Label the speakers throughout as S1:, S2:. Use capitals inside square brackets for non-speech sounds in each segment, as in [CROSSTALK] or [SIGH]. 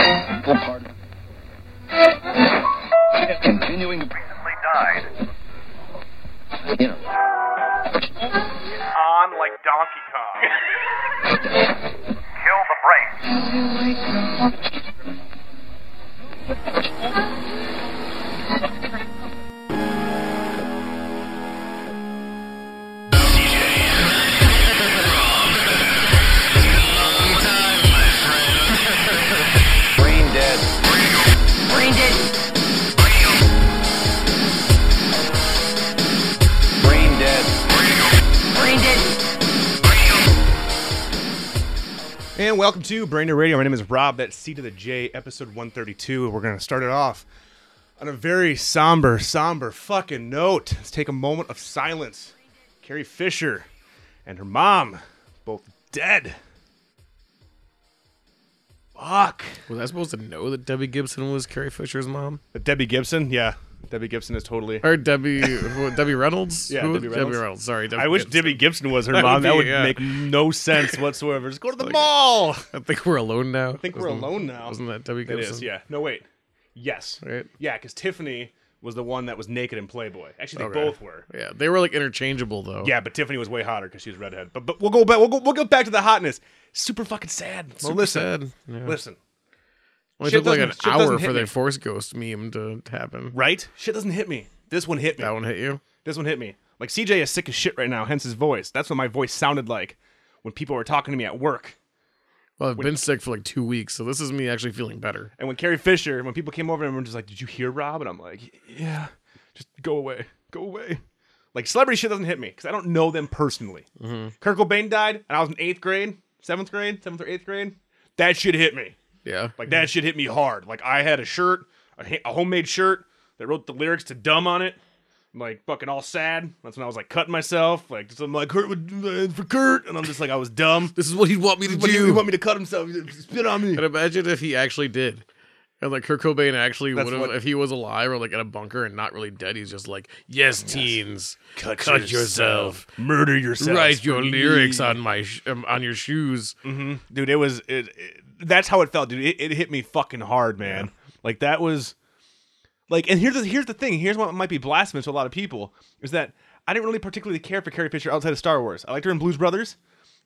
S1: Pardon. Continuing to
S2: died
S1: you know.
S2: on like Donkey Kong. Kill the brakes.
S3: Brain dead.
S4: Brain dead.
S3: Brain dead.
S4: Brain dead.
S5: And welcome to Brain Dead Radio. My name is Rob. That's C to the J, episode 132. We're going to start it off on a very somber, somber fucking note. Let's take a moment of silence. Carrie Fisher and her mom, both dead. Fuck.
S6: Was I supposed to know that Debbie Gibson was Carrie Fisher's mom?
S5: But Debbie Gibson, yeah. Debbie Gibson is totally.
S6: Or Debbie what, Debbie Reynolds?
S5: [LAUGHS] Yeah,
S6: Who-
S5: Debbie Reynolds.
S6: Sorry, Debbie
S5: I wish
S6: Gibson.
S5: Debbie Gibson was her
S6: That would
S5: mom. that
S6: be-
S5: would
S6: yeah.
S5: make no sense whatsoever. Just go to the mall. I
S6: [LAUGHS] I think we're alone now. I
S5: think we're alone now.
S6: Wasn't that Debbie
S5: It
S6: Gibson?
S5: is, yeah. No, wait. Yes.
S6: Right?
S5: Yeah, because Tiffany was the one that was naked in Playboy. Actually, they
S6: Okay.
S5: both were.
S6: Yeah, they were like interchangeable though.
S5: Yeah, but Tiffany was way hotter because she was redhead. But but we'll go back. We'll go. We'll go back to the hotness. Super fucking sad. Well,
S6: Super
S5: listen,
S6: sad. Yeah.
S5: listen.
S6: Only
S5: shit
S6: took like
S5: doesn't-
S6: an
S5: shit doesn't
S6: hour
S5: hit
S6: for
S5: me.
S6: the Force Ghost meme to happen.
S5: Right? Shit doesn't hit me. This one hit me.
S6: That one hit you?
S5: This one hit me. Like CJ is sick as shit right now. Hence his voice. That's what my voice sounded like when people were talking to me at work.
S6: Well, I've been sick for like two weeks, so this is me actually feeling better.
S5: And when Carrie Fisher, when people came over and were just like, "Did you hear Rob?" and I'm like, "Yeah, just go away, go away." Like celebrity shit doesn't hit me because I don't know them personally. Kurt Cobain died, and I was in eighth grade, seventh grade, seventh or eighth grade. That shit hit me.
S6: Yeah.
S5: Like that shit hit me hard. Like I had a shirt, a, ha- a homemade shirt that wrote the lyrics to "Dumb" on it. I'm, like fucking all sad. That's when I was like cutting myself. Like just, I'm like Kurt would for Kurt, and I'm just like I was dumb.
S6: this is what he'd want me to
S5: What do
S6: do.
S5: you want me to cut himself? Spit on me.
S6: and imagine if he actually did. And like Kurt Cobain actually
S5: That's
S6: would have,
S5: what-
S6: if he was alive or like in a bunker and not really dead, he's just like, yes, teens, cut, yourself.
S5: Murder yourself.
S6: write your lyrics on my sh- um, on your shoes.
S5: dude it was it, it- that's how it felt dude it, it hit me fucking hard man like that was like and here's the here's the thing here's what might be blasphemous to a lot of people is that i didn't really particularly care for carrie fisher outside of star wars i liked her in blues brothers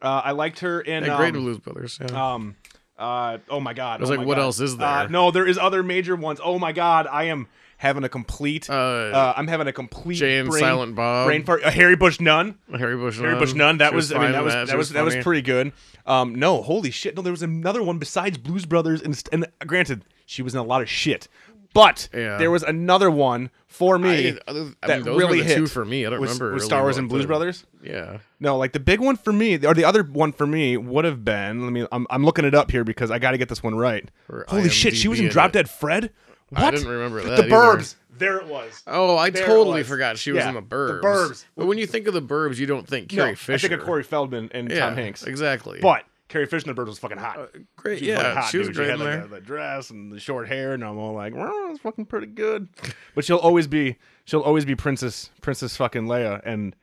S5: uh, i liked her in
S6: And
S5: um,
S6: Great Blues Brothers. Yeah.
S5: um uh oh my god i
S6: was like, what else is
S5: uh,
S6: there?
S5: no there is other major ones oh my god i am having a complete uh, i'm having a complete
S6: Jay and
S5: brain,
S6: Silent Bob.
S5: brain fart uh, harry bush nun
S6: [LAUGHS] Harry Bush.
S5: Harry Bush Nunn.
S6: Nunn,
S5: That
S6: Um, she
S5: was, I mean
S6: fine
S5: that
S6: in
S5: was that, was, that was
S6: funny.
S5: pretty good. Um, no, holy shit, no, there was another one besides Blues Brothers, and, and granted, she was in a lot of shit, but
S6: Yeah.
S5: there was another one for
S6: I
S5: me
S6: didn't- other- I
S5: that
S6: mean, those were
S5: really
S6: the
S5: hit
S6: two for me. I don't
S5: was,
S6: remember
S5: was
S6: really
S5: Star Wars
S6: what
S5: and Blues
S6: the-
S5: Brothers.
S6: Yeah.
S5: No, like the big one for me, or the other one for me would have been. Let me. I'm, I'm looking it up here because I got to get this one right.
S6: Or
S5: Holy shit, she was in
S6: IMDb
S5: Drop
S6: it.
S5: Dead Fred. What?
S6: I didn't remember that
S5: The
S6: either.
S5: Burbs. There it was.
S6: Oh, I
S5: There it
S6: totally
S5: was.
S6: forgot she was
S5: Yeah,
S6: in the Burbs.
S5: Burbs.
S6: But when you think of the Burbs, you don't think Carrie
S5: no,
S6: Fisher.
S5: I think of Corey Feldman and
S6: yeah,
S5: Tom Hanks.
S6: Exactly. Uh,
S5: But Carrie Fisher in the Burbs was fucking hot.
S6: great.
S5: She was
S6: yeah,
S5: fucking hot,
S6: she was
S5: dude.
S6: great
S5: she
S6: in
S5: had like,
S6: there.
S5: The, the dress and the short hair, and I'm all like, "Well, that's fucking pretty good." But she'll always be, she'll always be princess, princess fucking Leia, and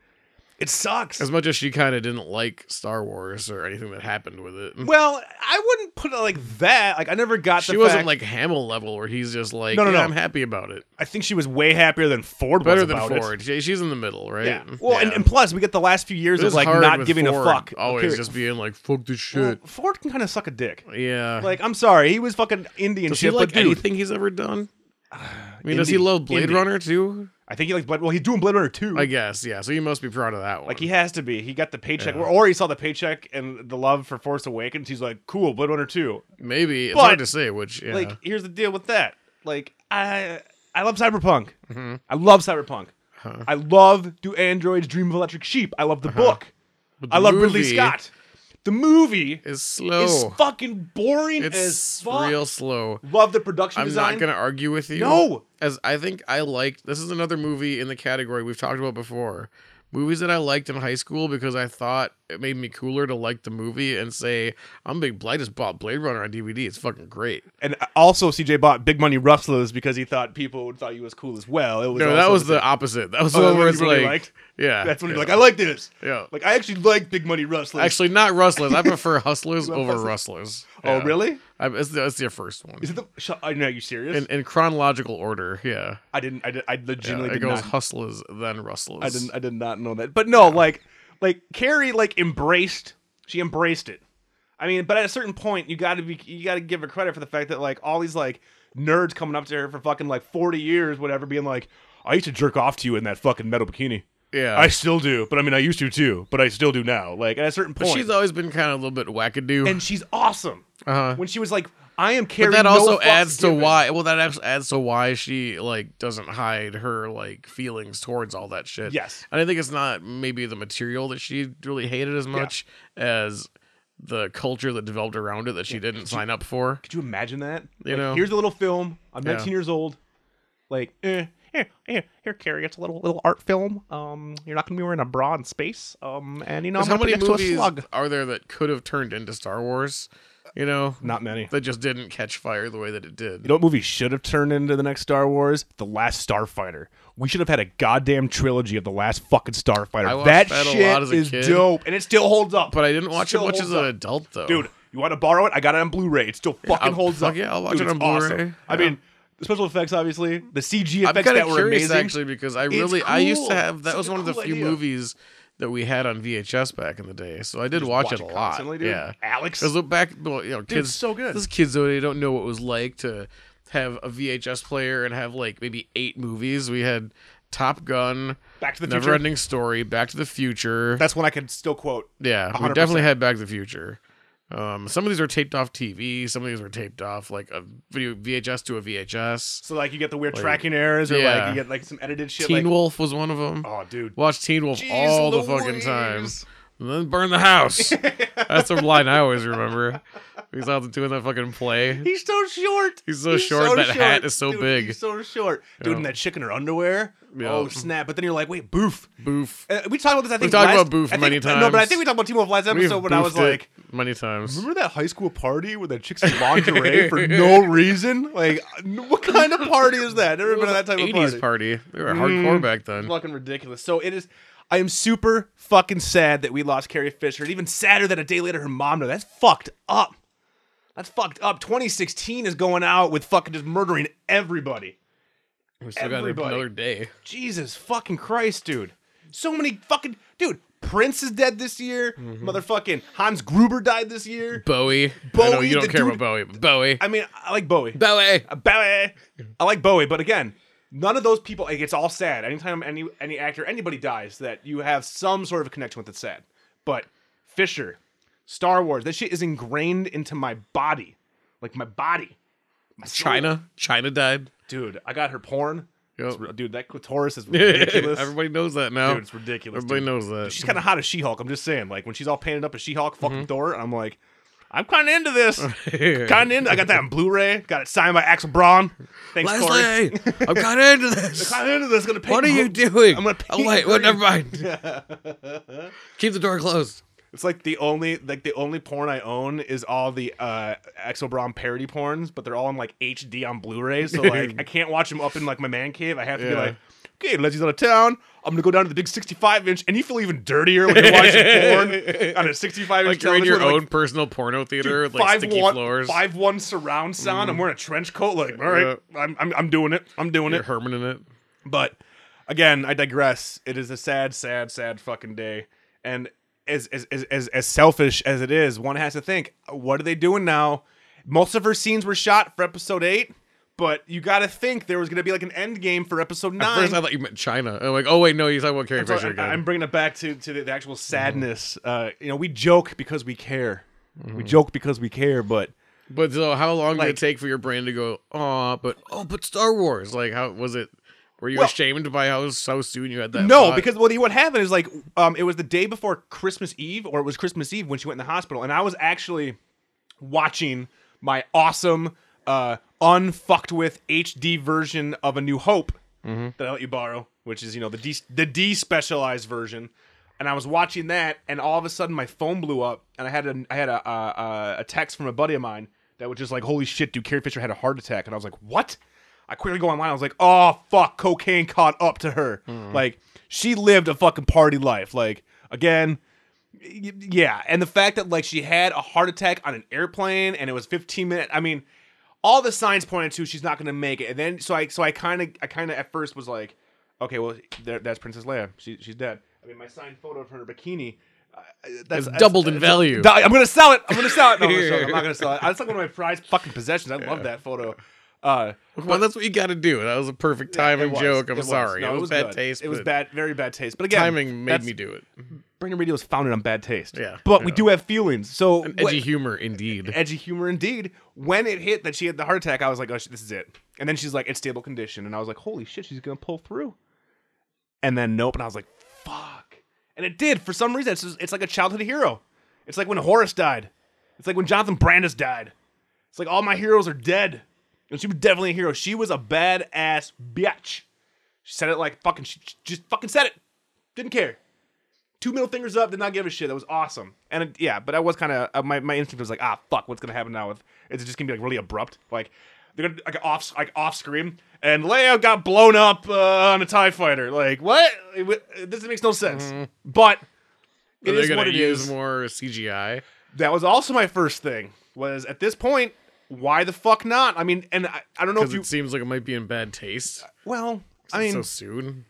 S5: it sucks.
S6: as much as she kind of didn't like Star Wars or anything that happened with it.
S5: well, I wouldn't put it like that. Like I never got.
S6: she
S5: the
S6: wasn't
S5: fact-
S6: like Hamill level where he's just like,
S5: No, no,
S6: "Yeah,
S5: no.
S6: I'm happy about it.
S5: I think she was way happier than Ford
S6: Better
S5: was
S6: than
S5: about it.
S6: Ford. She, she's in the middle, right?
S5: Yeah. Well, And,
S6: Yeah.
S5: and plus we get the last few years
S6: It
S5: of
S6: is
S5: like
S6: hard
S5: not
S6: with
S5: giving
S6: Ford
S5: a fuck.
S6: Always
S5: period.
S6: just being like, fuck this
S5: Well,
S6: shit.
S5: Ford can kind of suck a dick.
S6: yeah.
S5: Like I'm sorry, he was fucking Indian
S6: does he
S5: shit,
S6: like
S5: but dude, Uh,
S6: anything he's ever done? I mean, does he
S5: Indie.
S6: love Blade
S5: Indie.
S6: Runner too?
S5: I think he likes Blade. Well, he's doing Blade Runner two.
S6: I guess, yeah. So he must be proud of that one.
S5: Like he has to be. He got the paycheck, or, or he saw the paycheck and the love for Force Awakens. He's like, cool, Blade Runner two.
S6: maybe it's
S5: But-
S6: hard to say. Which yeah.
S5: Like, here's the deal with that. Like, I I love Cyberpunk.
S6: Mm-hmm.
S5: I love Cyberpunk. I love Do Androids Dream of Electric Sheep. I love the book.
S6: Uh-huh. But
S5: I
S6: the
S5: love Ridley
S6: movie
S5: Scott. The movie
S6: Is
S5: is
S6: slow.
S5: fucking boring as
S6: It's
S5: fuck.
S6: real slow.
S5: Love the production
S6: I'm
S5: design.
S6: not gonna argue with you.
S5: No!
S6: as I think I liked. This is another movie in the category we've talked about before, movies that I liked in high school because I thought it made me cooler to like the movie and say, I'm big. I just bought Blade Runner on DVD. It's fucking great.
S5: And uh, also, CJ bought Big Money Rustlers because he thought people would thought you was cool as well. It was
S6: No, that
S5: also-
S6: was the opposite. That was
S5: Oh,
S6: the
S5: that's
S6: one where
S5: what
S6: it's
S5: you really
S6: like,
S5: liked?
S6: yeah,
S5: That's when
S6: yeah.
S5: you're like, I like this.
S6: Yeah.
S5: Like I actually like Big Money Rustlers.
S6: Actually, not rustlers.
S5: [LAUGHS]
S6: I prefer hustlers
S5: love
S6: over
S5: Hustlers.
S6: rustlers.
S5: oh
S6: Yeah.
S5: really?
S6: I, it's, the, it's their first one.
S5: Is it the? Sh- I know you serious.
S6: in, in chronological order, yeah.
S5: I didn't. I, did, I
S6: yeah
S5: legitimately
S6: it
S5: did
S6: goes
S5: not.
S6: hustlers then rustlers.
S5: I didn't. I did not know that. But no, like, like Carrie like embraced. She embraced it. I mean, but at a certain point, you got to be. You got to give her credit for the fact that like all these like nerds coming up to her for fucking like forty years, whatever, being like, I used to jerk off to you in that fucking metal bikini.
S6: yeah,
S5: I still do, but I mean, I used to too, but I still do now. Like at a certain
S6: but
S5: point,
S6: she's always been kind of a little bit wackadoo.
S5: and she's awesome.
S6: Uh-huh.
S5: When she was like, I am Carrie.
S6: but that
S5: no
S6: also
S5: fucks
S6: adds to
S5: given.
S6: why. Well, that actually adds to why she like doesn't hide her like feelings towards all that shit.
S5: Yes.
S6: and I think it's not maybe the material that she really hated as much as the culture that developed around it that she didn't sign up for.
S5: Could you imagine that?
S6: You
S5: Like,
S6: know?
S5: here's a little film. I'm
S6: Yeah.
S5: 19 years old. Like, eh, here, here, here, Carrie. It's a little little art film. Um, you're not gonna be wearing a bra in space. Um, and you know, I'm
S6: 'Cause how
S5: gonna be
S6: many
S5: next to a
S6: movies
S5: slug.
S6: are there that could have turned into Star Wars? You know,
S5: Not many.
S6: that just didn't catch fire the way that it did.
S5: You know what movie should have turned into the next Star Wars? The Last Starfighter. We should have had a goddamn trilogy of the last fucking
S6: I
S5: Starfighter.
S6: watched
S5: That,
S6: that a
S5: shit
S6: lot as a
S5: is
S6: kid.
S5: dope, and it still holds up.
S6: but I didn't watch it
S5: Still
S6: much as
S5: holds
S6: an
S5: up.
S6: adult though,
S5: dude. You want to borrow it? I got it on Blu-ray. It still fucking
S6: I'll-
S5: holds
S6: fuck
S5: up.
S6: yeah, I'll watch
S5: Dude,
S6: it on
S5: it's awesome.
S6: Blu-ray.
S5: I
S6: Yeah.
S5: mean, the special effects, obviously, the CG
S6: I'm
S5: effects
S6: kind
S5: that
S6: of
S5: were
S6: curious
S5: amazing.
S6: actually because I
S5: It's
S6: really I used to
S5: cool.
S6: have that
S5: Such
S6: was
S5: a
S6: one of the
S5: cool
S6: few
S5: idea.
S6: movies that we had on VHS back in the day, so I did watch,
S5: watch
S6: it a
S5: it
S6: lot.
S5: constantly, dude.
S6: Yeah,
S5: Alex.
S6: because back well, you know kids
S5: so good.
S6: Those kids though they don't know what it was like to have a VHS player and have like maybe eight movies. We had Top Gun,
S5: Back to the
S6: Never
S5: Future.
S6: Ending Story, Back to the Future.
S5: That's when I can still quote.
S6: Yeah, we
S5: 100%.
S6: definitely had Back to the Future. Um, some of these were taped off TV. Some of these were taped off like a video VHS to a VHS.
S5: So like you get the weird tracking errors, or
S6: yeah.
S5: like you get like some edited shit.
S6: Teen
S5: like,
S6: Wolf was one of them.
S5: Oh, dude.
S6: Watch Teen Wolf
S5: Jeez
S6: all the
S5: Louise.
S6: fucking time. And then burn the house. That's a line I always remember. He's out doing that fucking play.
S5: He's so short.
S6: He's so short, that hat is so
S5: Dude,
S6: big.
S5: He's so short. Dude,
S6: Yeah.
S5: and that chick in her underwear.
S6: Yeah.
S5: Oh snap! But then you're like, wait, boof.
S6: Boof.
S5: Uh, we talked about this. I think
S6: talked
S5: last,
S6: about Boof
S5: I think- uh,
S6: many
S5: No, but I
S6: times.
S5: think we talked about Team Wolf last
S6: We've
S5: epised when I was
S6: boofed it
S5: like,
S6: many times.
S5: Remember that high school party where that chick's in lingerie for no reason? Like, n- what kind of party is that? Never been to that type of party. Mm.
S6: party. They were hardcore back then.
S5: Fucking ridiculous. So it is. I am super fucking sad that we lost Carrie Fisher. And even sadder that a day later her mom died. That's fucked up. That's fucked up. 2016 is going out with fucking just murdering everybody.
S6: We still got
S5: everybody.
S6: another day.
S5: Jesus fucking Christ, dude. So many fucking dude. Prince is dead this year. Motherfucking Hans Gruber died this year.
S6: Bowie. I know
S5: Bowie,
S6: you don't
S5: the
S6: care
S5: dude-
S6: about Bowie. but Bowie.
S5: I mean, I like Bowie.
S6: Bowie.
S5: Bowie. I like Bowie, but again, none of those people. Like, it's all sad. Anytime any any actor, anybody dies, that you have some sort of a connection with, it's sad. But Fisher, Star Wars, that shit is ingrained into my body, like my body. My soul.
S6: China. China died.
S5: dude. I got her porn.
S6: Yep.
S5: It's re- Dude, that clitoris
S6: [LAUGHS]
S5: is ridiculous.
S6: Everybody knows that now.
S5: Dude, it's ridiculous,
S6: Everybody
S5: dude.
S6: knows that. [LAUGHS]
S5: She's kind of hot as She-Hulk. I'm just saying, like when she's all painted up as She-Hulk,
S6: Mm-hmm.
S5: fucking Thor, and I'm like, I'm kind of into
S6: [LAUGHS]
S5: this. kind of into. I got that on Blu-ray. Got it signed by Axel Braun. Thanks, Corey.
S6: Leslie, I'm kind
S5: [LAUGHS]
S6: of into this.
S5: Kind of into this. Gonna paint
S6: What are you
S5: gr-
S6: doing?
S5: I'm gonna paint
S6: oh, wait,
S5: green.
S6: wait, never mind.
S5: [LAUGHS]
S6: Keep the door closed.
S5: It's like the only like the only porn I own is all the uh Axel Braun parody porns, but they're all in like HD on Blu-ray, [LAUGHS] so like I can't watch them up in like my man cave. I have to be
S6: Yeah.
S5: like, okay, Leslie's out of town. I'm gonna go down to the big 65 inch, and you feel even dirtier when you're [LAUGHS] watching porn on a 65 inch
S6: Like you're in your
S5: television with,
S6: own
S5: like,
S6: personal porno theater with like
S5: five
S6: sticky
S5: one,
S6: floors.
S5: five one surround sound. I'm wearing a trench coat. Like, all right, I'm, I'm I'm doing it. I'm doing
S6: You're
S5: it.
S6: Herman in it.
S5: But again, I digress. It is a sad, sad, sad fucking day. And as as as as, as selfish as it is, one has to think, what are they doing now? Most of her scenes were shot for episode eight, but you got to think there was going to be like an end game for episode nine.
S6: First, I thought you meant China. I'm like, oh wait, no, he's talking about Carrie
S5: So
S6: Fisher
S5: I-
S6: again.
S5: I'm bringing it back to, to the, the
S6: Mm-hmm.
S5: actual sadness. Uh, you know, we joke because we care.
S6: Mm-hmm.
S5: We joke because we care, but
S6: but so, how long did
S5: Like-
S6: it take for your brain to go? Aw, but oh, but Star Wars. Like, how was it? Were you
S5: Well-
S6: ashamed by how so soon you had that?
S5: No,
S6: thought?
S5: because well, what happened is like um, it was the day before Christmas Eve, or it was Christmas Eve when she went in the hospital, and I was actually watching my awesome, uh, unfucked with HD version of A New Hope that I let you borrow, which is you know the de- the despecialized version. And I was watching that, and all of a sudden my phone blew up, and I had a I had a uh, a text from a buddy of mine that was just like, "Holy shit, dude! Carrie Fisher had a heart attack," and I was like, "What?" I quickly go online. I was like, "Oh fuck, cocaine caught up to her. Like she lived a fucking party life. Like again." y- Yeah, and the fact that like she had a heart attack on an airplane and it was 15 minutes. I mean, all the signs pointed to she's not going to make it. And then so I so I kind of I kind of at first was like, okay, well there, that's Princess Leia. She, she's dead. I mean, my signed photo of her in a bikini. Uh, that's,
S6: It's doubled in value.
S5: Di- I'm gonna sell it. I'm gonna sell it. No, I'm, gonna sell it. I'm not gonna sell
S6: [LAUGHS]
S5: it. That's like one of my prized fucking possessions. I love that photo. Uh,
S6: well, that's what you got to do. That was a perfect timing
S5: it was.
S6: joke.
S5: It
S6: I'm
S5: was.
S6: sorry.
S5: No,
S6: it, was bad
S5: good.
S6: taste.
S5: It was
S6: but
S5: bad, very bad taste. But again,
S6: Timing made
S5: that's-
S6: me do it.
S5: Brain Radio was founded on bad taste.
S6: Yeah,
S5: but we
S6: yeah.
S5: do have feelings. So
S6: Edgy
S5: what-
S6: humor, indeed.
S5: edgy humor indeed. When it hit that she had the heart attack, I was like, oh, sh- this is it. And then she's like, it's stable condition. And I was like, holy shit, she's going to pull through. And then nope. And I was like, fuck. And it did. For some reason, it's, just- it's like a childhood hero. It's like when Horace died. It's like when Jonathan Brandis died. It's like all my heroes are dead. And she was definitely a hero. She was a badass bitch. She said it like fucking, she she just fucking said it. Didn't care two middle fingers up, did not give a shit. That was awesome. And it, yeah, but I was kind of uh, my my instinct was like, ah, fuck, what's gonna happen now? With is it just gonna be like really abrupt? Like they're gonna like off like off screen, and Leia got blown up uh, on a Tie Fighter. Like what? It, w- this makes no sense. But it
S6: They're
S5: is
S6: Mm-hmm. gonna
S5: what it
S6: use
S5: is.
S6: more CGI.
S5: That was also my first thing. Was at this point, why the fuck not? I mean, and I, I don't know if
S6: Because
S5: you
S6: it seems like it might be in bad taste.
S5: well. I mean,
S6: so soon.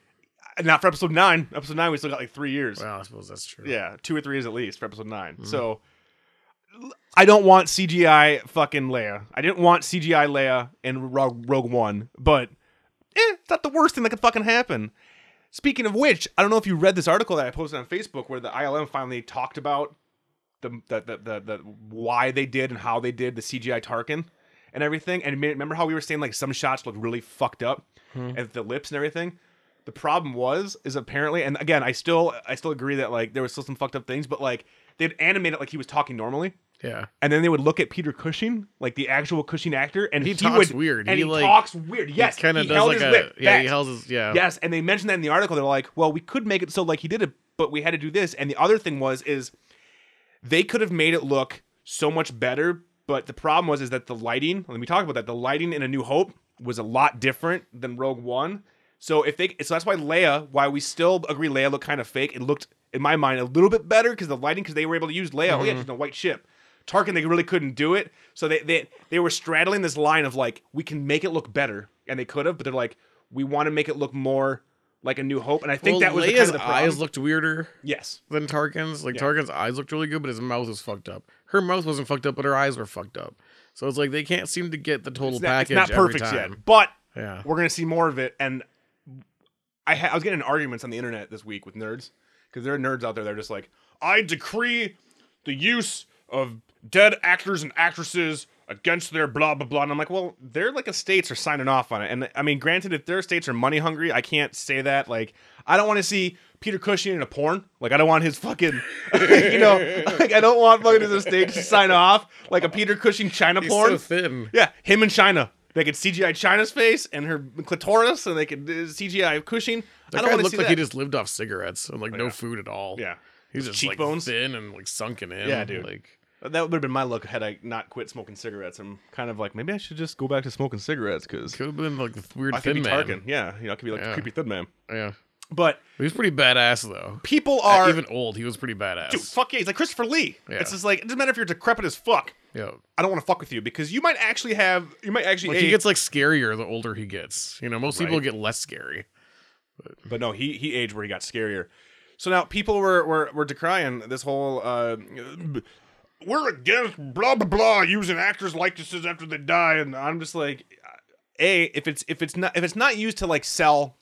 S5: not for episode nine. Episode nine, we still got like three years.
S6: Well, I suppose that's true.
S5: Yeah, two or three is at least for episode 9 So I don't want CGI fucking Leia. I didn't want CGI Leia in Rogue, Rogue One, but eh, it's not the worst thing that could fucking happen. Speaking of which, I don't know if you read this article that I posted on Facebook where the ILM finally talked about the the the, the, the why they did and how they did the CGI Tarkin and everything. And ma- remember how we were saying like some shots look really fucked up and the lips and everything. The problem was is apparently, and again, I still I still agree that like there was still some fucked up things, but like they'd animate it like he was talking normally.
S6: Yeah.
S5: And then they would look at Peter Cushing, like the actual Cushing actor, and he,
S6: talks
S5: would,
S6: weird.
S5: And he,
S6: He, like-
S5: talks weird. Yes,
S6: He kind of
S5: he
S6: does
S5: held
S6: like
S5: his
S6: a
S5: lip
S6: yeah.
S5: back.
S6: He held his yeah.
S5: Yes, and they mentioned that in the article. They're like, well, we could make it so like he did it, but we had to do this. And the other thing was is they could have made it look so much better, but the problem was is that the lighting. Let me talk about that. The lighting in A New Hope was a lot different than Rogue One. So if they, so that's why Leia, why we still agree Leia looked kind of fake. It looked in my mind a little bit better because the lighting, because they were able to use Leia. Oh yeah,
S6: Mm-hmm.
S5: she's in a white ship. Tarkin, they really couldn't do it. So they, they they were straddling this line of like, we can make it look better, and they could have, but they're like, we want to make it look more like a New Hope, and I think
S6: Well,
S5: that was the,
S6: Leia's
S5: kind of the problem.
S6: eyes looked weirder
S5: yes,
S6: than Tarkin's. Like Tarkin's eyes looked really good, but his mouth was fucked up. Her mouth wasn't fucked up, but her eyes were fucked up. So it's like they can't seem to get the total
S5: it's not, it's
S6: package.
S5: not
S6: every
S5: perfect
S6: time.
S5: yet, but
S6: Yeah.
S5: we're gonna see more of it. And I, ha- I was getting in arguments on the internet this week with nerds because there are nerds out there. They're just like, I decree the use of dead actors and actresses against their blah blah blah. And I'm like, well, their like estates are signing off on it. And I mean, granted, if their estates are money hungry, I can't say that. Like, I don't want to see. Peter Cushing in a porn, like I don't want his fucking, [LAUGHS] you know, like I don't want fucking his estate to sign off like a Peter Cushing China
S6: He's
S5: porn.
S6: so thin.
S5: Yeah, him in China. They could CGI China's face and her clitoris, and they could uh, CGI Cushing. I
S6: That
S5: don't
S6: guy
S5: want to
S6: looked
S5: see
S6: like
S5: that. Oh,
S6: he just lived off cigarettes and like no food at all.
S5: yeah,
S6: He's just
S5: Cheekbones.
S6: cheekbones like, thin and like sunken in.
S5: Yeah, dude.
S6: Like
S5: that would have been my look had I not quit smoking cigarettes. I'm kind of like maybe I should just go back to smoking cigarettes because
S6: could have been like the weird
S5: I could
S6: thin
S5: be
S6: man.
S5: Tarkin. Yeah, you know, I could be like the
S6: Yeah.
S5: creepy thin man.
S6: Yeah.
S5: But
S6: He was pretty badass though.
S5: people are
S6: Uh, Even old, he was pretty badass.
S5: dude, fuck yeah. He's like Christopher Lee.
S6: Yeah.
S5: It's just like it doesn't matter if you're decrepit as fuck.
S6: yeah.
S5: I don't want to fuck with you because you might actually have you might actually
S6: Like
S5: age.
S6: he gets like scarier the older he gets. You know, most people
S5: Right.
S6: get less scary.
S5: But no, he he aged where he got scarier. So now people were were, were decrying this whole. Uh, we're against blah blah blah using actors' likenesses after they die, and I'm just like, a if it's if it's not if it's not used to like sell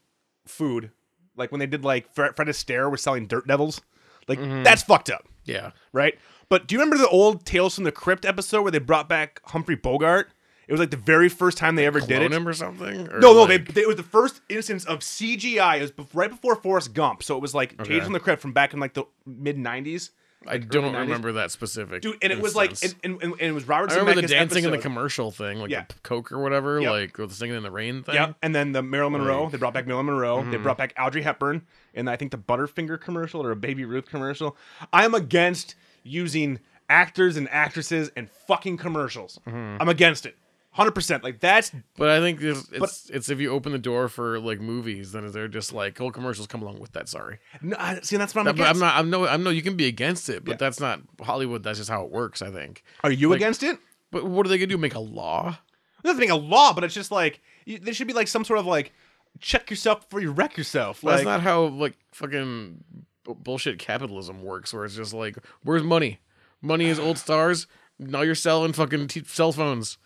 S5: food, like when they did like Fred, Fred Astaire was selling Dirt Devils, like that's fucked up,
S6: Yeah.
S5: right? But do you remember the old Tales from the Crypt episode where they brought back Humphrey Bogart? It was like the very first time they ever did
S6: Clone
S5: it.
S6: him or something? Or
S5: No, no,
S6: like-
S5: they, they, it was the first instance of CGI. It was bef- right before Forrest Gump, so it was like Tales from the Crypt from back in like the mid '90s,
S6: I don't
S5: 90s.
S6: remember that specific.
S5: dude. And it was like,
S6: instance.
S5: and, and, and it was Robert.
S6: I remember the
S5: Zemeckis
S6: dancing in the
S5: episode.
S6: commercial thing, like
S5: Yeah.
S6: the Coke or whatever,
S5: Yep.
S6: like with the singing in the rain thing.
S5: Yep. And then the Marilyn Monroe. They brought back Marilyn Monroe.
S6: mm-hmm.
S5: They brought back Audrey Hepburn and I think the Butterfinger commercial or a Baby Ruth commercial. I'm against using actors and actresses and fucking commercials.
S6: Mm-hmm.
S5: I'm against it. 100%. Like that's
S6: But I think it's, it's it's if you open the door for like movies, then they're just like whole commercials come along with that. Sorry,
S5: no, I- see that's what I'm
S6: That- but
S5: against.
S6: I'm not. I'm no. I'm no. You can be against it, but
S5: Yeah.
S6: that's not Hollywood. That's just how it works. I think.
S5: Are you
S6: like-
S5: against it?
S6: But what are they gonna do? Make a law?
S5: Not being a law, but it's just like you, there should be like some sort of like check yourself before you wreck yourself.
S6: That's
S5: Like
S6: not how like fucking bu- bullshit capitalism works. Where it's just like, where's money? Money is old stars. Now you're selling fucking t- cell phones.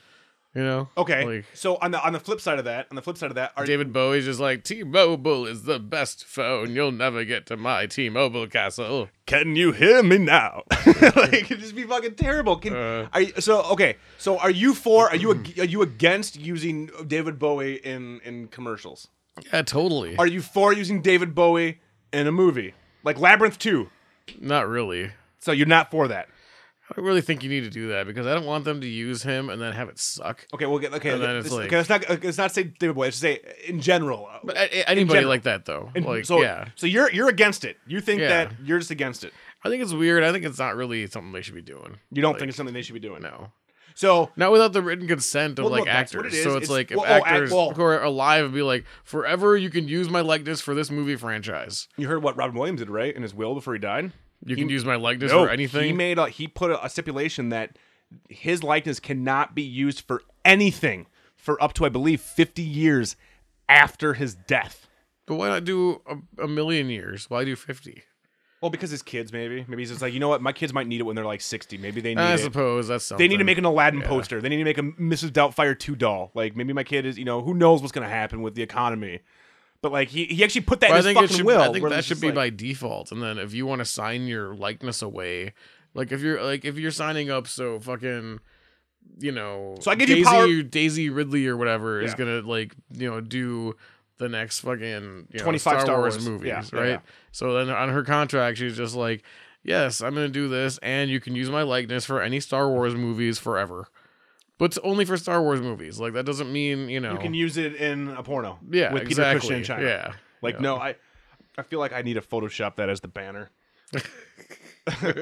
S6: You know?
S5: okay.
S6: Like,
S5: so on the on the flip side of that, on the flip side of that, are
S6: David Bowie's just like T-Mobile is the best phone. You'll never get to my T-Mobile castle.
S5: Can you hear me now? [LAUGHS] like it'd just be fucking terrible. Can,
S6: Uh.
S5: are you, so okay. So are you for? Are you ag- are you against using David Bowie in in commercials?
S6: Yeah, totally.
S5: Are you for using David Bowie in a movie like Labyrinth Two?
S6: Not really.
S5: So you're not for that.
S6: I really think you need to do that because I don't want them to use him and then have it suck.
S5: Okay, we'll get okay.
S6: And then
S5: let's-
S6: it's like-
S5: okay, let's not let's not say David Bowie. Let's say in general.
S6: But a- a- anybody
S5: general.
S6: like that though,
S5: And
S6: like
S5: so,
S6: yeah,
S5: so you're you're against it. You think
S6: Yeah.
S5: that you're just against it.
S6: I think it's weird. I think it's not really something they should be doing.
S5: You don't think it's something they should be doing.
S6: No,
S5: So
S6: not without the written consent of
S5: Well,
S6: like
S5: look, that's what
S6: actors.
S5: it is.
S6: So it's,
S5: It's-
S6: like if
S5: well, oh, act-
S6: actors
S5: well-
S6: who are alive and be like, forever you can use my likeness for this movie franchise.
S5: you heard what Robin Williams did, right? In his will before he died.
S6: You can use my likeness for anything.
S5: He made a he put a, a stipulation that his likeness cannot be used for anything for up to I believe 50 years after his death.
S6: but why not do a, a million years? Why do fifty?
S5: Well, because his kids maybe maybe he's just like you know what my kids might need it when they're like 60. Maybe they need
S6: I
S5: it.
S6: suppose that's something.
S5: They need to make an Aladdin poster. They need to make a Mrs. Doubtfire 2 doll. Like maybe my kid is, you know, who knows what's going to happen with the economy. But like he, he actually put that
S6: But I
S5: in his
S6: think it
S5: fucking
S6: should.
S5: will.
S6: I think
S5: where
S6: that
S5: it's
S6: should
S5: just
S6: be
S5: like-
S6: by default. And then if you want to sign your likeness away, like if you're like if you're signing up, so fucking, you know,
S5: So I give you
S6: Daisy,
S5: power-
S6: Daisy Ridley or whatever is
S5: Yeah.
S6: gonna like you know do the next fucking you know,
S5: 25
S6: Star,
S5: Star
S6: Wars,
S5: Wars.
S6: movies,
S5: Yeah, yeah,
S6: right?
S5: yeah.
S6: So then on her contract, she's just like, yes, I'm gonna do this, and you can use my likeness for any Star Wars movies forever. But it's only for Star Wars movies. Like that doesn't mean you know.
S5: you can use it in a porno.
S6: yeah,
S5: with
S6: exactly.
S5: Peter Cushing in China.
S6: Yeah.
S5: Like no, I I feel like I need to Photoshop that as the banner. [LAUGHS] I'm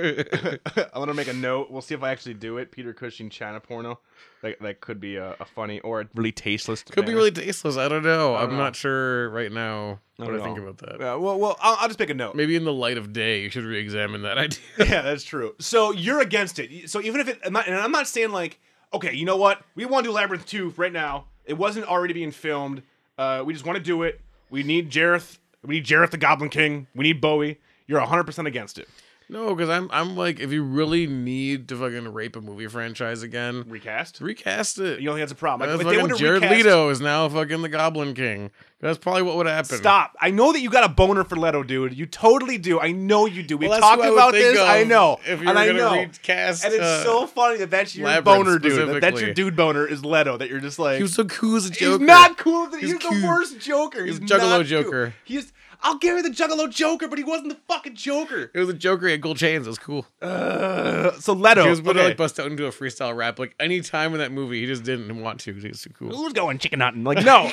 S5: gonna make a note. We'll see if I actually do it. Peter Cushing China porno. That that could be a, a funny or a really tasteless.
S6: Could be really tasteless. I don't know. I'm
S5: know.
S6: not sure right now
S5: Not
S6: what
S5: at
S6: I think
S5: all.
S6: about that.
S5: Uh, well, well, I'll, I'll just make a note.
S6: Maybe in the light of day, you should re-examine that [LAUGHS] idea.
S5: yeah, that's true. So you're against it. So even if it, I'm not- and I'm not saying like, okay, you know what? We want to do Labyrinth 2 right now. It wasn't already being filmed. Uh, we just want to do it. We need Jareth. We need Jareth the Goblin King. We need Bowie. You're 100% against it.
S6: no, because I'm I'm like, if you really need to fucking rape a movie franchise again,
S5: Recast?
S6: recast it.
S5: You don't think that's a problem?
S6: That's
S5: Like, if
S6: fucking
S5: would've
S6: Jared
S5: recast-
S6: Leto is now fucking the Goblin King. That's probably what would happen.
S5: Stop. I know that you got a boner for Leto, dude. You totally do. I know you do. We
S6: Well, that's
S5: talked
S6: who I would
S5: about
S6: think
S5: this.
S6: of
S5: I know.
S6: if you
S5: and
S6: were
S5: I
S6: gonna
S5: know.
S6: recast,
S5: and it's
S6: uh,
S5: so funny that that's your
S6: Labyrinth
S5: boner, dude. That- that's
S6: specifically.
S5: your dude boner is Leto. That you're just like
S6: He was so cool as a
S5: He's
S6: Joker.
S5: not cool. He's,
S6: He's
S5: he's the
S6: cute.
S5: worst Joker. He's,
S6: He's Juggalo
S5: not
S6: Joker.
S5: Cool. He's. I'll give you the Juggalo Joker, but he wasn't the fucking Joker.
S6: It was a Joker. He had gold chains. It was cool.
S5: Uh, so Leto.
S6: he was gonna
S5: okay.
S6: like bust out into a freestyle rap. Like any time in that movie, he just didn't want to. 'cause He was too cool.
S5: Who's going chicken hunting? Like no.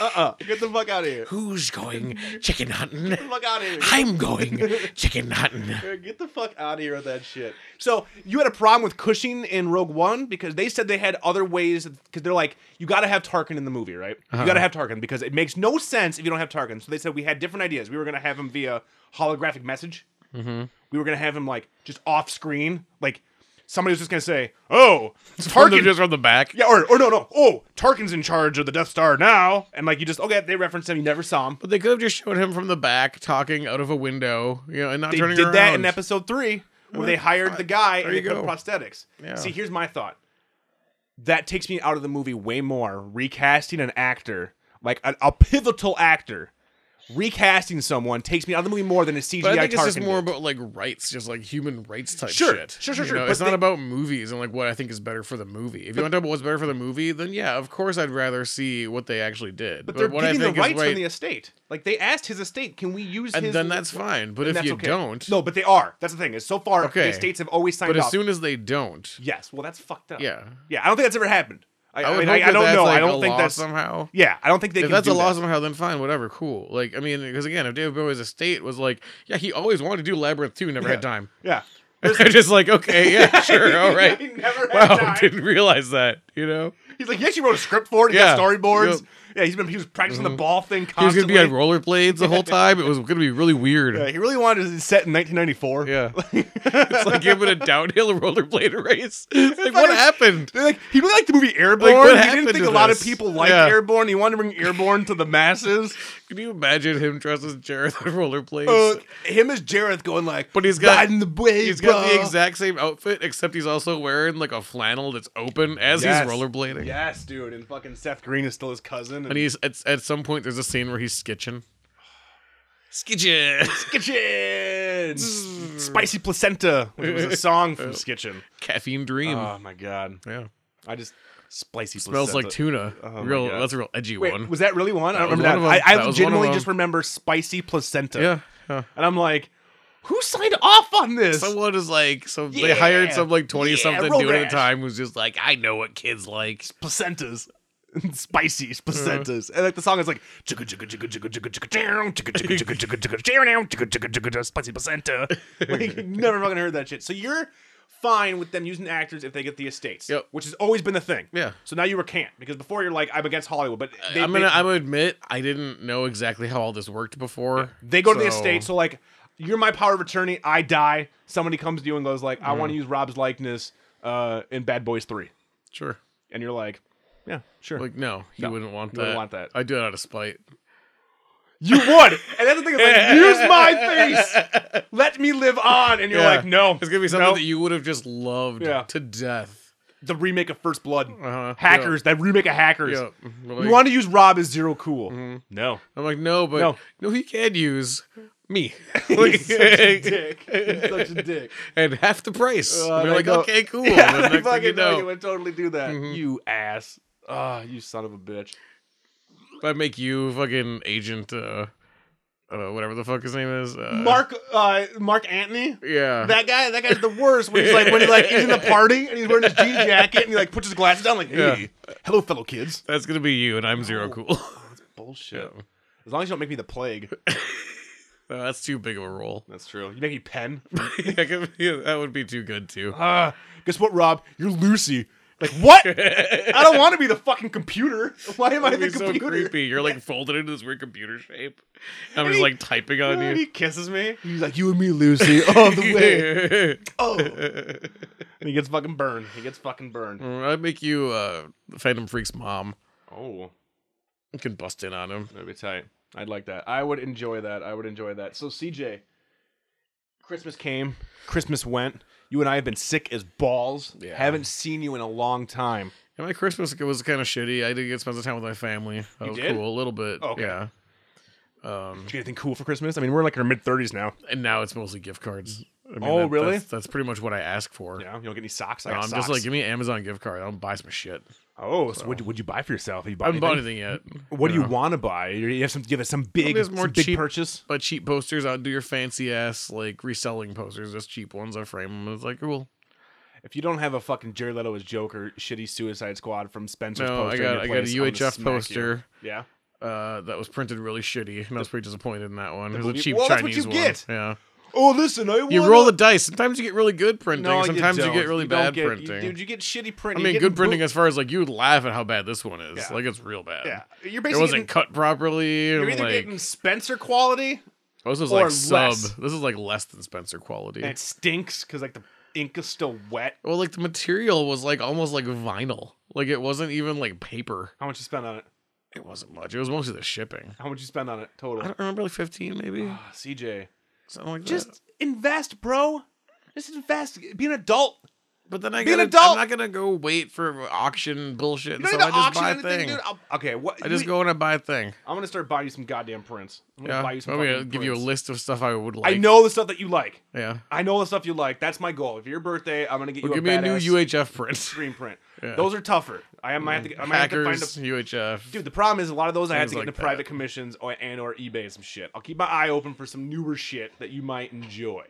S5: uh. uh [LAUGHS] Get the fuck out of here. [LAUGHS]
S6: Who's going chicken hunting?
S5: Get the fuck out of here.
S6: I'm going chicken hunting.
S5: [LAUGHS] Get the fuck out of here with that shit. So you had a problem with Cushing in Rogue One because they said they had other ways because they're like you got to have Tarkin in the movie, right? You got
S6: Uh-huh.
S5: to have Tarkin because it makes no sense if you don't have Tarkin. So they said we had different ideas. We were gonna have him via holographic message.
S6: Mm-hmm.
S5: We were gonna have him like just off screen, like somebody was just gonna say, "Oh, Tarkin."
S6: just from the back.
S5: yeah, or, or no, no. Oh, Tarkin's in charge of the Death Star now, and like you just okay, they referenced him. You never saw him.
S6: But they could have just showed him from the back talking out of a window, you know, and not
S5: They
S6: turning
S5: did
S6: around.
S5: that in episode three where they hired the guy
S6: There
S5: and they
S6: you
S5: put
S6: go.
S5: prosthetics.
S6: Yeah.
S5: See, here's my thought. That takes me out of the movie way more. Recasting an actor, like a, a pivotal actor, recasting someone takes me out of the movie more than a CGI
S6: But I think it's
S5: Tarkin
S6: just more
S5: did.
S6: about like rights, just like human rights type
S5: Sure,
S6: shit.
S5: sure, sure,
S6: You
S5: sure,
S6: know,
S5: but
S6: It's not
S5: they-
S6: about movies and like what I think is better for the movie. If you want to talk about what's better for the movie, then yeah, of course I'd rather see what they actually did.
S5: But they're
S6: what
S5: getting the
S6: I think is
S5: rights
S6: right-
S5: from the estate. Like they asked his estate, can we use
S6: and
S5: his
S6: then that's fine. But if
S5: that's
S6: you
S5: okay.
S6: don't,
S5: No, but they are. That's the thing. Is so far the
S6: Okay.
S5: estates have always signed
S6: But as
S5: up.
S6: soon as they don't,
S5: yes. Well, that's fucked up.
S6: yeah,
S5: Yeah. I don't think that's ever happened. I, I
S6: would
S5: mean,
S6: hope
S5: I, I
S6: that
S5: don't
S6: that's,
S5: know.
S6: like,
S5: I
S6: a
S5: don't think
S6: law
S5: that's.
S6: somehow.
S5: Yeah, I don't think they
S6: If
S5: can
S6: that's
S5: do
S6: a law
S5: that.
S6: somehow, then fine, whatever, cool. Like, I mean, because again, if David Bowie's estate was like, yeah, he always wanted to do Labyrinth too, never
S5: Yeah.
S6: had time. [LAUGHS]
S5: Yeah.
S6: They're just like,
S5: [LAUGHS]
S6: okay, yeah, sure, all
S5: He
S6: right.
S5: never had
S6: Wow,
S5: time.
S6: didn't realize that, you know?
S5: He's like, he actually wrote a script for it. He got
S6: Yeah.
S5: storyboards.
S6: Yep. Mm-hmm.
S5: Yeah, he's been he was practicing the ball thing
S6: He was going
S5: constantly.
S6: to be on
S5: [LAUGHS]
S6: rollerblades the whole time. It was going to be really
S5: Yeah,
S6: weird.
S5: he really wanted to set in 1994. [LAUGHS]
S6: Yeah. it's like him in a downhill rollerblade [LAUGHS] race. It's like, what
S5: like-
S6: happened?
S5: They're like he really liked the movie Airborne.
S6: Like, what
S5: he
S6: happened
S5: didn't think
S6: to
S5: a lot of
S6: this?
S5: people liked
S6: Yeah.
S5: Airborne. He wanted to bring Airborne to the
S6: [LAUGHS]
S5: masses.
S6: Can you imagine him dressed as Jared on rollerblades?
S5: Uh, him as Jareth going like,
S6: But he's got-
S5: riding the wave,
S6: He's got the
S5: bro."
S6: exact same outfit, except he's also wearing like a flannel that's open as
S5: Yes.
S6: he's rollerblading.
S5: Yes, dude, and fucking Seth Green is still his cousin.
S6: And he's at, at some point there's a scene where he's skitching. Skitching.
S5: Skitchin, spicy placenta, which was a song
S6: [LAUGHS]
S5: from Skitchin.
S6: Caffeine dream.
S5: Oh my god,
S6: yeah.
S5: I just spicy
S6: Smells
S5: placenta.
S6: like tuna.
S5: Oh my
S6: real
S5: God.
S6: that's a real edgy
S5: Wait,
S6: one.
S5: was that really one? I don't
S6: That was
S5: remember that.
S6: one of 'em.
S5: I, I
S6: That was one of
S5: legitimately
S6: 'em.
S5: just remember spicy placenta.
S6: yeah. yeah.
S5: and I'm like, who signed off on this?
S6: Someone is like, so they
S5: Yeah.
S6: hired some like twenty
S5: Yeah,
S6: something
S5: roll
S6: dude at
S5: rash.
S6: the time who's just like, I know what kids like.
S5: placentas. Spicy placentas. And like the song is like "Chugga, chugga, chugga, chugga, chugga, chugga, down, chugga, chugga, chugga, chugga, chugga, down, chugga, chugga, chugga, chugga, spicy placenta. Like you've never fucking heard that shit. So you're fine with them using actors if they get the estates.
S6: Yep.
S5: Which has always been the thing.
S6: Yeah.
S5: So now you recant because before you're like, I'm against Hollywood, but they,
S6: I'm gonna
S5: they,
S6: I'm gonna admit I didn't know exactly how all this worked before.
S5: they go to the
S6: so-
S5: estate, so like you're my power of attorney, I die. Somebody comes to you and goes like, I want to use Rob's likeness uh in Bad Boys Three.
S6: Sure.
S5: And you're like, Yeah, sure.
S6: Like no, he
S5: No,
S6: wouldn't want
S5: you
S6: that.
S5: wouldn't want that.
S6: I do it out of spite.
S5: You would. And that's the thing. It's
S6: [LAUGHS]
S5: like, use my face. Let me live on. And you're
S6: Yeah.
S5: like, no.
S6: It's gonna be something
S5: no.
S6: that you would have just loved
S5: Yeah.
S6: to death.
S5: The remake of First Blood.
S6: Uh-huh.
S5: Hackers. That remake of Hackers.
S6: Yeah. Mm-hmm.
S5: You want to use Rob as Zero Cool.
S6: [LAUGHS]
S5: No.
S6: I'm like, no, but
S5: No.
S6: no, he can use
S5: [LAUGHS]
S6: me. [LAUGHS]
S5: He's such a dick. He's such a dick.
S6: and half the price.
S5: Uh,
S6: and
S5: they
S6: we're like,
S5: go-
S6: okay,
S5: [LAUGHS]
S6: cool.
S5: Yeah,
S6: [LAUGHS] And
S5: they
S6: the next thing
S5: fucking
S6: you
S5: know
S6: know, Mm-hmm.
S5: you would totally do that. You ass. Ah, you son of a bitch.
S6: if I make you fucking agent, uh, I don't know, whatever the fuck his name is. Uh,
S5: Mark uh Mark Antony?
S6: Yeah.
S5: That guy, that guy's the worst. When he's like, when he like he's in
S6: [LAUGHS]
S5: a party and he's wearing his jean jacket and he like puts his glasses down, like, hey, hello, fellow kids.
S6: That's gonna be you, and I'm zero cool. [LAUGHS]
S5: Bullshit. As long as you don't make me the plague.
S6: No, that's too big of a role. [LAUGHS]
S5: That's true. You make me pen. [LAUGHS]
S6: Yeah, could- yeah, that would be too good too.
S5: Uh, guess what, Rob? You're Lucy. Like what? I don't want to be the fucking computer. Why am I
S6: That'd
S5: the
S6: be so
S5: computer?
S6: creepy.
S5: [LAUGHS]
S6: You're like folded into this weird computer shape. I'm
S5: And
S6: just
S5: he-
S6: like typing on
S5: And he
S6: you.
S5: kisses
S6: [LAUGHS]
S5: me. He's like, you and me, Lucy, all the way. Oh. And he gets fucking burned. He gets fucking burned.
S6: I make you uh, Phantom Freak's mom.
S5: Oh,
S6: You can bust in on him.
S5: that'd be tight. I'd like that. I would enjoy that. I would enjoy that. So CJ, Christmas came. Christmas went. You and I have been sick as balls. Haven't seen you in a long time.
S6: And my Christmas was kind of shitty. I did get to spend some time with my family. That was
S5: did? Oh,
S6: cool, a little bit.
S5: Okay.
S6: Yeah. Um,
S5: Did you get anything cool for Christmas? I mean, we're like in our mid thirties now.
S6: and now it's mostly gift cards. I mean,
S5: Oh,
S6: that-
S5: really?
S6: That's, that's pretty much what I ask for.
S5: Yeah, you don't get any socks. I
S6: No,
S5: got
S6: I'm
S5: socks.
S6: just like, give me an Amazon gift card. I'll buy some shit.
S5: oh, so what'd you, what'd you buy for yourself? Have you
S6: I
S5: bought
S6: haven't bought
S5: anything?
S6: anything yet.
S5: What do you
S6: know.
S5: want to buy? You have some, give us some big,
S6: There's more
S5: some big
S6: cheap-
S5: purchase.
S6: But cheap posters, I'll do your fancy ass like reselling posters. Just cheap ones. I frame them. It's like cool.
S5: If you don't have a fucking Jared Leto as Joker, shitty Suicide Squad from Spencer's
S6: No, I
S5: poster, in
S6: got
S5: your
S6: I got a
S5: place, I'm gonna
S6: UHF
S5: smack you.
S6: poster
S5: Yeah,
S6: uh, that was printed really shitty, and I was pretty disappointed in that one. It was a
S5: movie-
S6: cheap
S5: Well, that's what
S6: Chinese
S5: you
S6: one.
S5: get.
S6: Yeah,
S5: Oh, listen, I
S6: you roll the dice. Sometimes you get really good printing.
S5: No,
S6: sometimes you,
S5: don't.
S6: get really
S5: You don't
S6: bad
S5: get- you-
S6: printing.
S5: dude. You get shitty
S6: I
S5: printing.
S6: mean,
S5: You're
S6: good
S5: getting
S6: printing
S5: boot-
S6: as far as like you would laugh at how bad this one is.
S5: Yeah.
S6: Like it's real bad.
S5: Yeah, you're
S6: It
S5: basically
S6: wasn't
S5: getting,
S6: cut properly.
S5: you're
S6: and,
S5: either
S6: like,
S5: getting Spencer quality
S6: oh, this is
S5: or
S6: like sub.
S5: less.
S6: This is like less than Spencer quality.
S5: and it stinks because like the ink is still wet.
S6: well, like the material was like almost like vinyl. Like it wasn't even like paper.
S5: How much you spend on it?
S6: It wasn't much. It was mostly the shipping.
S5: How much you spend on it
S6: I
S5: total?
S6: don't remember, like fifteen maybe.
S5: CJ.
S6: Something like that.
S5: Just invest, bro. Just invest. Be an adult.
S6: But then I
S5: Be an
S6: gotta,
S5: adult.
S6: I'm not gonna go wait for auction bullshit.
S5: You don't
S6: so
S5: need
S6: I
S5: to
S6: just
S5: auction
S6: buy a
S5: anything,
S6: thing.
S5: dude. I'll- okay, what?
S6: I just
S5: you-
S6: go and I buy a thing.
S5: I'm gonna start buying you some goddamn prints. I'm gonna
S6: Yeah,
S5: buy you some.
S6: I'm gonna
S5: fucking
S6: give you a
S5: prints.
S6: list of stuff I would like.
S5: I know the stuff that you like.
S6: Yeah,
S5: I know the stuff you like. That's my goal. If your birthday, I'm gonna get
S6: Or
S5: you
S6: give
S5: a
S6: me a
S5: badass
S6: new UHF print. [LAUGHS]
S5: screen print.
S6: Yeah.
S5: Those are tougher. I might have to. I might have to
S6: Hackers,
S5: find a
S6: UHF.
S5: Dude, the problem is a lot of those I have
S6: Things
S5: to get
S6: like
S5: into
S6: that.
S5: private commissions or, and or eBay and some shit. I'll keep my eye open for some newer shit that you might enjoy.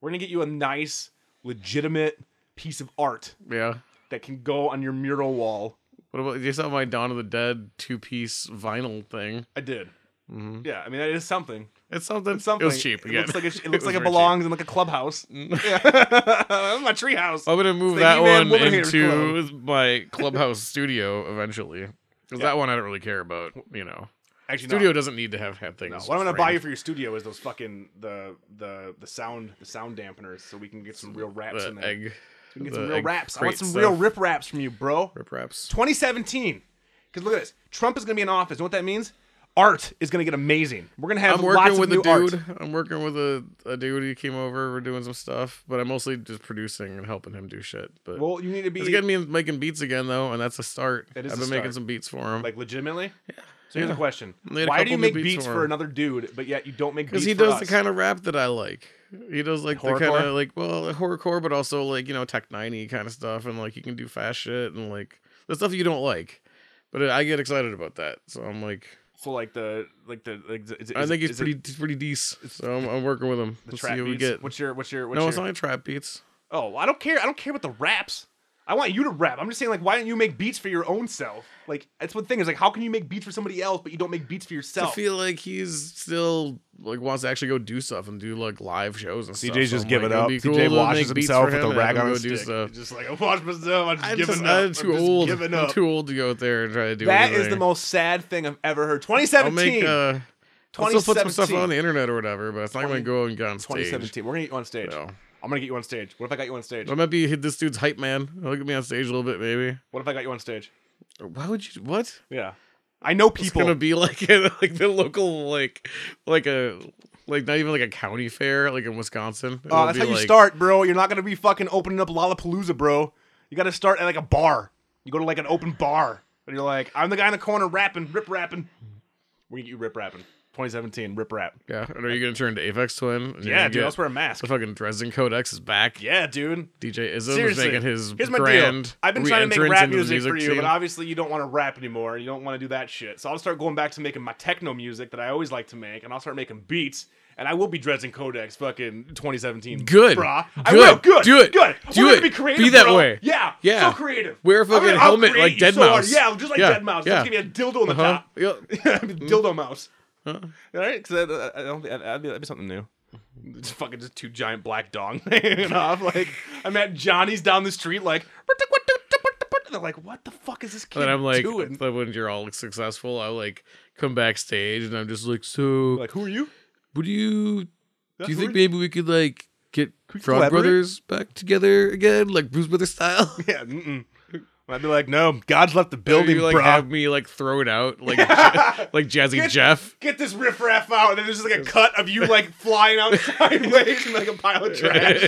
S5: We're gonna get you a nice, legitimate piece of art
S6: Yeah.
S5: that can go on your mural wall.
S6: What about you saw my Dawn of the Dead two piece vinyl thing?
S5: I did. Yeah, I mean that is something.
S6: It's something.
S5: It's something.
S6: Mm-hmm. It was cheap.
S5: It
S6: again.
S5: looks
S6: [LAUGHS]
S5: like it, it looks
S6: was
S5: like
S6: very
S5: it
S6: cheap. Mm.
S5: belongs in like a clubhouse. [LAUGHS] Yeah, [LAUGHS] my treehouse.
S6: I'm gonna move
S5: the
S6: that
S5: He-Man
S6: one
S5: Woman Haters
S6: into my clubhouse studio eventually,
S5: [LAUGHS]
S6: because that one I don't really care about. You know,
S5: Actually,
S6: studio
S5: No.
S6: doesn't need to have, have things.
S5: No, What I'm gonna buy you
S6: framed.
S5: for your studio is those fucking the the the sound the sound dampeners so we can get some real raps in
S6: the
S5: there.
S6: egg.
S5: We can get
S6: the
S5: some real
S6: egg
S5: raps. I
S6: crate
S5: want some real
S6: stuff.
S5: rip raps from you, bro.
S6: Rip wraps.
S5: 2017. Because look at this. Trump is going to be in office. You know what that means? Art is going to get amazing. We're going to have
S6: I'm
S5: lots
S6: working with
S5: of
S6: a
S5: new
S6: dude.
S5: art.
S6: I'm working with a, a dude who came over. We're doing some stuff, but I'm mostly just producing and helping him do shit. But
S5: Well, you need to be
S6: it's getting me making beats again though, and that's a start.
S5: That is
S6: I've
S5: a
S6: been making
S5: start.
S6: some beats for him
S5: like legitimately. So here's the
S6: Yeah.
S5: question:
S6: Made a
S5: Why do
S6: couple
S5: you
S6: new
S5: make beats,
S6: beats
S5: for,
S6: for him.
S5: another dude, but yet you don't make beats
S6: because he
S5: for
S6: does
S5: us?
S6: the kind of rap that I like. He does like the
S5: Horrorcore?
S6: kind of like well horrorcore, but also like you know tech ninety kind of stuff, and like you can do fast shit and like the stuff you don't like. But I get excited about that, so I'm like,
S5: so like the like the like, is it,
S6: I
S5: is
S6: think
S5: it-
S6: he's
S5: is it
S6: pretty he's pretty decent. So I'm, I'm working with him.
S5: the
S6: Let's see
S5: trap
S6: what we
S5: beats.
S6: get.
S5: What's your what's your what's
S6: no,
S5: your?
S6: it's not like trap beats.
S5: Oh, well, I don't care. I don't care about the raps. I want you to rap. I'm just saying, like, why don't you make beats for your own self? Like, that's one thing is like, how can you make beats for somebody else, but you don't make beats for
S6: I
S5: yourself? [LAUGHS]
S6: feel like he's still like wants to actually go do stuff and do like live shows and stuff.
S5: CJ's
S6: So
S5: just
S6: I'm
S5: giving
S6: like, it'd
S5: up.
S6: be
S5: CJ
S6: cool to
S5: washes
S6: make beats
S5: himself
S6: for
S5: with a
S6: him and have
S5: rag
S6: him
S5: on
S6: go
S5: his
S6: do
S5: stick.
S6: stuff.
S5: Just like [LAUGHS] I wash myself. I'm just
S6: I'm,
S5: giving
S6: just,
S5: up.
S6: I'm
S5: I'm
S6: too
S5: just
S6: old.
S5: Giving
S6: I'm
S5: up.
S6: too old to go out there and try to do
S5: That
S6: anything.
S5: is the most sad thing I've ever heard.
S6: I'll
S5: 2017.
S6: make uh, I'll still put some stuff
S5: 2017.
S6: on the internet or whatever, but it's not gonna
S5: 20
S6: go and get on stage.
S5: 2017. We're gonna get you on stage.
S6: No.
S5: I'm gonna get you on stage. What if I got you on stage?
S6: I might be hit this dude's hype man. Look at me on stage a little bit, maybe.
S5: What if I got you on stage?
S6: Or Why would you? What?
S5: Yeah. I know
S6: It's
S5: people.
S6: gonna be like [LAUGHS] a, like the local like like a like not even like a county fair like in Wisconsin.
S5: Uh,
S6: It'll
S5: that's
S6: be
S5: how you
S6: like-
S5: start, bro. You're not gonna be fucking opening up Lollapalooza, bro. You gotta start at like a bar. You go to like an open bar, and you're like, I'm the guy in the corner rapping, rip rapping. We get you rip rapping. 2017, rip rap.
S6: Yeah. And are you gonna turn to Apex Twin? and you're
S5: Yeah,
S6: gonna
S5: dude.
S6: get-
S5: I'll just wear a mask.
S6: The fucking Dresden Codex is back.
S5: Yeah, dude.
S6: DJ Izzo is
S5: Seriously,
S6: making his
S5: here's my
S6: grand.
S5: deal. I've been trying to make
S6: re-entrance
S5: rap
S6: into the
S5: music, for you,
S6: scene.
S5: but obviously you don't want to rap anymore, and you don't want to do that shit. So I'll start going back to making my techno music that I always like to make, and I'll start making beats. And I will be Dresden Codex, fucking 2017.
S6: Good.
S5: brah. I
S6: Good.
S5: will. Good.
S6: Do it.
S5: Good.
S6: Do
S5: We're gonna
S6: it.
S5: Be creative.
S6: Be that
S5: bro.
S6: way.
S5: Yeah.
S6: Yeah.
S5: So creative.
S6: Wear a
S5: I'm gonna
S6: fucking helmet
S5: outcreate
S6: like
S5: you
S6: Dead
S5: so hard.
S6: Mouse.
S5: Yeah, just like
S6: Yeah.
S5: Dead Mouse.
S6: Yeah. Uh-huh.
S5: Just give me a dildo on the
S6: Huh?
S5: top. [LAUGHS]
S6: Yeah. Mm.
S5: dildo mouse. All right, because I, I don't think that'd be, that'd be something new. [LAUGHS] It's fucking just two giant black dong [LAUGHS] hanging off. Like I'm at Johnny's down the street, like [LAUGHS] they're like, "What the fuck is this kid
S6: And then I'm like,
S5: doing?"
S6: but when you're all like, successful, I like come backstage and I'm just like, so
S5: Like, who are you? [LAUGHS]
S6: would you do you
S5: who
S6: think
S5: are-
S6: maybe we could like get
S5: we
S6: Frog
S5: collaborate?
S6: Brothers back together again, like Bruce Brothers style?
S5: Yeah. Mm-mm.
S6: [LAUGHS]
S5: I'd be like, "No, God's left the [LAUGHS]
S6: Or
S5: building,
S6: you like
S5: bro."
S6: have me like throw it
S5: [LAUGHS]
S6: out like [LAUGHS] like Jazzy
S5: Get-
S6: Jeff.
S5: Get this riffraff out, and then there's just like a cut of you like
S6: [LAUGHS]
S5: flying out sideways in [LAUGHS] like a pile of [LAUGHS] trash.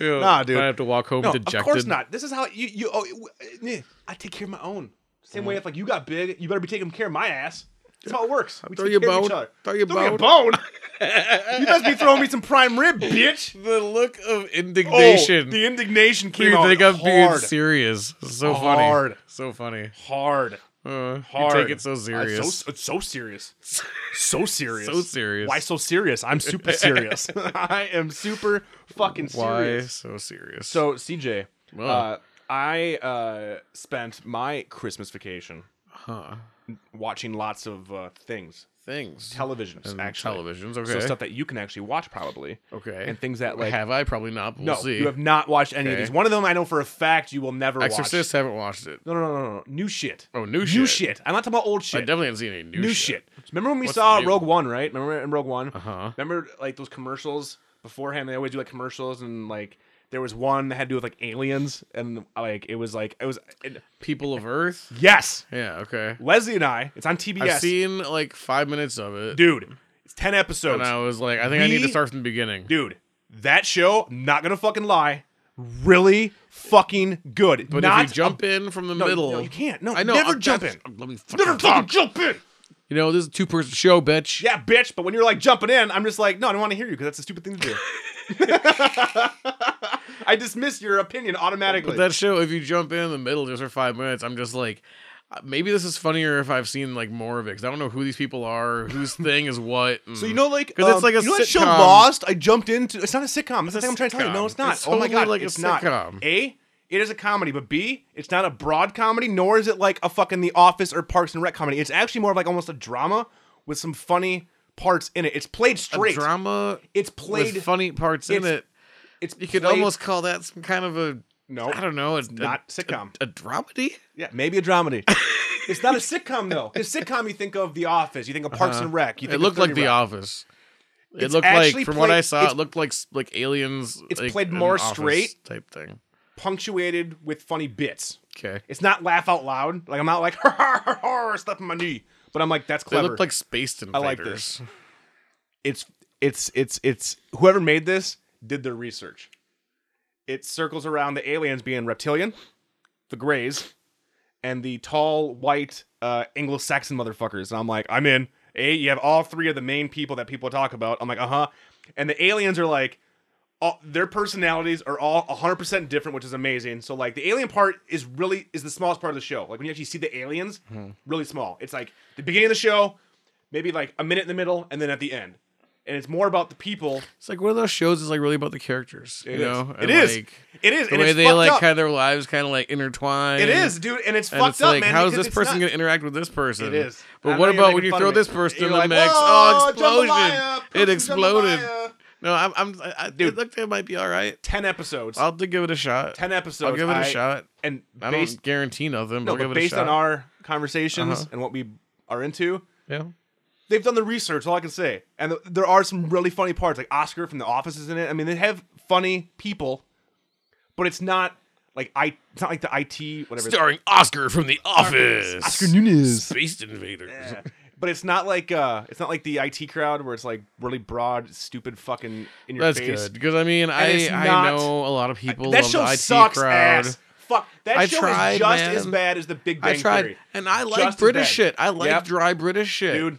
S6: Yeah,
S5: Nah, dude.
S6: I have to walk home
S5: No,
S6: dejected.
S5: of course not. This is how you you. Oh, it- eh, I take care of my own. Same
S6: Uh-huh.
S5: way if like you got big, you better be taking care of my ass. That's how it
S6: [LAUGHS]
S5: works. We
S6: Throw
S5: take
S6: your
S5: care of
S6: bone.
S5: each other.
S6: Throw your
S5: Throw me a
S6: bone.
S5: bone.
S6: [LAUGHS]
S5: you must be throwing me some prime rib, bitch.
S6: The look of
S5: Oh,
S6: indignation.
S5: the indignation
S6: Do
S5: came
S6: you
S5: out
S6: think I'm
S5: hard,
S6: being serious? It's So
S5: Hard.
S6: funny. So funny.
S5: hard,
S6: Uh,
S5: hard.
S6: You take it so
S5: Uh,
S6: serious.
S5: so, it's so
S6: [LAUGHS]
S5: serious. So serious.
S6: So serious.
S5: Why so serious? I'm super
S6: [LAUGHS]
S5: serious. [LAUGHS] I am super fucking
S6: Why
S5: serious.
S6: so serious?
S5: So CJ,
S6: Wow.
S5: uh, I uh, spent my Christmas vacation
S6: huh.
S5: watching lots of uh, things,
S6: things.
S5: televisions
S6: And
S5: actually,
S6: televisions. Okay.
S5: so stuff that you can actually watch probably,
S6: okay.
S5: and things that like
S6: have I probably not. But
S5: no,
S6: we'll see.
S5: you have not watched any of
S6: Okay.
S5: these. One of them I know for a fact you will never
S6: Exorcist. Haven't watched it.
S5: watch. No, no, no, no, no, new shit.
S6: Oh, new
S5: New
S6: shit.
S5: shit. I'm not talking about old
S6: I
S5: shit.
S6: definitely haven't seen any new,
S5: new shit.
S6: shit.
S5: Remember when we
S6: What's
S5: saw
S6: new?
S5: Rogue One, right? Remember in Rogue One?
S6: Uh-huh.
S5: Remember like those commercials beforehand? They always do like commercials and like there was one that had to do with like aliens and like it was like it was it,
S6: People of Earth.
S5: yes.
S6: Yeah. Okay.
S5: Leslie and I, it's on TBS.
S6: I've seen like five minutes of it,
S5: Dude, it's 10 episodes.
S6: and I was like, I think I need to
S5: We-
S6: start from the beginning.
S5: Dude, That show, not gonna fucking lie, really fucking good.
S6: But
S5: not
S6: if you jump in from the
S5: no,
S6: middle,
S5: no, you can't. No,
S6: I know.
S5: never
S6: I'm-
S5: jump
S6: that's-
S5: in.
S6: Let me fucking
S5: never fucking jump in.
S6: You know, this is a two person show, bitch.
S5: Yeah, bitch. But when you're like jumping in, I'm just like, no, I don't want to hear you because that's a stupid thing to do. [LAUGHS] I dismiss your opinion automatically.
S6: But that show, if you jump in, in the middle just for five minutes, I'm just like, uh, maybe this is funnier if I've seen like more of it because I don't know who these people are,
S5: [LAUGHS]
S6: whose thing is what.
S5: so you know, like, um,
S6: 'Cause it's like a
S5: you know that show
S6: sitcom.
S5: Lost. I jumped into. It's not a sitcom. That's the
S6: It's a
S5: thing I'm trying to tell you. No, it's
S6: sitcom.
S5: not.
S6: It's
S5: oh my
S6: totally
S5: god,
S6: like a
S5: it's not.
S6: sitcom.
S5: A, it is a comedy, but B, it's not a broad comedy, nor is it like a fucking The Office or Parks and Rec comedy. It's actually more of like almost a drama with some funny parts in it. It's played
S6: a
S5: straight.
S6: drama
S5: It's played.
S6: with funny parts in
S5: it's
S6: it.
S5: It's
S6: You could
S5: played-
S6: almost call that some kind of a
S5: No,
S6: I don't know, it's
S5: not sitcom.
S6: a, a dramedy.
S5: Yeah, maybe a
S6: [LAUGHS]
S5: dramedy. it's not a sitcom though. Because sitcom, you think of The Office, you think of Parks and Rec. You think
S6: Uh-huh. It
S5: of
S6: looked like
S5: 30
S6: The
S5: Rock.
S6: Office. It
S5: It's
S6: looked like,
S5: actually
S6: from what I
S5: played-
S6: saw,
S5: it's-
S6: it looked like s- like aliens.
S5: It's
S6: like,
S5: played
S6: in
S5: more
S6: Office
S5: straight.
S6: type thing.
S5: punctuated with funny bits.
S6: Okay,
S5: It's not laugh out loud. Like I'm not like [LAUGHS] stepping my knee, but I'm like that's
S6: they
S5: clever.
S6: looked like spaced invaders.
S5: like this. it's it's it's it's whoever made this did their research. It circles around the aliens being reptilian, the Greys, and the tall white uh, Anglo-Saxon motherfuckers. And I'm like, I'm in. A, you have all three of the main people that people talk about. I'm like, uh huh. And the aliens are like, all, their personalities are all 100% different, which is amazing. So like the alien part is really is the smallest part of the show. Like when you actually see the aliens, really small. It's like the beginning of the show, maybe like a minute in the middle, and then at the end. And it's more about the people.
S6: It's like one of those shows is like really about the characters.
S5: It
S6: you
S5: is.
S6: know,
S5: It
S6: And,
S5: is.
S6: like,
S5: It is.
S6: the
S5: and
S6: way
S5: it's
S6: they
S5: fucked
S6: like
S5: up.
S6: kind of their lives kind of like intertwine.
S5: It is, dude, and it's
S6: And
S5: fucked
S6: it's
S5: up,
S6: like,
S5: man.
S6: how is
S5: because
S6: this
S5: it's
S6: person
S5: not-
S6: going to interact with this person?
S5: It is. I
S6: But
S5: know
S6: what
S5: you're
S6: about
S5: making
S6: when you
S5: fun
S6: throw
S5: of me.
S6: this person
S5: You're
S6: in the
S5: like,
S6: mix?
S5: "Whoa,
S6: Oh,
S5: jambalaya,
S6: explosion!
S5: put
S6: It
S5: some
S6: exploded.
S5: jambalaya."
S6: No, I'm, I'm, I, I, it looked like it might be all right.
S5: Ten episodes.
S6: I'll have to give it a shot.
S5: ten episodes.
S6: I'll give it
S5: a
S6: a shot.
S5: And
S6: I
S5: based
S6: don't guarantee
S5: no,
S6: nothing, but I'll
S5: but
S6: give it a
S5: based on
S6: shot.
S5: our conversations
S6: Uh-huh.
S5: and what we are into,
S6: yeah.
S5: they've done the research. All I can say, and th- there are some really funny parts. Like Oscar from The Office is in it. I mean, they have funny people, but it's not like I. It's not like the IT whatever.
S6: Starring Oscar from The Office.
S5: Nunez.
S6: Space Invaders.
S5: But it's not like uh, it's not like the IT crowd where it's like really broad, stupid, fucking in your
S6: That's
S5: face.
S6: good because I mean I
S5: it's
S6: I
S5: not-
S6: know a lot of people.
S5: That
S6: love
S5: show
S6: the IT
S5: sucks
S6: crowd.
S5: ass. Fuck. That
S6: I
S5: show
S6: tried,
S5: is just
S6: man.
S5: as bad as the Big Bang
S6: I tried,
S5: Theory.
S6: and I like
S5: Just as
S6: British
S5: bad.
S6: shit. I like
S5: Yep.
S6: dry British shit,
S5: Dude,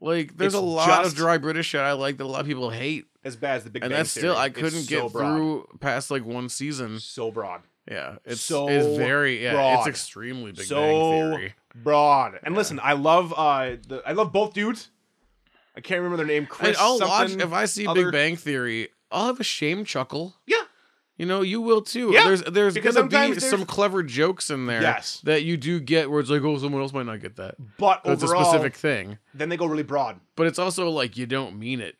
S6: Like, there's a
S5: it's
S6: lot of
S5: just-
S6: dry British shit I like that a lot of people hate,
S5: as bad as the Big
S6: and
S5: Bang
S6: that's
S5: Theory.
S6: still I
S5: It's
S6: couldn't
S5: so
S6: get
S5: broad.
S6: through past like one season.
S5: So broad.
S6: Yeah, it's
S5: So
S6: it's very yeah, it's
S5: broad.
S6: extremely Big Bang
S5: so
S6: Theory.
S5: broad. And listen, I love uh, the, I love both dudes. I can't remember their name.
S6: And
S5: Chris.
S6: I'll watch
S5: something,
S6: if I see
S5: other-
S6: Big Bang Theory, I'll have a shame chuckle.
S5: Yeah.
S6: You know, you will too.
S5: Yeah,
S6: There's there's
S5: because
S6: gonna be
S5: sometimes there's-
S6: some clever jokes in there
S5: Yes.
S6: that you do get where it's like, oh, someone else might not get that.
S5: But
S6: That's
S5: overall,
S6: a specific thing.
S5: then they go really broad.
S6: But it's also like you don't mean it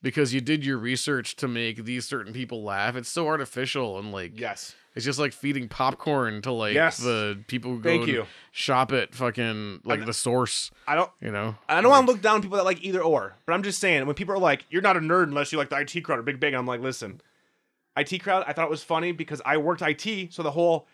S6: because you did your research to make these certain people laugh. It's so artificial and like
S5: Yes.
S6: it's just like feeding popcorn to like
S5: Yes.
S6: the people who go
S5: Thank
S6: and
S5: you.
S6: shop at fucking like the source,
S5: I don't.
S6: you know.
S5: I don't want to look down on people that like either or, but I'm just saying when people are like, "You're not a nerd unless you like the IT crowd or Big Bang," I'm like, "Listen, IT crowd." I thought it was funny because I worked IT, so the whole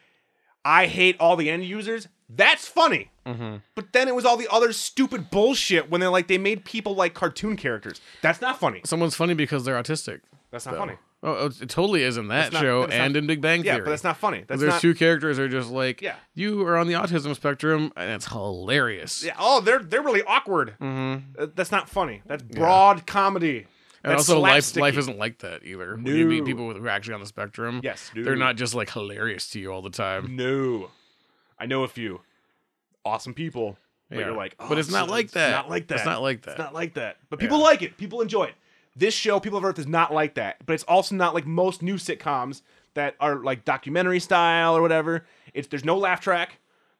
S5: "I hate all the end users" that's funny.
S6: Mm-hmm.
S5: But then it was all the other stupid bullshit when they like they made people like cartoon characters. That's not funny.
S6: Someone's funny because they're autistic.
S5: That's not
S6: though.
S5: funny.
S6: Oh, it- it totally is in that
S5: That's not-
S6: show
S5: that's not-
S6: and in Big Bang
S5: Yeah,
S6: Theory.
S5: but that's not funny. That's
S6: There's
S5: not.
S6: two characters that are just like,
S5: Yeah.
S6: you are on the autism spectrum, and it's hilarious.
S5: yeah, oh, they're they're really awkward. Uh, That's not funny. That's broad comedy.
S6: Mm-hmm. and
S5: That's
S6: also life
S5: slapsticky.
S6: life isn't like that either. When you meet
S5: No.
S6: people who are actually on the spectrum,
S5: Yes,
S6: they're
S5: no.
S6: not just like hilarious to you all the time.
S5: No, I know a few awesome people, but
S6: Yeah.
S5: you're like,
S6: But
S5: "Oh,
S6: it's not like that.
S5: It's not like that.
S6: It's not like that.
S5: It's not like that. But people like it. People enjoy it. This show, People of Earth, is not like that. But it's also not like most new sitcoms that are like documentary style or whatever. It's there's no laugh track,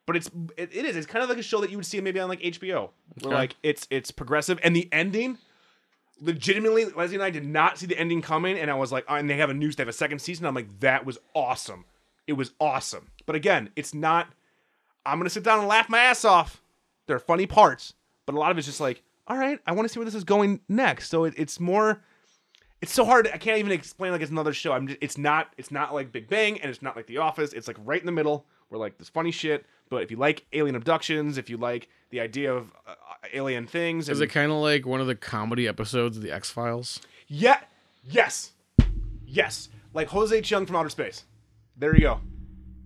S5: but it's it, it is. It's kind of like a show that you would see maybe on like HBO. Where
S6: Okay.
S5: like it's it's progressive and the ending. Legitimately, Leslie and I did not see the ending coming, and I was like, oh, and they have a news, they have a second season. I'm like, that was awesome. It was awesome. But again, it's not. I'm gonna sit down and laugh my ass off. There are funny parts, but a lot of it's just like, all right, I want to see where this is going next. So it, it's more. It's so hard. I can't even explain like it's another show. I'm. Just, it's not. It's not like Big Bang, and it's not like The Office. It's like right in the middle. We're like this funny shit. But if you like alien abductions, if you like the idea of uh, alien things,
S6: Is
S5: and-
S6: it kind of like one of the comedy episodes of the X Files?
S5: yeah, yes, Yes, like Jose Chung from outer space. There you go.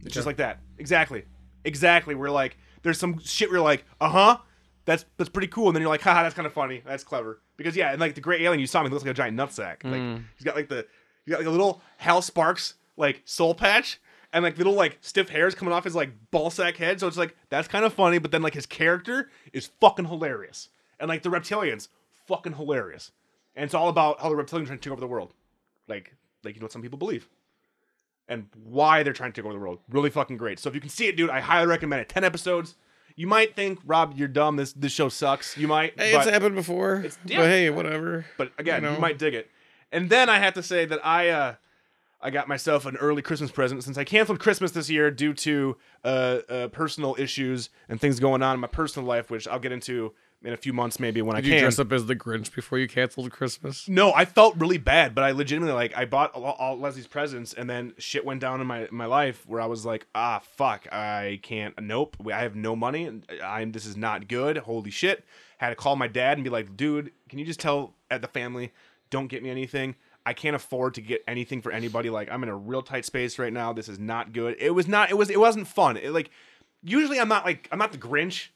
S5: It's just like that. Exactly. Exactly. We're like, there's some shit we're like, uh huh. That's that's pretty cool. And then you're like, haha, that's kind of funny. That's clever. Because yeah, and like the great alien you saw him, he looks like a giant nutsack. Like he's got like the he got like a little Hal Sparks like soul patch and like little like stiff hairs coming off his like ball sack head. So it's like that's kind of funny. But then like his character is fucking hilarious. And like the reptilians, fucking hilarious. And it's all about how the reptilians are trying to take over the world. Like like you know what some people believe and why they're trying to take over the world. Really fucking great. So if you can see it, dude, I highly recommend it. Ten episodes. You might think, Rob, you're dumb. This this show sucks. You might,
S6: Hey,
S5: but,
S6: it's happened before.
S5: yeah.
S6: But hey, whatever.
S5: but again,
S6: you
S5: you,
S6: know.
S5: might dig it. And then I have to say that I uh, I got myself an early Christmas present since I canceled Christmas this year due to uh, uh, personal issues and things going on in my personal life, which I'll get into in a few months maybe when
S6: Did
S5: I
S6: you
S5: can.
S6: dress up as the Grinch before you canceled Christmas?
S5: No, I felt really bad, but I legitimately like I bought all, all Leslie's presents, and then shit went down in my my life where I was like, ah, fuck, I can't. Nope, I have no money. and I'm this is not good. Holy shit! Had to call my dad and be like, dude, can you just tell at the family, don't get me anything. I can't afford to get anything for anybody. Like I'm in a real tight space right now. This is not good. It was not. It was. It wasn't fun. It, like usually I'm not like I'm not the Grinch.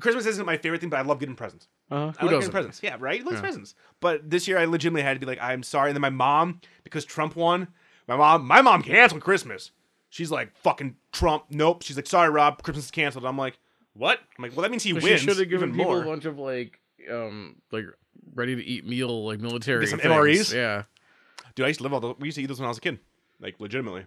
S5: Christmas isn't my favorite thing, but I love getting presents.
S6: Uh,
S5: I
S6: who
S5: like
S6: doesn't?
S5: getting presents. Yeah, right? Like presents. But this year I legitimately had to be like, I'm sorry. And then my mom, because Trump won, my mom, my mom canceled Christmas. She's like, fucking Trump. Nope. She's like, sorry, Rob, Christmas is canceled. I'm like, what? I'm like, well, that means he
S6: But
S5: wins.
S6: She should have given
S5: even
S6: people
S5: more.
S6: a bunch of like, um, like ready to eat meal, like military
S5: some
S6: things.
S5: MREs?
S6: Yeah,
S5: Dude, I used to live all those. We used to eat those when I was a kid. Like, legitimately.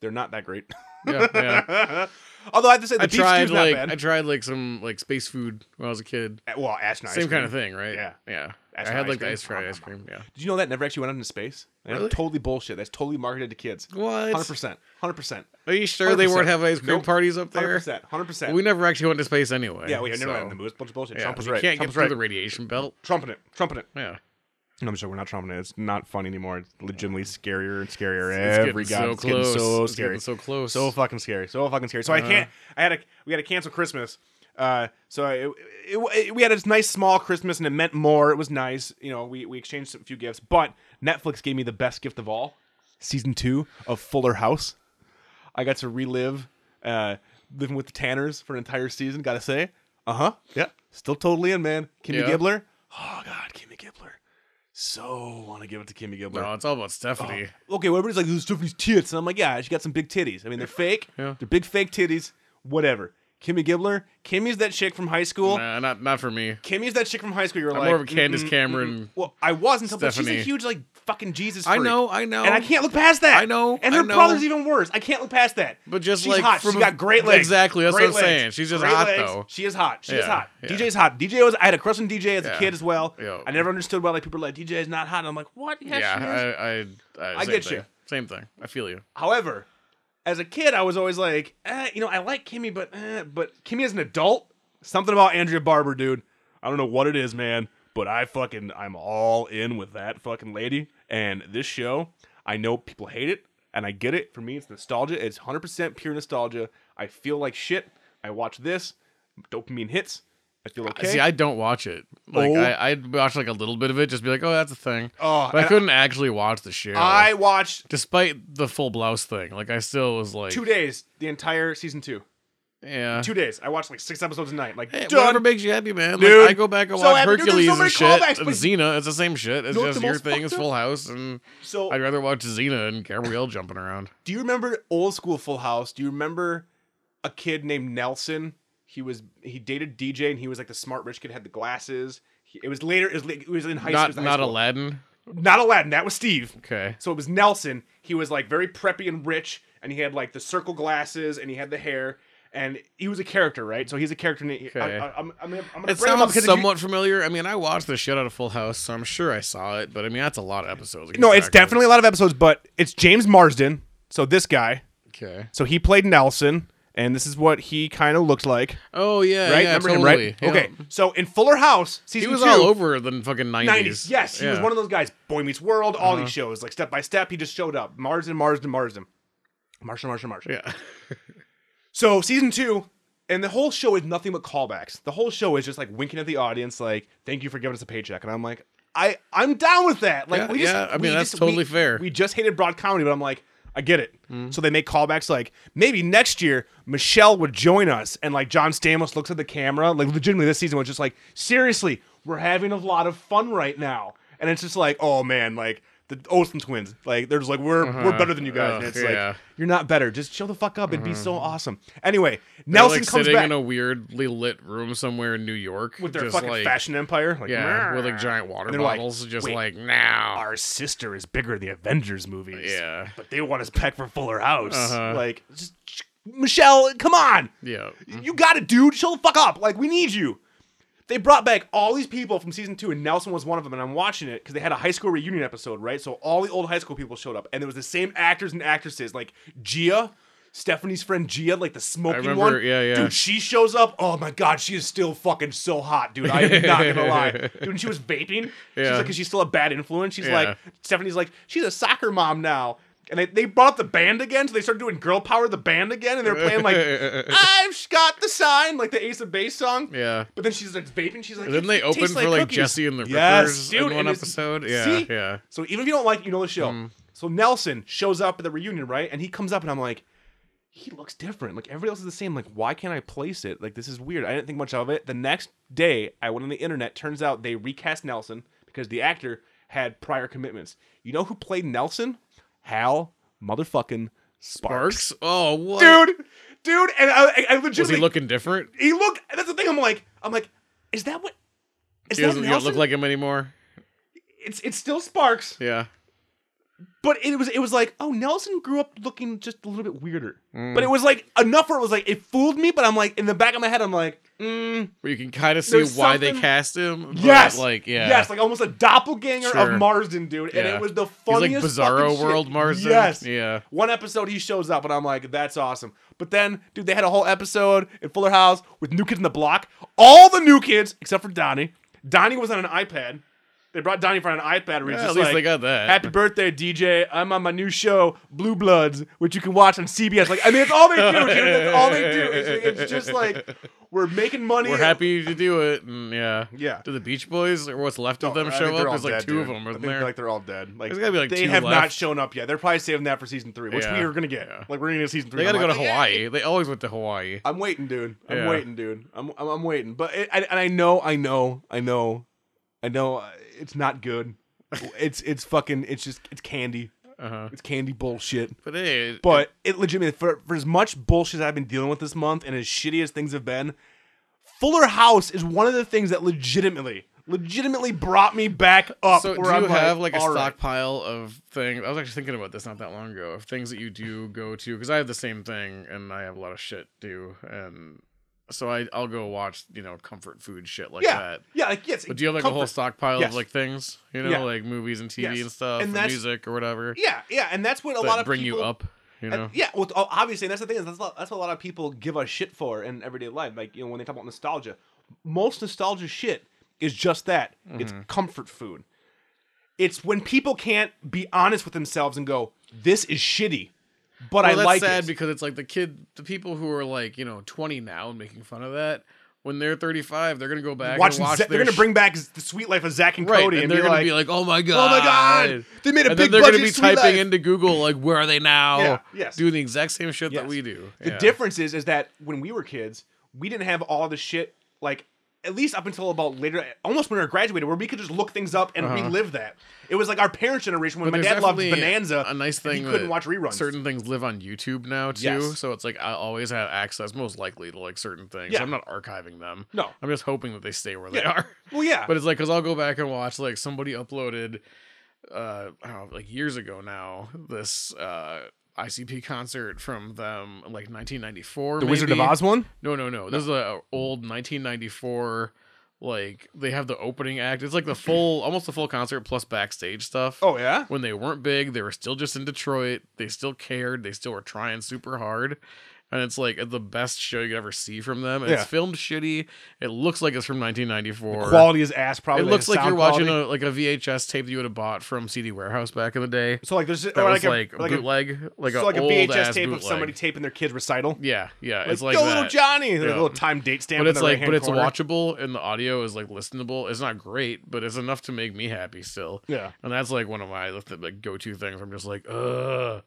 S5: They're not that great. [LAUGHS]
S6: yeah, yeah.
S5: Although I have to say, the
S6: I
S5: beef
S6: tried
S5: stew's not
S6: like
S5: bad.
S6: I tried like some like space food when I was a kid.
S5: Eh, well, astronaut.
S6: Same kind of thing, right?
S5: Yeah.
S6: yeah.
S5: Ice
S6: I
S5: cream,
S6: had
S5: ice
S6: like the
S5: cream.
S6: ice
S5: [LAUGHS]
S6: cream, ice cream. Yeah.
S5: Did you know that never actually went out into space? That's
S6: Really?
S5: totally bullshit. That's totally marketed to kids.
S6: What?
S5: 100%. 100%.
S6: Are you sure they
S5: 100%.
S6: weren't having ice cream
S5: Nope.
S6: parties up there?
S5: 100%. 100%.
S6: We never actually went to space anyway.
S5: Yeah, we never
S6: so-
S5: mind. The moon is bunch of bullshit.
S6: Yeah,
S5: Trump was
S6: you
S5: right.
S6: Can't
S5: Trump was
S6: get through
S5: right.
S6: the radiation belt.
S5: Trumping it. Trumping it.
S6: Yeah.
S5: No, I'm sure we're not trumping it. It's not fun anymore. It's legitimately scarier and scarier
S6: It's
S5: every god.
S6: getting so
S5: it's
S6: close.
S5: getting so
S6: It's
S5: scary.
S6: getting so close.
S5: So fucking scary. So fucking scary. So
S6: Uh-huh.
S5: I can't. I had a. We had to cancel Christmas. Uh, so it, it, it- we had this nice small Christmas, and it meant more. It was nice. You know, we we exchanged a few gifts, but Netflix gave me the best gift of all: season two of Fuller House. I got to relive uh, living with the Tanners for an entire season. Gotta say, uh huh, yeah, still totally in, man. Kimmy
S6: Yeah.
S5: Gibbler. Oh God, Kimmy Gibbler. So want to give it to Kimmy Gibbler
S6: No, it's all about Stephanie.
S5: okay, well, everybody's like, this is Tiffany's tits. And I'm like, yeah, she got some big titties. I mean, they're fake.
S6: Yeah.
S5: They're big fake titties. Whatever. Kimmy Gibbler. Kimmy's that chick from high school.
S6: Nah, not not for me.
S5: Kimmy's that chick from high school. You're
S6: I'm
S5: Oh. like,
S6: more of a Candace
S5: mm-mm.
S6: Cameron.
S5: well, I was until, but she's a
S6: Stephanie.
S5: huge, like, fucking Jesus
S6: I
S5: freak.
S6: know, I know.
S5: And I can't look past that.
S6: I know,
S5: And
S6: I
S5: her
S6: know.
S5: brother's even worse. I can't look past that.
S6: But just
S5: she's
S6: like
S5: hot.
S6: from
S5: she's
S6: a-
S5: got great legs.
S6: Exactly, that's what
S5: Great
S6: I'm
S5: legs.
S6: saying. She's just
S5: Great
S6: hot,
S5: legs.
S6: though.
S5: She is hot. She is
S6: Yeah,
S5: hot.
S6: yeah.
S5: DJ's hot. DJ was. I had a crush on DJ as a
S6: Yeah.
S5: kid as well.
S6: Yeah.
S5: I never understood why like people were like DJ is not hot. I'm like, what? Yeah, she is.
S6: yeah, I, I, I,
S5: I
S6: same
S5: get
S6: thing.
S5: you.
S6: Same thing. I feel you.
S5: However, as a kid, I was always like, eh, you know, I like Kimmy, but eh, but Kimmy as an adult, something about Andrea Barber, dude. I don't know what it is, man, but I fucking I'm all in with that fucking lady. And this show, I know people hate it, and I get it. For me, it's nostalgia. It's 100% pure nostalgia. I feel like shit. I watch this, dopamine hits. I feel okay.
S6: See, I don't watch it. Like
S5: Oh.
S6: I, I'd watch like a little bit of it, just be like, oh, that's a thing.
S5: Oh,
S6: but
S5: and
S6: I couldn't actually watch the show.
S5: I watched
S6: despite the full blouse thing, like I still was like,
S5: two days, the entire season two.
S6: yeah,
S5: Two days. I watched like six episodes a night. Like,
S6: Hey,
S5: done.
S6: whatever makes you happy, man.
S5: Dude.
S6: like, I go back and
S5: So
S6: watch
S5: happy, dude, there's
S6: Hercules
S5: so
S6: and
S5: many
S6: shit,
S5: callbacks,
S6: and
S5: but-
S6: Xena. It's the same shit. It's
S5: know what's
S6: just
S5: the
S6: your
S5: most
S6: thing
S5: fucked
S6: is
S5: up? Oh.
S6: Full House, and
S5: so
S6: I'd rather watch Xena and Gabrielle jumping around.
S5: Do you remember old school Full House? Do you remember a kid named Nelson? He was he dated DJ and he was like the smart rich kid had the glasses. He, it was later. It was, like- it was in high
S6: Not
S5: school.
S6: not
S5: high school.
S6: Aladdin.
S5: Not Aladdin. That was Steve.
S6: Okay.
S5: So it was Nelson. He was like very preppy and rich, and he had like the circle glasses and he had the hair. And he was a character, right? So he's a character. and he- I,
S6: Okay.
S5: I, am I'm, gonna- I'm gonna
S6: It
S5: bring him up
S6: sounds
S5: because if you-
S6: somewhat familiar. I mean, I watched the shit out of Full House, so I'm sure I saw it. But I mean, that's a lot of episodes.
S5: no, it's definitely a lot of episodes, but it's James Marsden. So this guy.
S6: okay.
S5: So he played Nelson, and this is what he kind of looked like.
S6: Oh yeah,
S5: right?
S6: Yeah,
S5: Remember
S6: totally.
S5: him, right?
S6: Yeah.
S5: Okay, so in Fuller House,
S6: He
S5: season
S6: was
S5: two,
S6: all over the fucking 90s.
S5: 90s. Yes, he was
S6: Yeah. Uh-huh.
S5: one of those guys. Boy Meets World, all these shows, like step by step, he just showed up. Marsden, Marsden, Marsden. Marsden, Marsden, Marsden.
S6: Yeah. [LAUGHS]
S5: So season two, and the whole show is nothing but callbacks. The whole show is just like winking at the audience, like, thank you for giving us a paycheck. And I'm like, I I'm down with that. Like
S6: Yeah,
S5: we just,
S6: yeah, I mean,
S5: we
S6: that's
S5: just-
S6: totally
S5: we-
S6: fair.
S5: We just hated broad comedy, but I'm like, I get it.
S6: Mm.
S5: So they make callbacks like maybe next year Michelle would join us, and like John Stamos looks at the camera, like legitimately this season was just like seriously, we're having a lot of fun right now, and it's just like oh man, like the Olsen twins, like they're just like we're we're better than you guys,
S6: Uh-huh. Ugh,
S5: and it's
S6: yeah. Uh-huh.
S5: like you're not better, just chill the fuck up, it'd be so awesome. Anyway,
S6: They're,
S5: Nelson
S6: like
S5: comes
S6: sitting
S5: back
S6: in a weirdly lit room somewhere in New York
S5: with their
S6: just,
S5: fucking
S6: like,
S5: fashion empire, like
S6: Yeah, with like giant water
S5: they're like,
S6: bottles, just
S5: "Wait,
S6: like now.
S5: our sister is bigger in the Avengers movies.
S6: Yeah.
S5: But they want us back for Fuller House.
S6: Uh-huh.
S5: Like, just, Michelle, come on.
S6: Yeah,
S5: You got it, dude. Chill the fuck up. Like, we need you. They brought back all these people from season two, and Nelson was one of them. And I'm watching it because they had a high school reunion episode, right? So all the old high school people showed up, and it was the same actors and actresses, like Gia, Stephanie's friend Gia, like the smoking
S6: remember,
S5: one.
S6: yeah, yeah.
S5: Dude, she shows up. Oh my god, she is still fucking so hot, dude. I am not gonna
S6: [LAUGHS]
S5: lie, dude. And she was vaping. She's
S6: Yeah.
S5: like, because she's still a bad influence. She's
S6: Yeah.
S5: like, Stephanie's like, she's a soccer mom now. And they, they brought up the band again, so they started doing girl power the band again, and they're playing like I've got the sign, like the Ace of Base song.
S6: yeah.
S5: But then she's like vaping. She's like,
S6: And then
S5: "It
S6: they
S5: tastes
S6: open for like
S5: cookies."
S6: Jesse and the
S5: Yes,
S6: Rippers
S5: dude,
S6: in one
S5: and it's-
S6: episode. Yeah,
S5: see?
S6: yeah. Hmm.
S5: So even if you don't like, it, you know the show. So Nelson shows up at the reunion, right? And he comes up, and I'm like, he looks different. Like everybody else is the same. Like why can't I place it? Like this is weird. I didn't think much of it. The next day, I went on the internet. Turns out they recast Nelson because the actor had prior commitments. You know who played Nelson? Hal motherfucking Sparks.
S6: Barks. Oh, what?
S5: Dude, dude, and I, I- I
S6: was he
S5: legitimately
S6: looking different?
S5: he looked. That's the thing. I'm like, I'm like, is that what? Is
S6: He
S5: that
S6: doesn't, you don't
S5: Nelson?
S6: look like him anymore.
S5: it's it's still Sparks,
S6: Yeah,
S5: but it was it was like, oh, Nelson grew up looking just a little bit weirder.
S6: Mm.
S5: But it was like enough where it was like it fooled me. But I'm like in the back of my head, I'm like, mm,
S6: but you can kind of see
S5: There's
S6: why they
S5: something-
S6: cast him. but,
S5: yes,
S6: like yeah,
S5: yes, like almost a doppelganger
S6: Sure.
S5: of Marsden, dude. And
S6: Yeah.
S5: it was the
S6: He's like
S5: funniest. fucking
S6: Bizarro
S5: shit.
S6: World Marsden.
S5: Yes,
S6: yeah.
S5: One episode he shows up and I'm like, that's awesome. But then, dude, they had a whole episode in Fuller House with New Kids in the Block. All the new kids except for Donnie. Donnie was on an iPad. They brought Donnie from an iPad. Where he's
S6: Yeah,
S5: just
S6: at least
S5: like,
S6: they got that.
S5: Happy birthday, DJ! I'm on my new show, Blue Bloods, which you can watch on CBS. Like, I mean, it's all they do. Dude. It's all they do. It's, it's just like we're making money.
S6: We're happy to do it. And yeah,
S5: Yeah. Oh,
S6: Do the Beach Boys or what's left of them
S5: I
S6: show
S5: think they're
S6: up?
S5: all
S6: There's like
S5: dead,
S6: two
S5: dude.
S6: of them,
S5: I
S6: isn't
S5: think,
S6: there?
S5: Like they're all dead. Like
S6: There's gotta be, like,
S5: they
S6: two
S5: have not
S6: left.
S5: shown up yet. They're probably saving that for season three, which we
S6: Yeah.
S5: are gonna get.
S6: Yeah.
S5: Like we're gonna get season three.
S6: They got to
S5: I'm
S6: go to
S5: like, "Yeah,
S6: Hawaii. They always went to Hawaii.
S5: I'm waiting, dude. I'm
S6: Yeah.
S5: waiting, dude. I'm I'm, I'm waiting. But it, I, and I know, I know, I know, I know. uh, It's not good. It's it's fucking. It's just it's candy.
S6: Uh-huh.
S5: It's candy bullshit.
S6: But hey, it-
S5: But it legitimately for for as much bullshit I've been dealing with this month, and as shitty as things have been, Fuller House is one of the things that legitimately, legitimately brought me back up.
S6: so do
S5: uh, where I'm
S6: you have like a
S5: "All right."
S6: stockpile of things? I was actually thinking about this not that long ago of things that you do go to because I have the same thing and I have a lot of shit too, and so I I'll go watch you know comfort food shit like
S5: Yeah,
S6: that.
S5: yeah, like yes.
S6: But do you have like a whole
S5: comfort.
S6: stockpile
S5: Yes.
S6: of like things, you know,
S5: Yeah.
S6: like movies and TV
S5: Yes.
S6: and stuff,
S5: And
S6: and,
S5: that's-
S6: music or whatever
S5: Yeah, yeah, and that's what a
S6: that
S5: lot of
S6: bring
S5: people
S6: you up, you know?
S5: And- yeah, well, oh, obviously, and that's the thing is that's, a lot- that's what a lot of people give us shit for in everyday life. Like you know, when they talk about nostalgia, most nostalgia shit is just that. It's
S6: Mm-hmm.
S5: comfort food. It's when people can't be honest with themselves and go, "This is shitty," but I
S6: well, that's
S5: like
S6: sad
S5: it.
S6: because it's like the kid, the people who are like you know 20 now and making fun of that. When they're 35, they're gonna go back
S5: Watch,
S6: and watch.
S5: Zac-
S6: their
S5: they're gonna
S6: sh-
S5: bring back the sweet life of Zach and
S6: right,
S5: Cody,
S6: and,
S5: and,
S6: they're
S5: be
S6: gonna
S5: like,
S6: be like, "Oh my
S5: "Oh
S6: god,
S5: my god, they made a
S6: and
S5: big
S6: then they're gonna
S5: budget
S6: be
S5: Sweet
S6: typing
S5: Life."
S6: into Google like, "Where are they now?"
S5: Yeah, yes.
S6: doing the exact same shit that
S5: Yes.
S6: we do.
S5: The
S6: Yeah.
S5: difference is is that when we were kids, we didn't have all the shit like at least up until about later, almost when we were graduated, where we could just look things up and relive that. It was like our parents' generation when
S6: Uh-huh. But
S5: my
S6: there's
S5: dad loved
S6: definitely
S5: Bonanza.
S6: A nice
S5: and
S6: thing
S5: he couldn't
S6: that
S5: watch reruns.
S6: Certain things live on YouTube now too,
S5: Yes.
S6: so it's like I always have access, most likely to like certain things.
S5: Yeah.
S6: I'm not archiving them.
S5: No.
S6: I'm just hoping that they stay where they
S5: Yeah.
S6: are.
S5: well, yeah,
S6: [LAUGHS] But it's like because I'll go back and watch like somebody uploaded, uh, I don't know, like years ago now this uh ICP concert from them like 1994.
S5: the Wizard of
S6: maybe.
S5: Oz one.
S6: No, no, no. This is an old 1994. Like they have the opening act. It's like the full, [CLEARS THROAT] almost the full concert plus backstage stuff.
S5: Oh yeah,
S6: When they weren't big, they were still just in Detroit. They still cared. They still were trying super hard. and it's like the best show you could ever see from them. And
S5: Yeah.
S6: It's filmed shitty. It looks like it's from 1994.
S5: Quality is ass. Probably
S6: it looks
S5: the
S6: like you're
S5: sound
S6: watching
S5: quality.
S6: a, like a VHS tape that you would have bought from CD Warehouse back in the day.
S5: So like there's
S6: That
S5: or
S6: was
S5: a-
S6: like,
S5: like a-
S6: bootleg, like
S5: so
S6: a
S5: like a
S6: old
S5: VHS
S6: ass
S5: tape
S6: bootleg.
S5: of somebody taping their kid's recital.
S6: Yeah, yeah,
S5: Like,
S6: it's like
S5: go
S6: that.
S5: little Johnny. There's a
S6: Yeah.
S5: little time date stamp.
S6: but
S5: in
S6: it's
S5: the
S6: like,
S5: right-hand
S6: but it's
S5: corner.
S6: watchable, and the audio is like listenable. It's not great, but it's enough to make me happy still.
S5: Yeah.
S6: and that's like one of my like go-to things. I'm just like, ugh.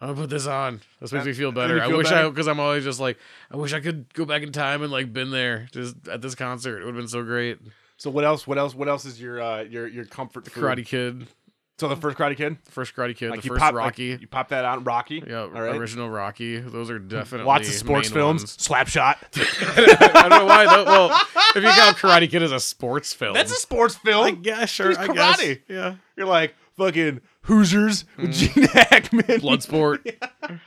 S6: I'm gonna put this on. This makes me feel better.
S5: you feel
S6: I wish I,
S5: better?
S6: because I'm always just like, I wish I could go back in time and like been there, just at this concert. It would have been so great.
S5: So what else? What else? What else is your uh, your your comfort? Food?
S6: Karate Kid,
S5: So the first Karate Kid,
S6: first Karate Kid,
S5: Like,
S6: the
S5: you
S6: first
S5: pop- like,
S6: Rocky,
S5: you pop that on Rocky.
S6: yeah,
S5: All right.
S6: original Rocky. Those are definitely
S5: Lots of sports
S6: main
S5: films.
S6: ones.
S5: Slapshot.
S6: I don't know why. Though. Well, if you count Karate Kid as a sports
S5: [LAUGHS]
S6: film,
S5: That's a sports film.
S6: yeah, sure.
S5: It's
S6: I guess.
S5: karate.
S6: Yeah.
S5: You're like fucking Hoosiers
S6: Hmm.
S5: with Gene [LAUGHS] Hackman. [LAUGHS]
S6: Bloodsport.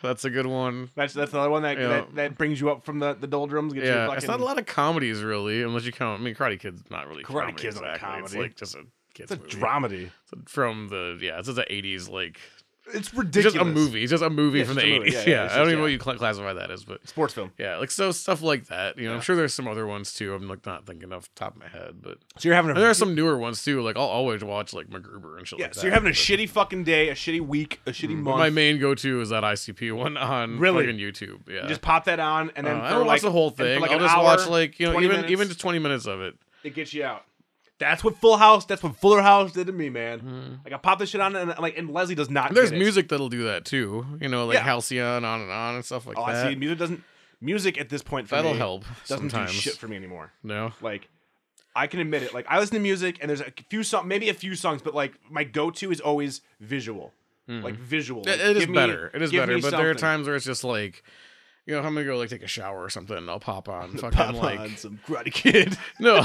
S6: That's a good one.
S5: That's that's another one that,
S6: Yeah.
S5: that that brings you up from the the doldrums. Gets
S6: Yeah,
S5: you fucking,
S6: it's not a lot of comedies really, unless you count. I mean, Karate Kid's not really
S5: Karate
S6: comedy,
S5: Kid's not a
S6: exactly. It's
S5: comedy.
S6: like just a kids
S5: It's a
S6: movie.
S5: dramedy.
S6: It's from the yeah, it's just the eighties like
S5: It's
S6: it's
S5: ridiculous.
S6: just a movie. It's just a movie
S5: Yeah,
S6: from the
S5: just a movie.
S6: eighties. [LAUGHS]
S5: Yeah,
S6: Yeah,
S5: yeah, it's
S6: I don't
S5: just-
S6: even know what
S5: yeah.
S6: you cl- classify that as, but
S5: Sports film.
S6: yeah, like so stuff like that. You know, I'm sure there's some other ones too. I'm like not thinking off the top of my head, but
S5: So you're having a
S6: and there are some newer ones too. Like I'll always watch like MacGruber and shit
S5: yeah.
S6: like that.
S5: So you're having a
S6: but-
S5: shitty fucking day, a shitty week, a shitty
S6: but
S5: month.
S6: My main go-to is that ICP one on
S5: Really?
S6: fucking YouTube. Yeah,
S5: You just pop that on, and then
S6: Uh,
S5: for
S6: I don't
S5: like,
S6: watch the whole
S5: and for
S6: thing.
S5: like
S6: I'll
S5: an
S6: just
S5: hour,
S6: watch like you know
S5: 20
S6: even
S5: minutes,
S6: even just twenty minutes of it.
S5: it gets you out. That's what Full House. That's what Fuller House did to me, man. Like I pop this shit on, and like, and Leslie does not.
S6: And Mm-hmm. there's
S5: get it.
S6: music that'll do that too. You know, like
S5: Yeah.
S6: Halcyon, on and on and stuff like
S5: Oh,
S6: that.
S5: I see. Music doesn't. Music at this point for
S6: That'll
S5: me
S6: help
S5: Doesn't
S6: sometimes.
S5: do shit for me anymore.
S6: No,
S5: Like I can admit it. Like I listen to music, and there's a few song, maybe a few songs, but like my go-to is always visual. Like visual. Like,
S6: Mm-hmm. It- it is
S5: give me-
S6: better. It is
S5: give
S6: better.
S5: me
S6: But there are
S5: something.
S6: times where it's just like, you know, if I'm gonna go like take a shower or something, and I'll pop on
S5: [LAUGHS]
S6: fucking
S5: Pop
S6: like
S5: on some
S6: [LAUGHS]
S5: Karate Kid.
S6: no,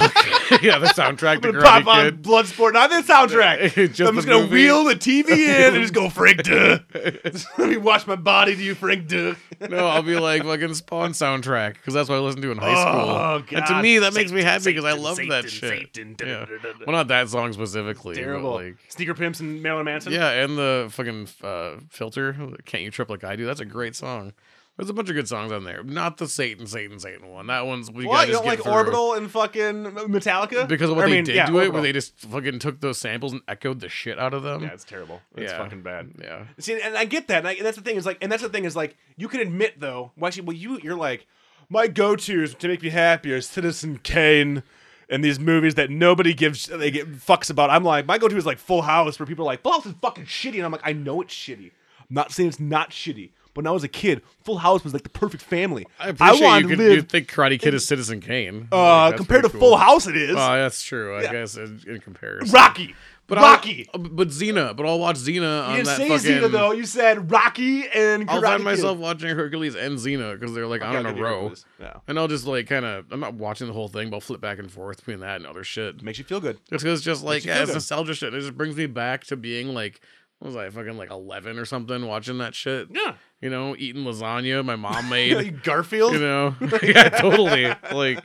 S6: yeah, the soundtrack
S5: [LAUGHS]
S6: to
S5: I'm gonna
S6: Karate
S5: pop on
S6: Kid. [LAUGHS]
S5: Bloodsport, not the soundtrack.
S6: Just
S5: I'm
S6: the
S5: just gonna
S6: movie.
S5: wheel the TV in and just go [LAUGHS] Frank Duh. Let me wash my body to you, Frank Duh.
S6: No, I'll be like fucking Spawn soundtrack because that's what I listened to in high school.
S5: Oh,
S6: And to
S5: God.
S6: me, that makes me happy because I love
S5: Satan,
S6: that shit.
S5: Satan, da-
S6: yeah.
S5: da- da- da-
S6: Well, not that song specifically. but,
S5: Terrible.
S6: like,
S5: Sneaker pimps and Marilyn Manson.
S6: Yeah, and the fucking uh, filter, "Can't You Trip Like I Do." That's a great song. There's a bunch of good songs on there. Not the Satan, Satan, Satan one. That one's we
S5: What
S6: gotta
S5: you
S6: just
S5: don't
S6: get
S5: like
S6: through.
S5: Orbital and fucking Metallica?
S6: because of what
S5: I
S6: they
S5: mean,
S6: did
S5: yeah,
S6: to it,
S5: Orbital.
S6: where they just fucking took those samples and echoed the shit out of them.
S5: yeah, it's terrible. It's
S6: Yeah.
S5: fucking bad.
S6: Yeah.
S5: See, and I get that. And, I, and that's the thing is like, and that's the thing is like, you can admit though. Well, actually, well, you you're like, my go tos to make me happy are Citizen Kane and these movies that nobody gives they get fucks about. I'm like, my go to is like Full House, where people are like, Full House is fucking shitty, and I'm like, I know it's shitty. I'm not saying it's not shitty, but when I was a kid, Full House was like the perfect family.
S6: I appreciate
S5: wanted
S6: you,
S5: to
S6: could, you
S5: live.
S6: think Karate Kid is Citizen Kane.
S5: uh, compared to Full House, it is [LAUGHS]
S6: Oh, that's true. I guess in, in comparison,
S5: Rocky.
S6: but I'll-
S5: Rocky.
S6: uh, but Xena. But I'll watch Xena on
S5: you
S6: that
S5: didn't say
S6: fucking.
S5: Xena though. You said Rocky and Karate
S6: I'll find
S5: Kid.
S6: myself watching Hercules and Xena because they're like on
S5: gotta
S6: in
S5: do
S6: a row.
S5: Hercules. Yeah.
S6: And I'll just like kind of, I'm not watching the whole thing, but I'll flip back and forth between that and other shit. Just
S5: Makes you feel good.
S6: 'cause it's just like,
S5: you
S6: yeah,
S5: feel
S6: it's
S5: good.
S6: nostalgia shit. It just brings me back to being like, what was I, fucking like 11 or something watching that shit?
S5: [LAUGHS] Yeah.
S6: You know, eating lasagna
S5: [LAUGHS]
S6: my mom
S5: You
S6: made,
S5: Garfield. [LAUGHS]
S6: you know? [LAUGHS] yeah, totally. Like,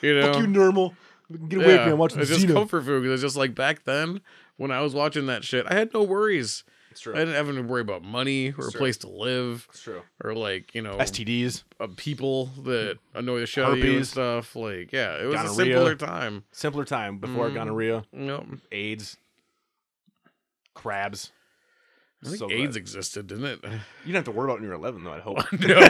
S6: you know.
S5: Fuck you, normal. Get away from me. I'm watching
S6: um, it's just
S5: Xena.
S6: comfort food because it's just like back then when I was watching that shit, I had no worries. It's
S5: true.
S6: I didn't have to worry about money or a place to live. It's
S5: true.
S6: Or like you know
S5: STDs,
S6: of people that annoy the shit out of you and
S5: Herpes.
S6: stuff. Like, yeah, it was a
S5: Gonorrhea.
S6: simpler time.
S5: simpler time before
S6: Mm-hmm.
S5: gonorrhea,
S6: Yep.
S5: AIDS, crabs.
S6: I think
S5: So glad.
S6: AIDS existed,
S5: [LAUGHS]
S6: didn't it? [LAUGHS]
S5: You didn't have to worry about it when you were 11, though. I hope. [LAUGHS]
S6: no,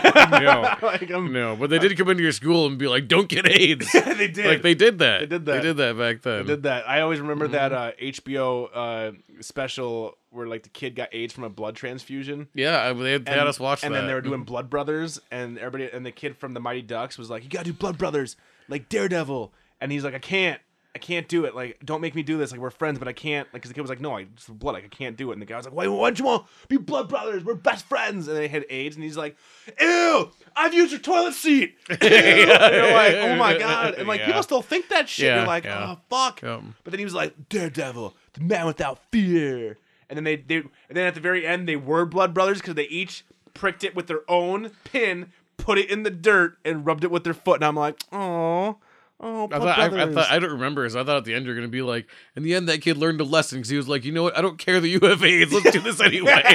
S5: like,
S6: no,
S5: I'm, [LAUGHS]
S6: no. But they did come into your school and be like, "Don't get AIDS."
S5: they did.
S6: Like they did that. They
S5: did
S6: They
S5: that.
S6: did that back then.
S5: did that. I always remember that
S6: Mm-hmm.
S5: uh, HBO uh, special where like the kid got AIDS from a blood transfusion.
S6: Yeah, I- they had, they had us watch
S5: and
S6: that. Mm-hmm.
S5: then they were doing Blood Brothers, and everybody, and the kid from the Mighty Ducks was like, "You gotta do Blood Brothers, like Daredevil," and he's like, "I can't, I can't do it. Like, don't make me do this. Like, we're friends, but I can't." Like, because the kid was like, "No, I it's blood. Like, I can't do it." And the guy was like, "Why? Why don't you want to be Blood Brothers? We're best friends." And they had AIDS, and he's like, "Ew, I've used your toilet
S6: [LAUGHS]
S5: seat." [LAUGHS] Ew. and you're like, "Oh my god!" And like,
S6: Yeah.
S5: people still think that shit.
S6: Yeah,
S5: you're like,
S6: yeah.
S5: "Oh fuck."
S6: Yep.
S5: But then he was like, Daredevil, the man without fear. And then they, they and then at the very end they were blood brothers because they each pricked it with their own pin, put it in the dirt, and rubbed it with their foot. And I'm like, oh, Oh,
S6: I thought, I,
S5: [LAUGHS]
S6: I thought I don't remember. So I thought at the end you're gonna be like, in the end that kid learned a lesson because he was like, you know what? I don't care that you have AIDS. Let's
S5: [LAUGHS]
S6: do this anyway. [LAUGHS]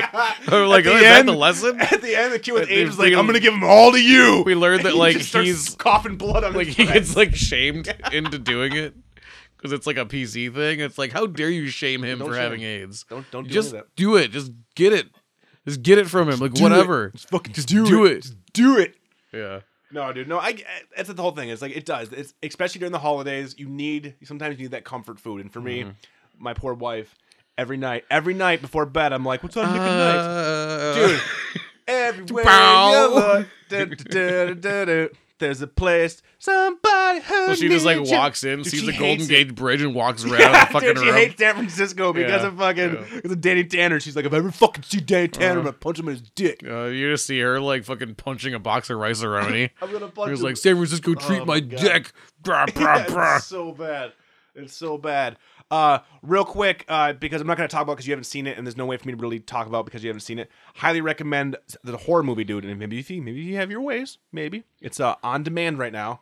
S6: Or like,
S5: At
S6: oh,
S5: the
S6: is that the
S5: end-
S6: lesson?
S5: At the end, the kid with
S6: They-
S5: AIDS is
S6: they-
S5: like, "I'm gonna give them all to you."
S6: We learned that
S5: He
S6: like
S5: just starts
S6: he's
S5: coughing blood on
S6: like
S5: his
S6: [LAUGHS] he
S5: friend.
S6: gets like shamed into doing it because it's like a PC thing. It's like, how dare you shame him
S5: Don't
S6: for
S5: shame
S6: having
S5: him.
S6: AIDS?
S5: Don't- don't do
S6: just
S5: any of that.
S6: do it. Just get it. Just get it from him. Like whatever.
S5: Just fucking
S6: Just
S5: do,
S6: do
S5: it.
S6: it.
S5: Just do it.
S6: Yeah.
S5: No, dude. No, I. I- That's the whole thing. It's like it does. It's especially during the holidays. You need sometimes you need that comfort food. And for me,
S6: Mm-hmm.
S5: my poor wife, every night, every night before bed, I'm like, "What's on Nick and Nick?"
S6: Uh,
S5: dude. Everywhere
S6: Bow.
S5: you look, da, da, da, da, da, there's a place. Somebody who
S6: So [LAUGHS] she just like
S5: needs you.
S6: walks
S5: [LAUGHS]
S6: in,
S5: Dude,
S6: sees
S5: she
S6: the
S5: hates
S6: Golden
S5: it.
S6: Gate Bridge,
S5: [LAUGHS]
S6: and walks right out of the fucking
S5: Dude, she
S6: room.
S5: hates San Francisco because
S6: Yeah,
S5: of fucking
S6: yeah. Uh-huh.
S5: because of Danny Tanner. She's like, if I ever fucking see Danny Tanner, I'm gonna punch him in his dick.
S6: Uh, you just see her like fucking punching a box of rice aroni.
S5: [LAUGHS] I'm gonna
S6: He
S5: punch
S6: was
S5: him.
S6: like, San Francisco, treat
S5: Oh my
S6: my
S5: God.
S6: dick. Brah,
S5: [LAUGHS]
S6: brah, [LAUGHS]
S5: Yeah,
S6: brah.
S5: it's so bad. It's so bad. Uh, real quick, uh, because I'm not going to talk about because you haven't seen it, and there's no way for me to really talk about because you haven't seen it. Highly recommend the horror movie, dude. And maybe if you, maybe you have your ways, maybe it's uh, on demand right now.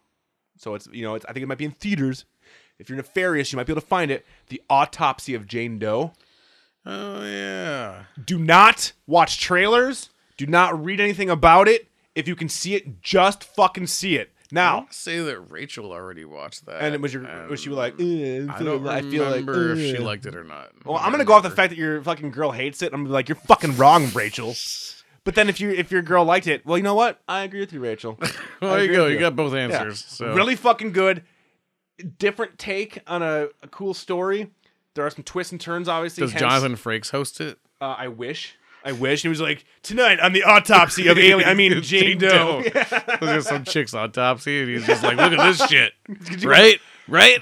S5: So it's you know it's I think it might be in theaters. If you're nefarious, you might be able to find it. The Autopsy of Jane Doe.
S6: Oh yeah.
S5: Do not watch trailers. Do not read anything about it. If you can see it, just fucking see it
S6: I
S5: now.
S6: don't say that Rachel already watched that.
S5: And it was your was she like? "Eh,
S6: Um, I don't
S5: I feel like,
S6: remember if she
S5: eh."
S6: liked it or not.
S5: Well,
S6: I
S5: I'm gonna
S6: don't
S5: go off the
S6: remember.
S5: fact that your fucking girl hates it. I'm gonna be like, you're fucking wrong, Rachel. But then if you if your girl liked it, well, you know what? I agree with you,
S6: [LAUGHS]
S5: Rachel.
S6: Well,
S5: I
S6: there you
S5: agree
S6: go.
S5: with
S6: You got both
S5: Yeah.
S6: answers. So
S5: Really fucking good. Different take on a, a cool story. There are some twists and turns, obviously.
S6: does
S5: hence,
S6: Jonathan Frakes
S5: [LAUGHS]
S6: host it?
S5: Uh, I wish. I wish. He was like, tonight on the autopsy
S6: [LAUGHS]
S5: of alien. I mean, Jane Doe.
S6: Look
S5: [LAUGHS]
S6: at some chick's autopsy, and he's just like, "Look at this shit, right? Right?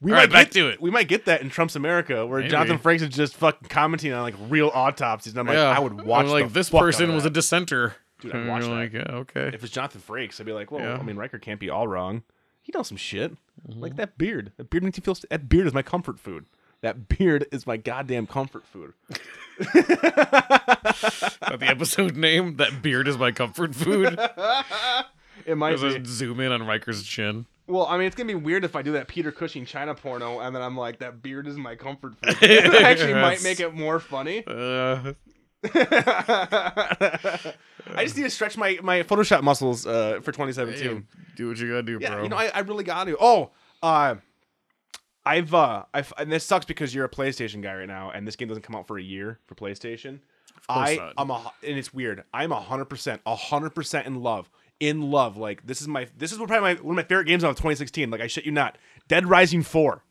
S5: We
S6: All right,
S5: might
S6: back
S5: get,
S6: to it.
S5: We might get that in Trump's America, where
S6: Maybe.
S5: Jonathan Franks is just fucking commenting on like real autopsies. And I'm like,
S6: yeah.
S5: I would watch.
S6: [LAUGHS] I'm
S5: the
S6: like this
S5: fuck out of
S6: person was
S5: that.
S6: a dissenter. Dude,
S5: I'd
S6: and [LAUGHS]
S5: watch
S6: you're
S5: that.
S6: like, yeah, okay.
S5: if it's Jonathan Frakes, I'd be like, well,
S6: Yeah. Mm-hmm.
S5: I mean, Riker can't be all wrong. He knows some shit. Like that beard. That beard makes you feel. St- that beard is my comfort food. That beard is my goddamn comfort food.
S6: But the episode [LAUGHS] name, that beard is my comfort [LAUGHS] food.
S5: It might
S6: There's
S5: be.
S6: a zoom in on Riker's chin.
S5: Well, I mean, it's gonna be weird if I do that Peter Cushing China porno, and then I'm like, that beard is my comfort
S6: [LAUGHS]
S5: food. It actually might
S6: Yes.
S5: make it more funny.
S6: Uh,
S5: I just need to stretch my my Photoshop muscles uh, for 2017.
S6: hey, do what you gotta do,
S5: Yeah,
S6: bro.
S5: you know, I, I really got to. Oh, uh, I've uh, I've and this sucks because you're a PlayStation guy right now, and this game doesn't come out for a year for PlayStation.
S6: course
S5: I
S6: not.
S5: I'm a, hu- and it's weird. I'm a hundred percent, a hundred percent in love, in love. Like this is my this is what probably my one of my favorite games of 2016. Like I shit you not, Dead Rising Four.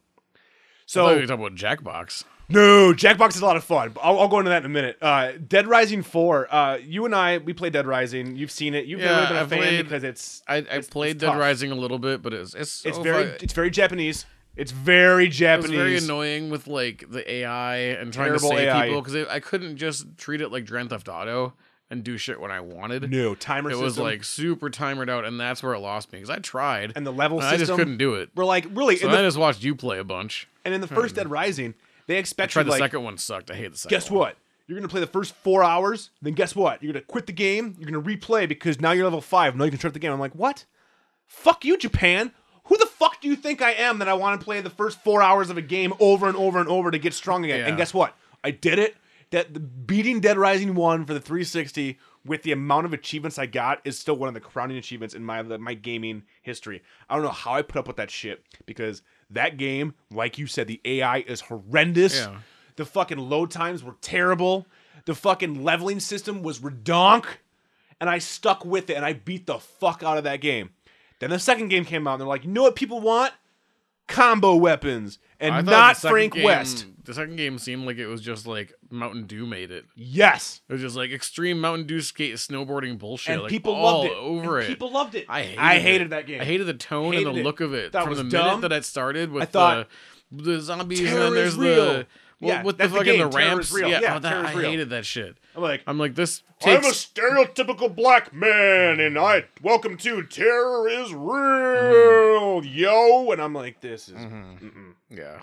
S5: So
S6: Oh, you're talking about Jackbox.
S5: no, Jackbox is a lot of fun. I'll, I'll go into that in a minute. Uh, Dead Rising Four. Uh, you and I, we play Dead Rising. You've seen it. You've
S6: Yeah,
S5: never been a
S6: I've
S5: fan
S6: played-
S5: because it's
S6: I, I played Dead
S5: tough.
S6: Rising a little bit, but it's it's so
S5: it's very
S6: fu-
S5: it's very Japanese. It's very
S6: it was
S5: Japanese.
S6: very annoying with like the AI and trying
S5: Terrible
S6: to save
S5: AI.
S6: people because I couldn't just treat it like Grand Theft Auto and do shit when I wanted.
S5: No timer.
S6: it
S5: system.
S6: was like super timered out, and that's where it lost me because I tried
S5: and the level
S6: and I
S5: system.
S6: just couldn't do it.
S5: We're like really,
S6: So
S5: in the,
S6: I just watched you play a bunch.
S5: and in the first Dead Rising, they expect
S6: Tried
S5: you
S6: the
S5: like,
S6: second one sucked. I hate the second.
S5: guess what? You're gonna play the first four hours. Then guess what? You're gonna quit the game. You're gonna replay because now you're level five. Now you can start the game. I'm like, what? Fuck you, Japan. Who the fuck do you think I am that I want to play the first four hours of a game over and over and over to get strong again?
S6: Yeah.
S5: And guess what? I did it. That the beating Dead Rising one for the 360 with the amount of achievements I got is still one of the crowning achievements in my my gaming history. I don't know how I put up with that shit because that game, like you said, the AI is horrendous.
S6: Yeah.
S5: The fucking load times were terrible. The fucking leveling system was redonk. And I stuck with it and I beat the fuck out of that game. Then the second game came out and they're like, you know what people want? Combo weapons
S6: I
S5: and
S6: thought
S5: not
S6: the second
S5: Frank
S6: game-
S5: West.
S6: The second game seemed like it was just like Mountain Dew made it.
S5: Yes.
S6: It was just like extreme Mountain Dew skate snowboarding bullshit.
S5: And
S6: like,
S5: people
S6: all
S5: loved it.
S6: over
S5: And
S6: it.
S5: people loved it.
S6: I hated,
S5: I
S6: it.
S5: hated that game.
S6: I hated the tone
S5: Hated
S6: and the
S5: it.
S6: look of it.
S5: Thought it
S6: From
S5: was
S6: the
S5: dumb.
S6: minute that it started with
S5: I thought,
S6: the, the zombies
S5: "Terror
S6: and then
S5: is
S6: there's
S5: real."
S6: the well,
S5: Yeah,
S6: with the
S5: that's the
S6: fucking the,
S5: game, terror
S6: ramps.
S5: is real. Yeah,
S6: oh, that-
S5: terror is
S6: I
S5: real.
S6: hated that shit.
S5: I'm like,
S6: I'm like this
S5: I'm
S6: takes
S5: a stereotypical black man, and I welcome to Terror is Real, yo. And I'm like, this is.
S6: yeah.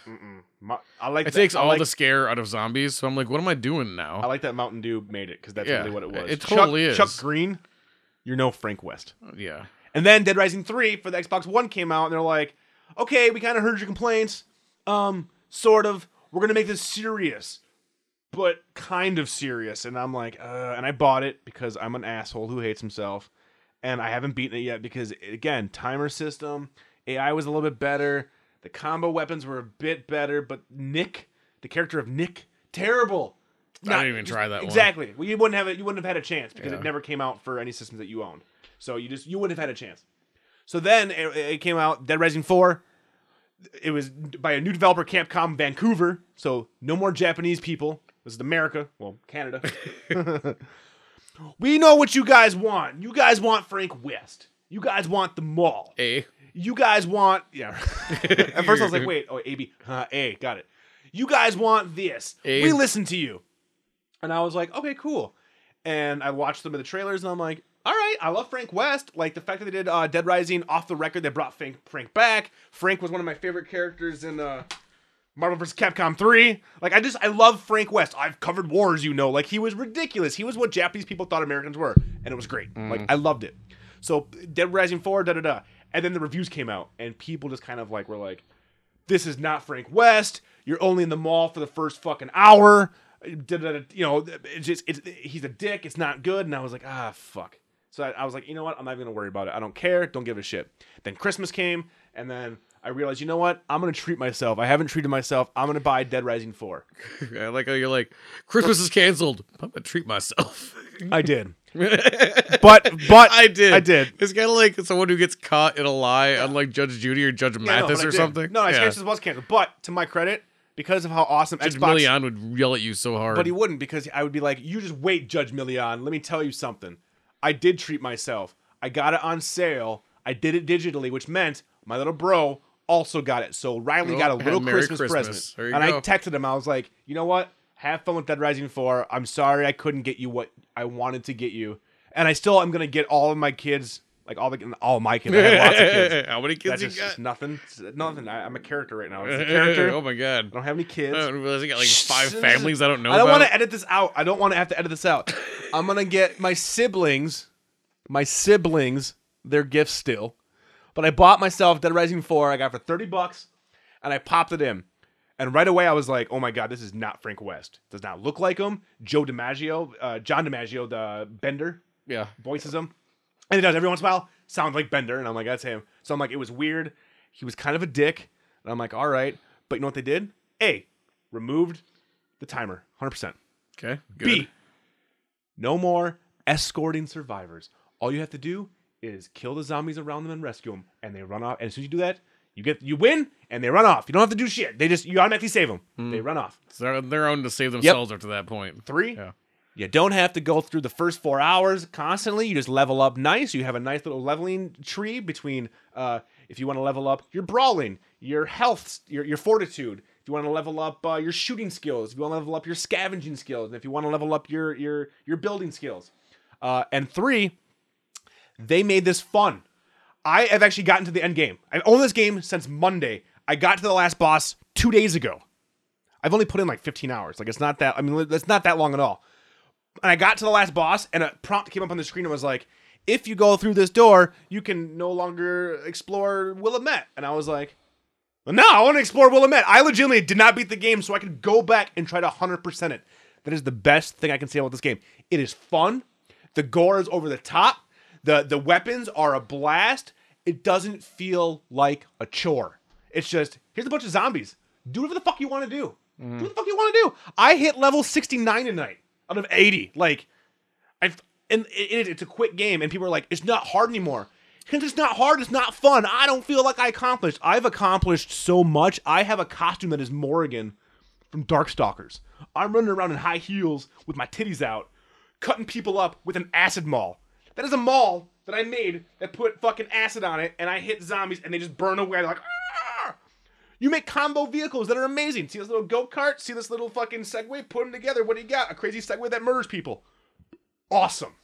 S5: mo- I like.
S6: Mm-hmm. It
S5: that-
S6: takes
S5: I
S6: all
S5: like,
S6: the scare out of zombies. So I'm like, what am I doing now?
S5: I like that Mountain Dew made it because that's
S6: Yeah,
S5: really what it was.
S6: it
S5: Chuck-
S6: totally is.
S5: Chuck Green, you're no Frank West.
S6: yeah.
S5: And then Dead Rising three for the Xbox One came out, and they're like, okay, we kind of heard your complaints. Um, sort of. We're gonna make this serious, but kind of serious. And I'm like, uh, and I bought it because I'm an asshole who hates himself, and I haven't beaten it yet because again, timer system, AI was a little bit better, the combo weapons were a bit better, but Nick, the character of Nick, terrible.
S6: I didn't even try that one.
S5: Exactly. Well, you wouldn't have it. You wouldn't have had a chance because it never came out for any systems that you owned. So you just you wouldn't have had a chance. So then it, it came out Dead Rising Four. It was by a new developer, Capcom Vancouver. So no more Japanese people. This is America. Well, Canada. [LAUGHS] we know what you guys want. You guys want Frank West. You guys want the mall.
S6: A.
S5: You guys want yeah. [LAUGHS] At first I was like, wait, oh A B huh, A, got it. You guys want this.
S6: A.
S5: We listen to you. And I was like, okay, cool. And I watched some of the trailers, and I'm like, all right, I love Frank West. Like the fact that they did uh, Dead Rising off the record, they brought Frank Frank back. Frank was one of my favorite characters in uh, Marvel vs. Capcom 3. Like I just I love Frank West. I've covered wars, you know. Like he was ridiculous. He was what Japanese people thought Americans were, and it was great. Like I loved it. So Dead Rising 4, da da da. And then the reviews came out, and people just kind of like were like, this is not Frank West. You're only in the mall for the first fucking hour. Da-da-da, You know, it's just it's, he's a dick. It's not good. And I was like, ah, fuck. So I, I was like, you know what? I'm not even gonna worry about it. I don't care. Don't give a shit. Then Christmas came, and then I realized, you know what? I'm gonna treat myself. I haven't treated myself. I'm gonna buy Dead Rising Four.
S6: [LAUGHS] I like how you're like, Christmas is canceled. I'm gonna treat myself.
S5: I
S6: [LAUGHS]
S5: did, but but
S6: I did.
S5: I did.
S6: It's kind of like someone who gets caught in a lie, unlike Judge Judy or Judge
S5: Yeah, no,
S6: Mathis
S5: but I
S6: or
S5: did.
S6: something.
S5: No, I
S6: yeah.
S5: Christmas was canceled. But to my credit, because of how awesome
S6: Judge
S5: Xbox
S6: Millian would yell at you so hard.
S5: But
S6: [LAUGHS]
S5: he wouldn't because I would be like, "You just wait, Judge Million. Let me tell you something. I did treat myself. I got it on sale. I did it digitally, which meant my little bro also got it. So Riley
S6: Well,
S5: got a
S6: Oh, and
S5: little
S6: Merry
S5: Christmas,
S6: Christmas. There
S5: present.
S6: you
S5: And I
S6: go.
S5: texted him. I was like, "You know what? Have fun with Dead Rising 4. I'm sorry I couldn't get you what I wanted to get you, and I still am gonna get all of my kids." Like all the all my kids, I have lots of
S6: [LAUGHS]
S5: kids.
S6: How many kids
S5: That's
S6: you
S5: just,
S6: got?
S5: just nothing, nothing. I, I'm a character right now.
S6: [LAUGHS]
S5: It's a character.
S6: oh
S5: I
S6: my god.
S5: don't have any kids.
S6: I don't realize I got like five
S5: Shh.
S6: families I don't know
S5: I don't
S6: about.
S5: want to edit this out. I don't want to have to edit this out. I'm gonna get my siblings, my siblings, their gifts still. But I bought myself Dead Rising Four. I got it for thirty bucks, and I popped it in. And right away, I was like, "Oh my god, this is not Frank West. Does not look like him." Joe DiMaggio, uh, John DiMaggio, the Bender
S6: yeah.
S5: voices him, and it does every once in a while sound like Bender, and I'm like, that's him. So I'm like, it was weird. He was kind of a dick, and I'm like, all right. But you know what they did? A, removed the timer, hundred percent.
S6: Okay. Good.
S5: B, no more escorting survivors. All you have to do is kill the zombies around them and rescue them, and they run off. And as soon as you do that, you get you win, and they run off. You don't have to do shit. They just you automatically save them. They run off.
S6: It's their, their own to save themselves after that point.
S5: Three.
S6: Hmm. Yeah.
S5: You don't have to go through the first four hours constantly. You just level up nice. You have a nice little leveling tree between uh, if you want to level up your brawling, your health, your, your fortitude. If you want to level up uh, your shooting skills, if you want to level up your scavenging skills, and if you want to level up your your your building skills. Uh, and three, they made this fun. I have actually gotten to the end game. I've owned this game since Monday. I got to the last boss two days ago. I've only put in like 15 hours. Like it's not that. I mean, that's not that long at all and I got to the last boss, and a prompt came up on the screen and was like, "If you go through this door, you can no longer explore Willamette." And I was like, "No, I want to explore Willamette." I legitimately did not beat the game, so I could go back and try to hundred percent it. That is the best thing I can say about this game. It is fun. The gore is over the top. the The weapons are a blast. It doesn't feel like a chore. It's just here's a bunch of zombies. Do whatever the fuck you want to do. Do what the fuck you want to do. I hit level 69 tonight out of 80. Like, I've and it, it, it's a quick game, and people are like, it's not hard anymore. Since it's not hard, it's not fun. I don't feel like I accomplished. I've accomplished so much. I have a costume that is Morrigan from Darkstalkers. I'm running around in high heels with my titties out, cutting people up with an acid maul. That is a maul that I made that put fucking acid on it, and I hit zombies, and they just burn away. They're like, ah! You make combo vehicles that are amazing. See this little go kart? See this little fucking Segway? Put them together. What do you got? A crazy Segway that murders people. Awesome.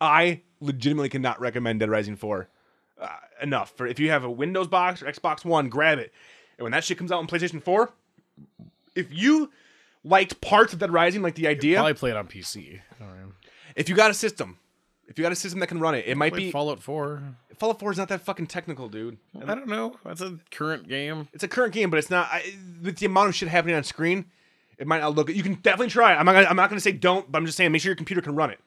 S5: I legitimately cannot recommend Dead Rising 4 uh, enough. For if you have a Windows box or Xbox One, grab it. And when that shit comes out on PlayStation 4, if you liked parts of Dead Rising, like the idea,
S6: Probably play it on PC. All right.
S5: if you got a system, if you got a system that can run it, it might
S6: Played
S5: be
S6: Fallout 4.
S5: Fallout 4 is not that fucking technical, dude.
S6: I don't know. That's a current game.
S5: It's a current game, but it's not. I, with the amount of shit happening on screen, it might not look. You can definitely try. it. I'm not. Gonna, I'm not going to say don't, but I'm just saying make sure your computer can run it.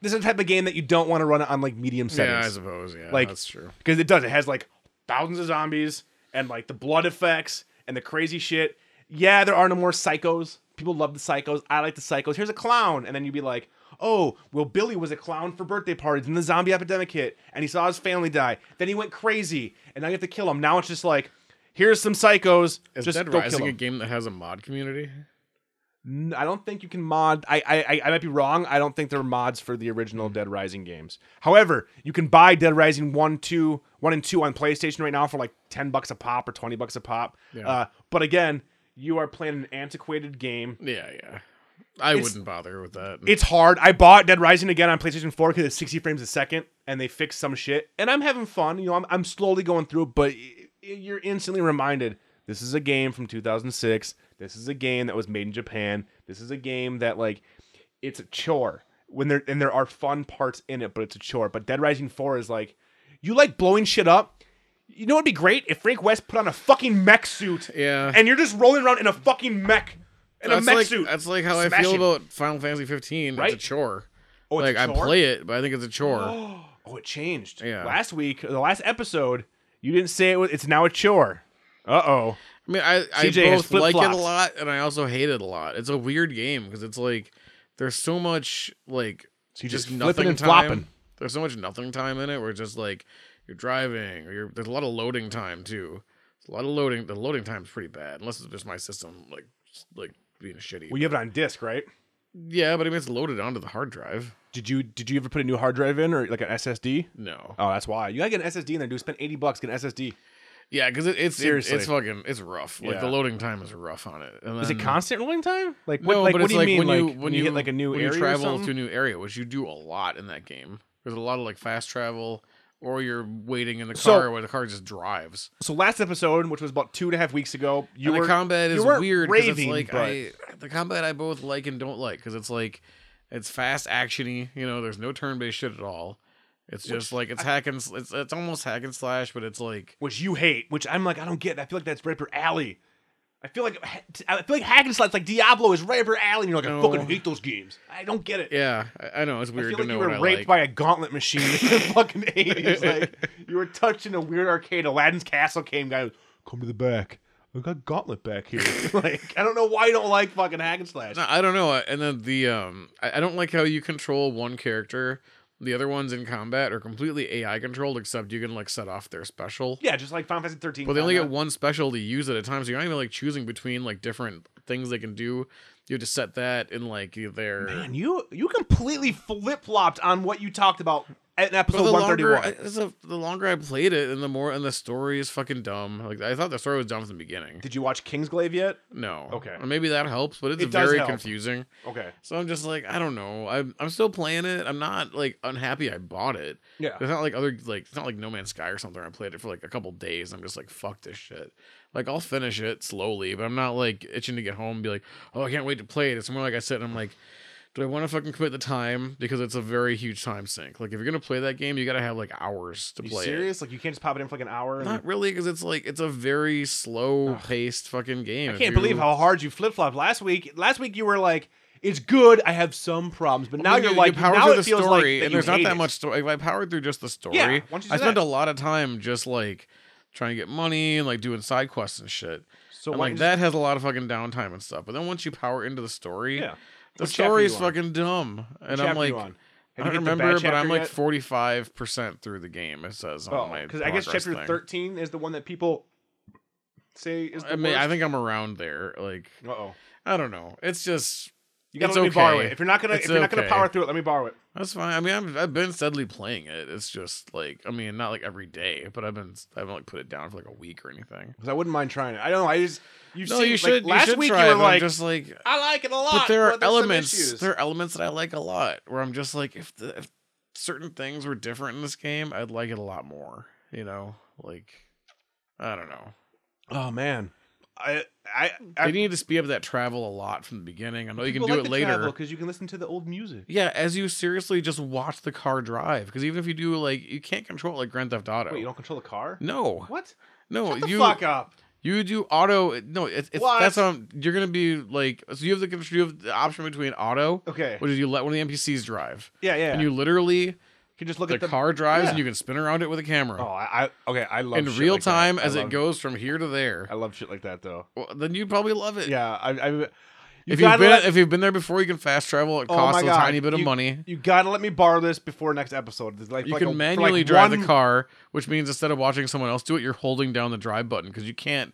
S5: This is the type of game that you don't want to run it on like medium
S6: Yeah, I
S5: settings.
S6: suppose. Yeah,
S5: like
S6: that's true.
S5: because it does. It has like thousands of zombies and like the blood effects and the crazy shit. Yeah, there are no more psychos. People love the psychos. I like the psychos. Here's a clown, and then you'd be like, "Oh, well, Billy was a clown for birthday parties, and the zombie epidemic hit, and he saw his family die. Then he went crazy, and now you have to kill him. Now it's just like, here's some psychos.
S6: Is
S5: just
S6: Dead
S5: go kill
S6: Rising a
S5: them.
S6: game that has a mod community?
S5: N- I don't think you can mod. I, I I- I might be wrong. I don't think there are mods for the original Dead Rising games. However, you can buy Dead Rising 1, 2, 1 and 2 on PlayStation right now for like 10 bucks a pop or 20 bucks a pop.
S6: Yeah.
S5: Uh, but again, you are playing an antiquated game.
S6: Yeah, yeah. I wouldn't bother with that.
S5: It's hard. I bought Dead Rising again on PlayStation 4 because it's 60 frames a second and they fixed some shit. And I'm having fun. You know, I'm, I'm slowly going through it, but y- y- you're instantly reminded this is a game from 2006. This is a game that was made in Japan. This is a game that, like, it's a chore when there and there are fun parts in it, but it's a chore. But Dead Rising 4 is like you like blowing shit up. You know what'd be great if Frank West put on a fucking mech suit.
S6: Yeah.
S5: And you're just rolling around in a fucking mech in
S6: that's
S5: a mech
S6: like,
S5: suit.
S6: That's like how I feel
S5: Smashing.
S6: about Final Fantasy 15.
S5: Right?
S6: It's a chore.
S5: Oh, it's
S6: like
S5: a
S6: I
S5: chore?
S6: play it, but I think it's
S5: [GASPS]
S6: a chore.
S5: Oh, it changed.
S6: Yeah.
S5: Last week, the last episode, you didn't say it was it's now a chore. Uh-oh.
S6: I mean, I, I
S5: CJ has
S6: both like it a
S5: flip-flops.
S6: lot, and I also hate it a lot. It's a weird game because it's like there's so much like
S5: you're just
S6: just,
S5: flipping
S6: nothing
S5: and
S6: time.
S5: flopping.
S6: There's so much nothing time in it where it's just like you're driving or you're, there's a lot of loading time too. It's a lot of loading. The loading time's pretty bad unless it's just my system like s- like being shitty.
S5: Well, you have it on disk, right?
S6: yeah, but I mean it's loaded onto the hard drive.
S5: Did you did you ever put a new hard drive in or like an SSD?
S6: No.
S5: Oh, that's why. You gotta get an SSD in there, dude. Spend 80 bucks, get an SSD.
S6: Yeah, because it, it's it-
S5: Seriously.
S6: it's fucking it's rough. Like the
S5: Yeah.
S6: loading time is rough on it. And
S5: Is it
S6: then-
S5: constant rolling time? Like what
S6: Mm. No,
S5: like
S6: but
S5: what
S6: it's
S5: do you
S6: like
S5: mean
S6: when
S5: like,
S6: you
S5: when
S6: when
S5: you, hit like a new
S6: when
S5: area
S6: you
S5: or
S6: travel
S5: something?
S6: to a new area, which you do a lot in that game. There's a lot of like fast travel, or you're waiting in the
S5: So-
S6: car where the car just drives.
S5: So last episode, which was about two and a half weeks ago, you
S6: and
S5: were
S6: the combat
S5: you
S6: is
S5: weren't
S6: weird because it's
S5: raving,
S6: like
S5: but-
S6: I, the combat I both like and don't like because it's like it's fast actiony. You know, there's no turn-based shit at all. It's just like it's hack and s- it's it's almost hack and slash, but it's like
S5: which you hate, which I'm like, I don't get. it. I feel like that's right up your alley. I feel like I feel like hack and slash, like Diablo, is right up your alley. And you're like, I
S6: No.
S5: fucking hate those games. I don't get it.
S6: yeah, I, I know it's weird
S5: I feel
S6: to
S5: like
S6: know
S5: you were
S6: what
S5: raped
S6: I like.
S5: by a gauntlet machine in
S6: [LAUGHS]
S5: the fucking 80s. Like, you were touching a weird arcade. Aladdin's Castle came, guy, come to the back. We got gauntlet back
S6: [LAUGHS]
S5: here. [LAUGHS] like, I don't know why you don't like fucking hack and slash.
S6: No, I don't know. uh, And then the um, I, I don't like how you control one character. The other ones in combat are completely AI controlled, except you can like set off their special.
S5: Yeah, just like Final Fantasy 13.
S6: But they only get
S5: combat.
S6: one special to use at a time, so you're not even like choosing between like different things they can do. You have to set that in like their.
S5: Man, you you completely flip flopped on what you talked about in episode
S6: But the
S5: 131.
S6: longer, I- it's a- the longer I played it, and the more, and the story is fucking dumb. Like I thought the story was dumb from the beginning.
S5: Did you watch Kingsglaive yet?
S6: No,
S5: Okay.
S6: And maybe that helps, but it's
S5: It does
S6: very
S5: help.
S6: confusing.
S5: Okay.
S6: So I'm just like, I don't know. I'm I'm still playing it. I'm not like unhappy I bought it.
S5: Yeah.
S6: It's not like other like it's not like No Man's Sky or something. I played it for like a couple days. I'm just like, fuck this shit. Like I'll finish it slowly, but I'm not like itching to get home and be like, oh, I can't wait to play it. It's more like I sit and I'm like, do I want to fucking commit the time? Because it's a very huge time sink. Like if you're gonna play that game, you gotta have like hours to
S5: You
S6: play it.
S5: serious? Like you can't just pop it in for like an hour? And...
S6: Not really, because it's like it's a very slow paced fucking game.
S5: I can't believe how hard you flip flopped last week. Last week you were like, "It's good. I have some problems," but now
S6: You-
S5: you're
S6: you
S5: like,
S6: power
S5: now
S6: through
S5: it
S6: the
S5: feels
S6: story,
S5: like
S6: and
S5: you
S6: there's not
S5: hate
S6: that
S5: it.
S6: much story. If I powered through just the story,
S5: Yeah, why don't you do
S6: I spent
S5: that?
S6: a lot of time just like trying to get money and like doing side quests and shit.
S5: So
S6: So
S5: why
S6: like
S5: just-
S6: that has a lot of fucking downtime and stuff. But then once you power into the story,
S5: Yeah.
S6: the
S5: What chapter
S6: story is
S5: you on?
S6: fucking dumb. And
S5: Which
S6: I'm
S5: chapter
S6: like,
S5: you on?
S6: I
S5: Have you
S6: don't
S5: hit the bad
S6: remember, but I'm
S5: chapter
S6: like
S5: yet?
S6: 45 percent through the game. It says on my
S5: because oh, I guess
S6: progress
S5: chapter
S6: thing.
S5: thirteen is the one that people say is the
S6: I mean,
S5: worst.
S6: I think I'm around there. Like,
S5: Uh oh.
S6: I don't know. It's just
S5: You gotta
S6: It's
S5: let me borrow
S6: okay.
S5: it. If you're not gonna,
S6: It's
S5: if you're not gonna
S6: okay.
S5: power through it, let me borrow it.
S6: That's fine. I mean, I've, I've been steadily playing it. It's just like, I mean, not like every day, but I've been, I haven't like put it down for like a week or anything.
S5: Because I wouldn't mind trying it. I don't know. I just you've
S6: No,
S5: seen
S6: you
S5: like,
S6: should.
S5: last
S6: you should
S5: week
S6: try,
S5: you
S6: but
S5: were
S6: I'm
S5: like,
S6: just like,
S5: I like it a lot,
S6: but there are
S5: there's some
S6: elements.
S5: issues."
S6: There are elements that I like a lot. Where I'm just like, if the if certain things were different in this game, I'd like it a lot more. You know, like I don't know.
S5: Oh man, I I,
S6: They
S5: I
S6: need to speed up that travel a lot from the beginning. I know you can do it later.
S5: because you can listen to the old music.
S6: Yeah, as you seriously just watch the car drive. Because even if you do, like, you can't control it like Grand Theft Auto.
S5: Wait, you don't control the car?
S6: Oh. no.
S5: What?
S6: No,
S5: Shut the
S6: you
S5: fuck up.
S6: you do auto. No, it's, it's
S5: What?
S6: that's um. You're gonna be like so. You have the you have the option between auto,
S5: Okay.
S6: which is you let one of the NPCs drive,
S5: Yeah, yeah.
S6: and you literally
S5: can just look
S6: the,
S5: at the
S6: car drives
S5: yeah.
S6: and you can spin around it with a
S5: Oh,
S6: camera
S5: I, I okay. I love
S6: in
S5: shit
S6: real
S5: like that.
S6: time
S5: I
S6: as
S5: love-
S6: it goes from here to there.
S5: I love shit like that though.
S6: Well, then you'd probably love it.
S5: Yeah, I. I you
S6: if you've
S5: gotta
S6: been
S5: let-
S6: if you've been there before, you can fast travel. It
S5: oh
S6: costs
S5: my
S6: a
S5: God,
S6: tiny bit of
S5: you-
S6: money.
S5: You gotta let me borrow this before next episode. There's like
S6: You
S5: like
S6: can
S5: a- for like
S6: manually drive
S5: one-
S6: the car, which means instead of watching someone else do it, you're holding down the drive button because you can't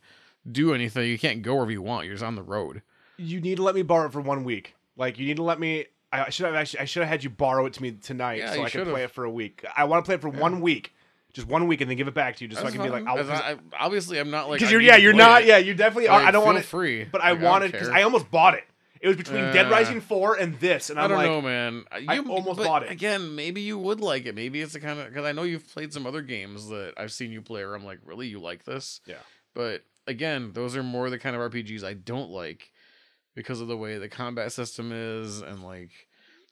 S6: do anything. You can't go wherever you want. You're just on the road.
S5: You need to let me borrow it for one week. Like you need to let me. I I should have actually. I should have had you borrow it to me tonight
S6: Yeah,
S5: so
S6: you
S5: I can
S6: should've.
S5: play it for a week. I want to play it for one week, just one week, and then give it back to you, just so I
S6: That's
S5: can be like, I'll-
S6: fine. As I, I- obviously I'm not like
S5: because
S6: I
S5: you're
S6: need
S5: yeah
S6: to
S5: you're
S6: play
S5: not
S6: it.
S5: yeah you definitely are.
S6: Like,
S5: I don't
S6: feel
S5: want to
S6: free.
S5: but I
S6: Like, I don't
S5: wanted because
S6: care.
S5: I almost bought it. It was between Dead
S6: Uh,
S5: Rising four and this, and I'm
S6: I don't
S5: like,
S6: know, man. Uh, You,
S5: I almost
S6: but
S5: bought it.
S6: Again, maybe you would like it. Maybe it's the kind of because I know you've played some other games that I've seen you play, where I'm like, really, you like this?
S5: Yeah.
S6: But again, those are more the kind of RPGs I don't like because of the way the combat system is, and like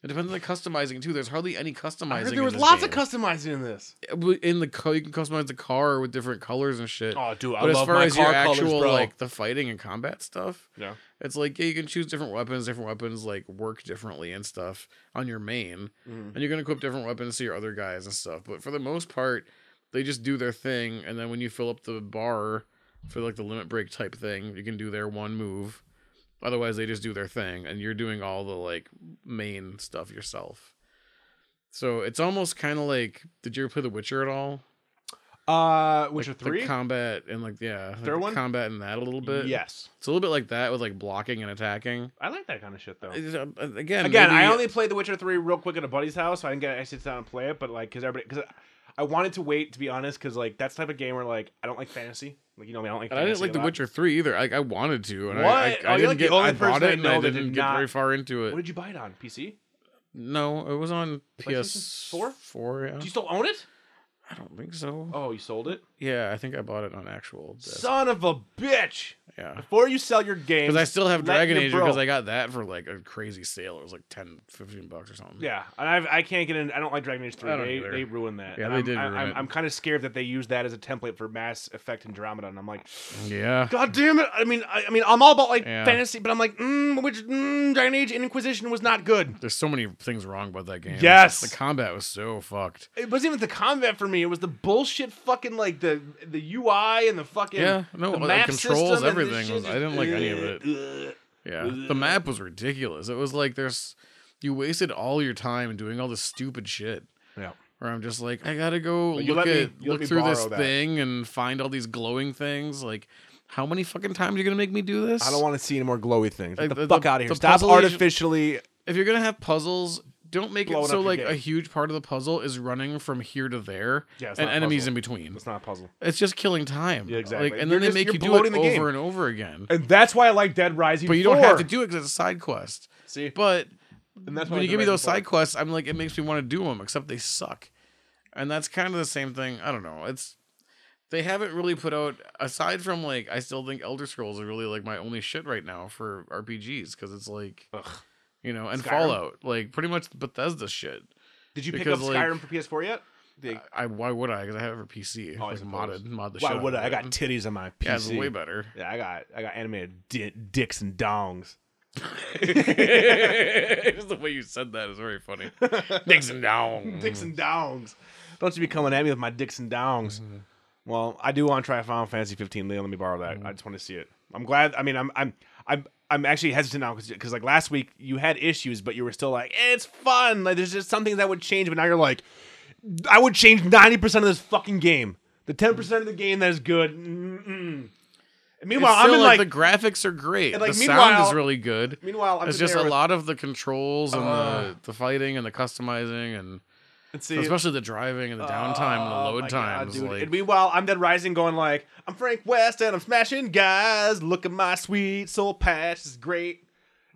S6: it depends on the customizing too. There's hardly any customizing.
S5: I heard
S6: in
S5: there was
S6: this
S5: lots
S6: game.
S5: of customizing in this.
S6: in the car. You can customize the car with different colors and shit.
S5: Oh, dude, I
S6: but as
S5: love
S6: far
S5: my
S6: as
S5: car
S6: your
S5: colors,
S6: actual
S5: bro.
S6: like the fighting and combat stuff,
S5: Yeah.
S6: it's like yeah, you can choose different weapons. Different weapons like work differently and stuff on your main,
S5: Mm-hmm.
S6: and you can equip different weapons to your other guys and stuff. But for the most part, they just do their thing, and then when you fill up the bar for like the limit break type thing, you can do their one move. Otherwise, they just do their thing, and you're doing all the like main stuff yourself. So it's almost kind of like, did you ever play The Witcher at all?
S5: Uh, Witcher
S6: like
S5: three.
S6: the combat and like yeah like
S5: Third
S6: the
S5: one?
S6: combat in that a little bit
S5: yes,
S6: it's a little bit like that with like blocking and attacking
S5: I like that kind of shit though.
S6: It's, uh, again
S5: Again, I
S6: maybe-
S5: only played The Witcher three real quick at a buddy's house, so I didn't get to actually sit down and play it. But like, because everybody, because I wanted to wait to be honest, because like that's the type of game where like I don't like fantasy. Like you know, me, I don't like.
S6: and I didn't
S5: fantasy
S6: like
S5: a
S6: The
S5: lot.
S6: Witcher three either like I wanted to and
S5: What?
S6: I I,
S5: Oh,
S6: I
S5: you're
S6: didn't
S5: like the
S6: get
S5: only
S6: I bought
S5: person I
S6: it and I
S5: know that
S6: didn't
S5: did
S6: get
S5: not-
S6: very far into
S5: What
S6: it
S5: did you buy it on PC?
S6: no it was on PS
S5: PlayStation 4?
S6: four four yeah
S5: Do you still own it?
S6: I don't think so
S5: Oh, you sold it.
S6: yeah I think I bought it on actual disc.
S5: Son of a bitch!
S6: yeah.
S5: Before you sell your game,
S6: Because I still have
S5: let
S6: Dragon
S5: your
S6: Age
S5: bro-
S6: because I got that for like a crazy sale. It was like 10, 15 bucks or something.
S5: Yeah, and I've, I can't get in. I don't like Dragon Age three.
S6: I don't
S5: They,
S6: either.
S5: they ruined that.
S6: Yeah,
S5: And
S6: they
S5: I'm,
S6: did
S5: I,
S6: ruin
S5: I'm,
S6: it.
S5: I'm kind of scared that they use that as a template for Mass Effect Andromeda, and I'm like,
S6: Yeah.
S5: God damn it! I mean, I, I mean, I'm all about like
S6: Yeah.
S5: fantasy, but I'm like, mm, which mm, Dragon Age and Inquisition was not good.
S6: There's so many things wrong about that game.
S5: Yes.
S6: The combat was so fucked.
S5: It wasn't even the combat for me. It was the bullshit, fucking like the the UI and the fucking
S6: Yeah, no,
S5: the
S6: like,
S5: map
S6: controls,
S5: system and this
S6: everything
S5: shit
S6: was- I
S5: just-
S6: didn't like any of it.
S5: Ugh.
S6: Yeah. The map was ridiculous. It was like there's you wasted all your time doing all this stupid shit.
S5: Yeah.
S6: Where I'm just like, I gotta go
S5: But you
S6: look
S5: let me-
S6: at
S5: you let
S6: look
S5: me
S6: through this
S5: borrow that.
S6: thing and find all these glowing things. Like, how many fucking times are you gonna make me do this?
S5: I don't want to see any more glowy things. Get
S6: Like,
S5: the,
S6: the-
S5: fuck
S6: the-
S5: out of here!
S6: the
S5: Stop
S6: puzzle you-
S5: artificially.
S6: if you're gonna have puzzles, don't make
S5: Blowing
S6: it so
S5: up your
S6: like
S5: game.
S6: a huge part of the puzzle is running from here to there
S5: Yeah, it's
S6: and
S5: not a
S6: enemies
S5: puzzle.
S6: in between.
S5: It's not a puzzle.
S6: It's just killing time.
S5: Yeah, exactly.
S6: Like, and
S5: You're
S6: then they
S5: just-
S6: make
S5: you're
S6: you do it
S5: bloating
S6: over
S5: the game.
S6: and over again.
S5: And that's why I like Dead Rising.
S6: But you don't
S5: 4.
S6: have to do it because it's a side quest.
S5: See,
S6: But
S5: and that's why
S6: when
S5: I
S6: you
S5: do
S6: give me
S5: Rising
S6: those
S5: 4.
S6: side quests, I'm like, it makes me want to do them, except they suck. And that's kind of the same thing. I don't know. It's they haven't really put out aside from like I still think Elder Scrolls are really like my only shit right now for RPGs because it's like you know and
S5: Skyrim?
S6: Fallout like pretty much Bethesda shit.
S5: Did you pick
S6: Because,
S5: up
S6: like- uh,
S5: Skyrim for PS4 yet? They-
S6: I why would I? Because I have it for PC.
S5: Oh, I
S6: like
S5: suppose.
S6: modded mod the
S5: why
S6: shit. out
S5: would
S6: of
S5: I? I
S6: it.
S5: got titties on my PC.
S6: yeah, it's
S5: [LAUGHS]
S6: way better. [LAUGHS]
S5: Yeah, I got I got animated di- dicks and dongs.
S6: Just the way you said that is very
S5: [LAUGHS]
S6: funny. Dixon down.
S5: Dicks and dongs. Don't you be coming at me with my dicks and dongs.
S6: Mm-hmm.
S5: Well, I do want to try Final Fantasy 15. Leon, let me borrow
S6: Mm.
S5: that. I just want to see it. I'm glad. I mean, I'm I'm I'm I'm actually hesitant now because like last week you had issues, but you were still like, eh, it's fun. Like there's just some things that would change, but now you're like, I would change 90 percent of this fucking game. The 10 percent of the game that is good. Mm-mm. And meanwhile, I'm
S6: still,
S5: in
S6: like,
S5: like,
S6: the graphics are great.
S5: And, like,
S6: the sound
S5: meanwhile-
S6: is really good.
S5: meanwhile, I'm
S6: it's
S5: sitting
S6: just
S5: there
S6: a
S5: with-
S6: lot of the controls and the, the fighting and the customizing and
S5: Let's see.
S6: especially the driving and the downtime and the
S5: Oh
S6: load
S5: my God,
S6: times.
S5: dude.
S6: like,
S5: and meanwhile, I'm Dead Rising going like, I'm Frank West and I'm smashing guys. Look at my sweet soul patch. It's great.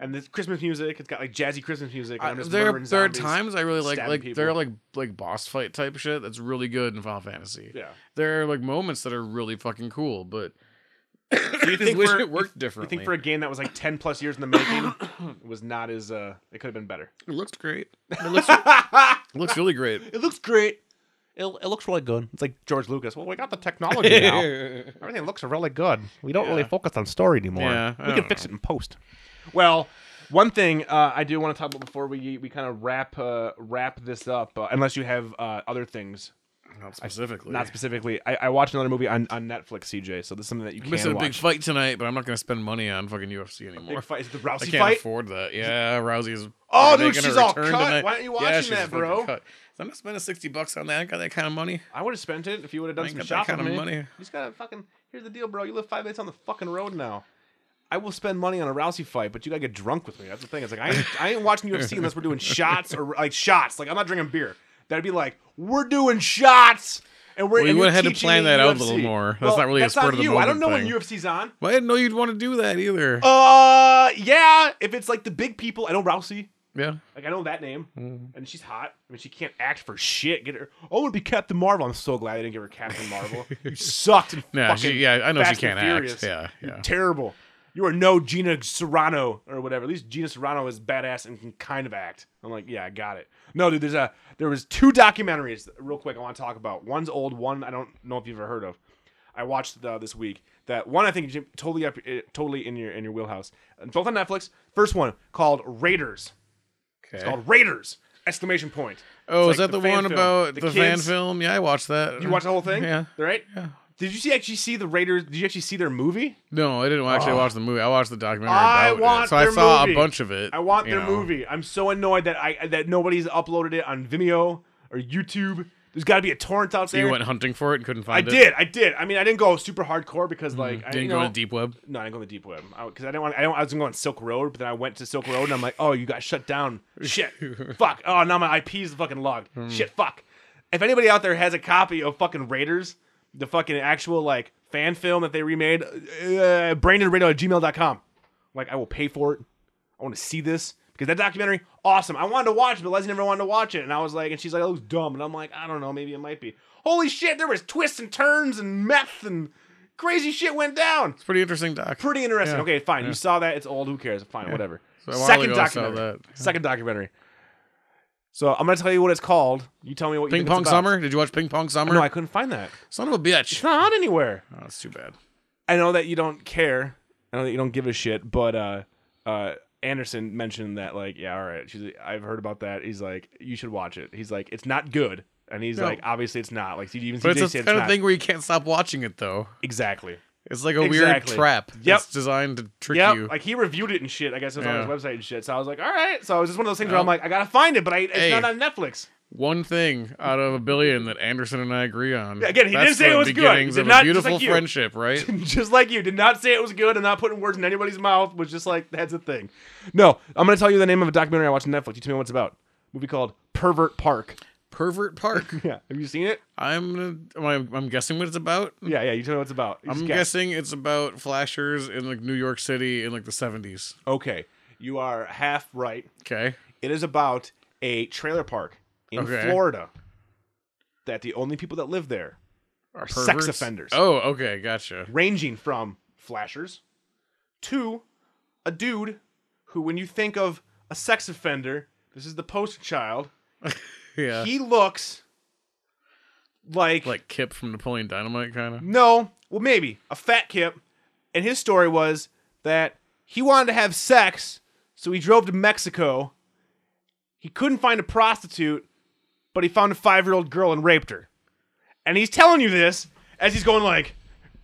S5: And this Christmas music, it's got like jazzy Christmas music. And
S6: I-
S5: I'm just
S6: Uh, there,
S5: murdering
S6: there are
S5: zombies,
S6: times I really like
S5: stabbing
S6: like
S5: people.
S6: there are like like boss fight type shit that's really good in Final Fantasy.
S5: Yeah. [COUGHS]
S6: There are like moments that are really fucking cool, but
S5: So you
S6: I just wish
S5: for-
S6: it worked
S5: You
S6: differently.
S5: think for a game that was like ten plus years in the
S6: [COUGHS]
S5: making, it was not as uh, it could have been better.
S6: it looks great. It looks, it looks really great.
S5: [LAUGHS] It looks great. It, it looks really good. It's like George Lucas. Well, we got the [LAUGHS] technology now. Everything looks really good. We don't really focus on story anymore.
S6: Yeah, I
S5: we can
S6: don't
S5: fix it in post. Well, one thing uh, I do want to talk about before we we kind of wrap uh, wrap this up, uh, unless you have uh, other things,
S6: Not specifically.
S5: not specifically. I, I watched another movie on, on Netflix, CJ. So this is something that you can
S6: missing a
S5: watch.
S6: big fight tonight, but I'm not going to spend money on fucking UFC anymore.
S5: Big fight. Is it the
S6: I
S5: Rousey
S6: can't
S5: fight?
S6: afford that. Yeah, Rousey's.
S5: Oh,
S6: fucking
S5: dude,
S6: making her
S5: she's all
S6: return
S5: cut.
S6: tonight.
S5: Why aren't you
S6: Yeah,
S5: watching
S6: she's
S5: that,
S6: fucking
S5: bro?
S6: cut. I'm not spending sixty bucks on that. I got that kind of money.
S5: I would have spent it if you would have done
S6: ain't
S5: some
S6: got that
S5: shopping.
S6: kind of
S5: man.
S6: money.
S5: You just gotta fucking. Here's the deal, bro. You live five minutes on the fucking road now. I will spend money on a Rousey fight, but you gotta get drunk with me. That's the thing. It's like I ain't, I ain't watching
S6: [LAUGHS]
S5: UFC unless we're doing shots or like shots. Like I'm not drinking beer. That'd be like we're doing shots. And we're
S6: Well,
S5: and
S6: you
S5: you're
S6: would've had to
S5: teaching
S6: plan
S5: me
S6: that out
S5: UFC.
S6: a little more. That's
S5: Well,
S6: not really a
S5: that's on
S6: spur of the
S5: you. I don't
S6: moment
S5: know
S6: thing.
S5: when UFC's on.
S6: Well, I didn't know you'd want to do that either.
S5: Uh, yeah. If it's like the big people, I know Rousey.
S6: yeah.
S5: Like I know that name,
S6: Mm.
S5: and she's hot. I mean, she can't act for shit. Get her. I want to be Captain Marvel. I'm so glad they didn't give her Captain Marvel. you
S6: [LAUGHS]
S5: sucked. in
S6: Yeah, she-
S5: fucking
S6: yeah, I know she
S5: Fast and
S6: can't act.
S5: Furious.
S6: Yeah,
S5: You're
S6: yeah.
S5: terrible. You are no Gina Serrano or whatever. At least Gina Serrano is badass and can kind of act. I'm like, yeah, I got it. No, dude, there's a there was two documentaries real quick I want to talk about. One's old, one I don't know if you've ever heard of. I watched uh, this week. That one I think Jim, totally up, eh, totally in your in your wheelhouse. Both on Netflix. First one called Raiders.
S6: Okay.
S5: It's called Raiders! Exclamation point.
S6: Oh,
S5: It's
S6: is
S5: like
S6: that the,
S5: fan
S6: one
S5: film.
S6: about the, fan
S5: kids-
S6: film? Yeah, I watched that.
S5: You watch the whole thing?
S6: Yeah.
S5: Right? Did you see actually see the Raiders? Did you actually see their movie?
S6: No, I didn't actually watch the movie. I watched the documentary
S5: Oh. I
S6: about
S5: want
S6: it. So
S5: their
S6: I saw
S5: movie.
S6: a bunch of it.
S5: I want
S6: you
S5: their
S6: know.
S5: movie. I'm so annoyed that I that nobody's uploaded it on Vimeo or YouTube. There's got to be a torrent out
S6: You
S5: there.
S6: went hunting for it and couldn't
S5: I
S6: find it. Mm-hmm.
S5: did. I did. I mean, I didn't go super hardcore because like I
S6: Didn't
S5: you
S6: go
S5: know,
S6: to deep web.
S5: No, I didn't go on the deep web because I, didn't want. I, don't, I was going to go on Silk Road, but then I went to Silk Road and I'm like, oh, you got shut down. Shit, fuck. Oh, now my IP is fucking logged. Shit, fuck. If anybody out there has a copy of fucking Raiders, the fucking actual like fan film that they remade, uh, BrandonRadio at gmail.com. Like, I will pay for it. I want to see this because that documentary, awesome. I wanted to watch it, but Leslie never wanted to watch it, and I was like, and she's like, "That looks dumb," and I'm like, "I don't know, maybe it might be." Holy shit, there was twists and turns and meth and crazy shit went down
S6: Pretty interesting doc.
S5: pretty interesting.
S6: Yeah.
S5: Okay, fine. You saw that. It's old. Who cares? Fine, whatever.
S6: So a while
S5: Second
S6: ago I saw
S5: documentary.
S6: that. Yeah.
S5: Second documentary. So I'm gonna tell you what it's called. You tell me what you
S6: Ping
S5: think it's
S6: Pong
S5: about.
S6: Summer? Did you watch Ping Pong Summer?
S5: No, I couldn't find that.
S6: Son of a bitch.
S5: It's not on anywhere.
S6: Oh, that's too bad.
S5: I know that you don't care. I know that you don't give a shit. But uh, uh, Anderson mentioned that like, yeah, all right. She's like, I've heard about that. He's like, you should watch it. He's like, it's not good. And he's
S6: No.
S5: like, obviously it's not. Like, did you even
S6: But
S5: CJ
S6: it's
S5: said
S6: the
S5: it's
S6: kind of
S5: not.
S6: thing where you can't stop watching it, though.
S5: Exactly.
S6: It's like a
S5: Exactly.
S6: weird trap.
S5: Yep.
S6: It's designed to trick
S5: Yeah,
S6: you.
S5: like he reviewed it and shit. I guess it was on
S6: Yeah.
S5: his website and shit. So I was like, all right. So it was just one of those things where I'm like, I gotta find it, but I, it's
S6: Hey.
S5: not on Netflix. [LAUGHS]
S6: One thing out of a billion that Anderson and I agree on.
S5: Again, he
S6: That's
S5: didn't say
S6: the
S5: it was good. He
S6: beginnings
S5: did
S6: of
S5: not- just
S6: a beautiful
S5: like you.
S6: friendship, right? [LAUGHS]
S5: just like you, did not say it was good and not putting words in anybody's mouth. Was just like that's a thing. No, I'm gonna tell you the name of a documentary I watched on Netflix. You tell me what it's about. movie called Pervert Park. [LAUGHS]
S6: Pervert Park.
S5: Yeah, have you seen it?
S6: I'm, I'm I'm guessing what it's about.
S5: Yeah, yeah. You tell me what it's about. You
S6: I'm
S5: just guess.
S6: guessing it's about flashers in like New York City in like the 70s.
S5: Okay, you are half right.
S6: Okay.
S5: It is about a trailer park in
S6: Okay.
S5: Florida. That the only people that live there are sex
S6: Perverts?
S5: offenders.
S6: Oh, okay, gotcha.
S5: ranging from flashers to a dude who, when you think of a sex offender, this is the poster child.
S6: Yeah.
S5: He looks like,
S6: like Kip from Napoleon Dynamite, kind of.
S5: no, well, maybe a fat kip. And his story was that he wanted to have sex, so he drove to Mexico. He couldn't find a prostitute, but he found a five-year-old girl and raped her. And he's telling you this as he's going like,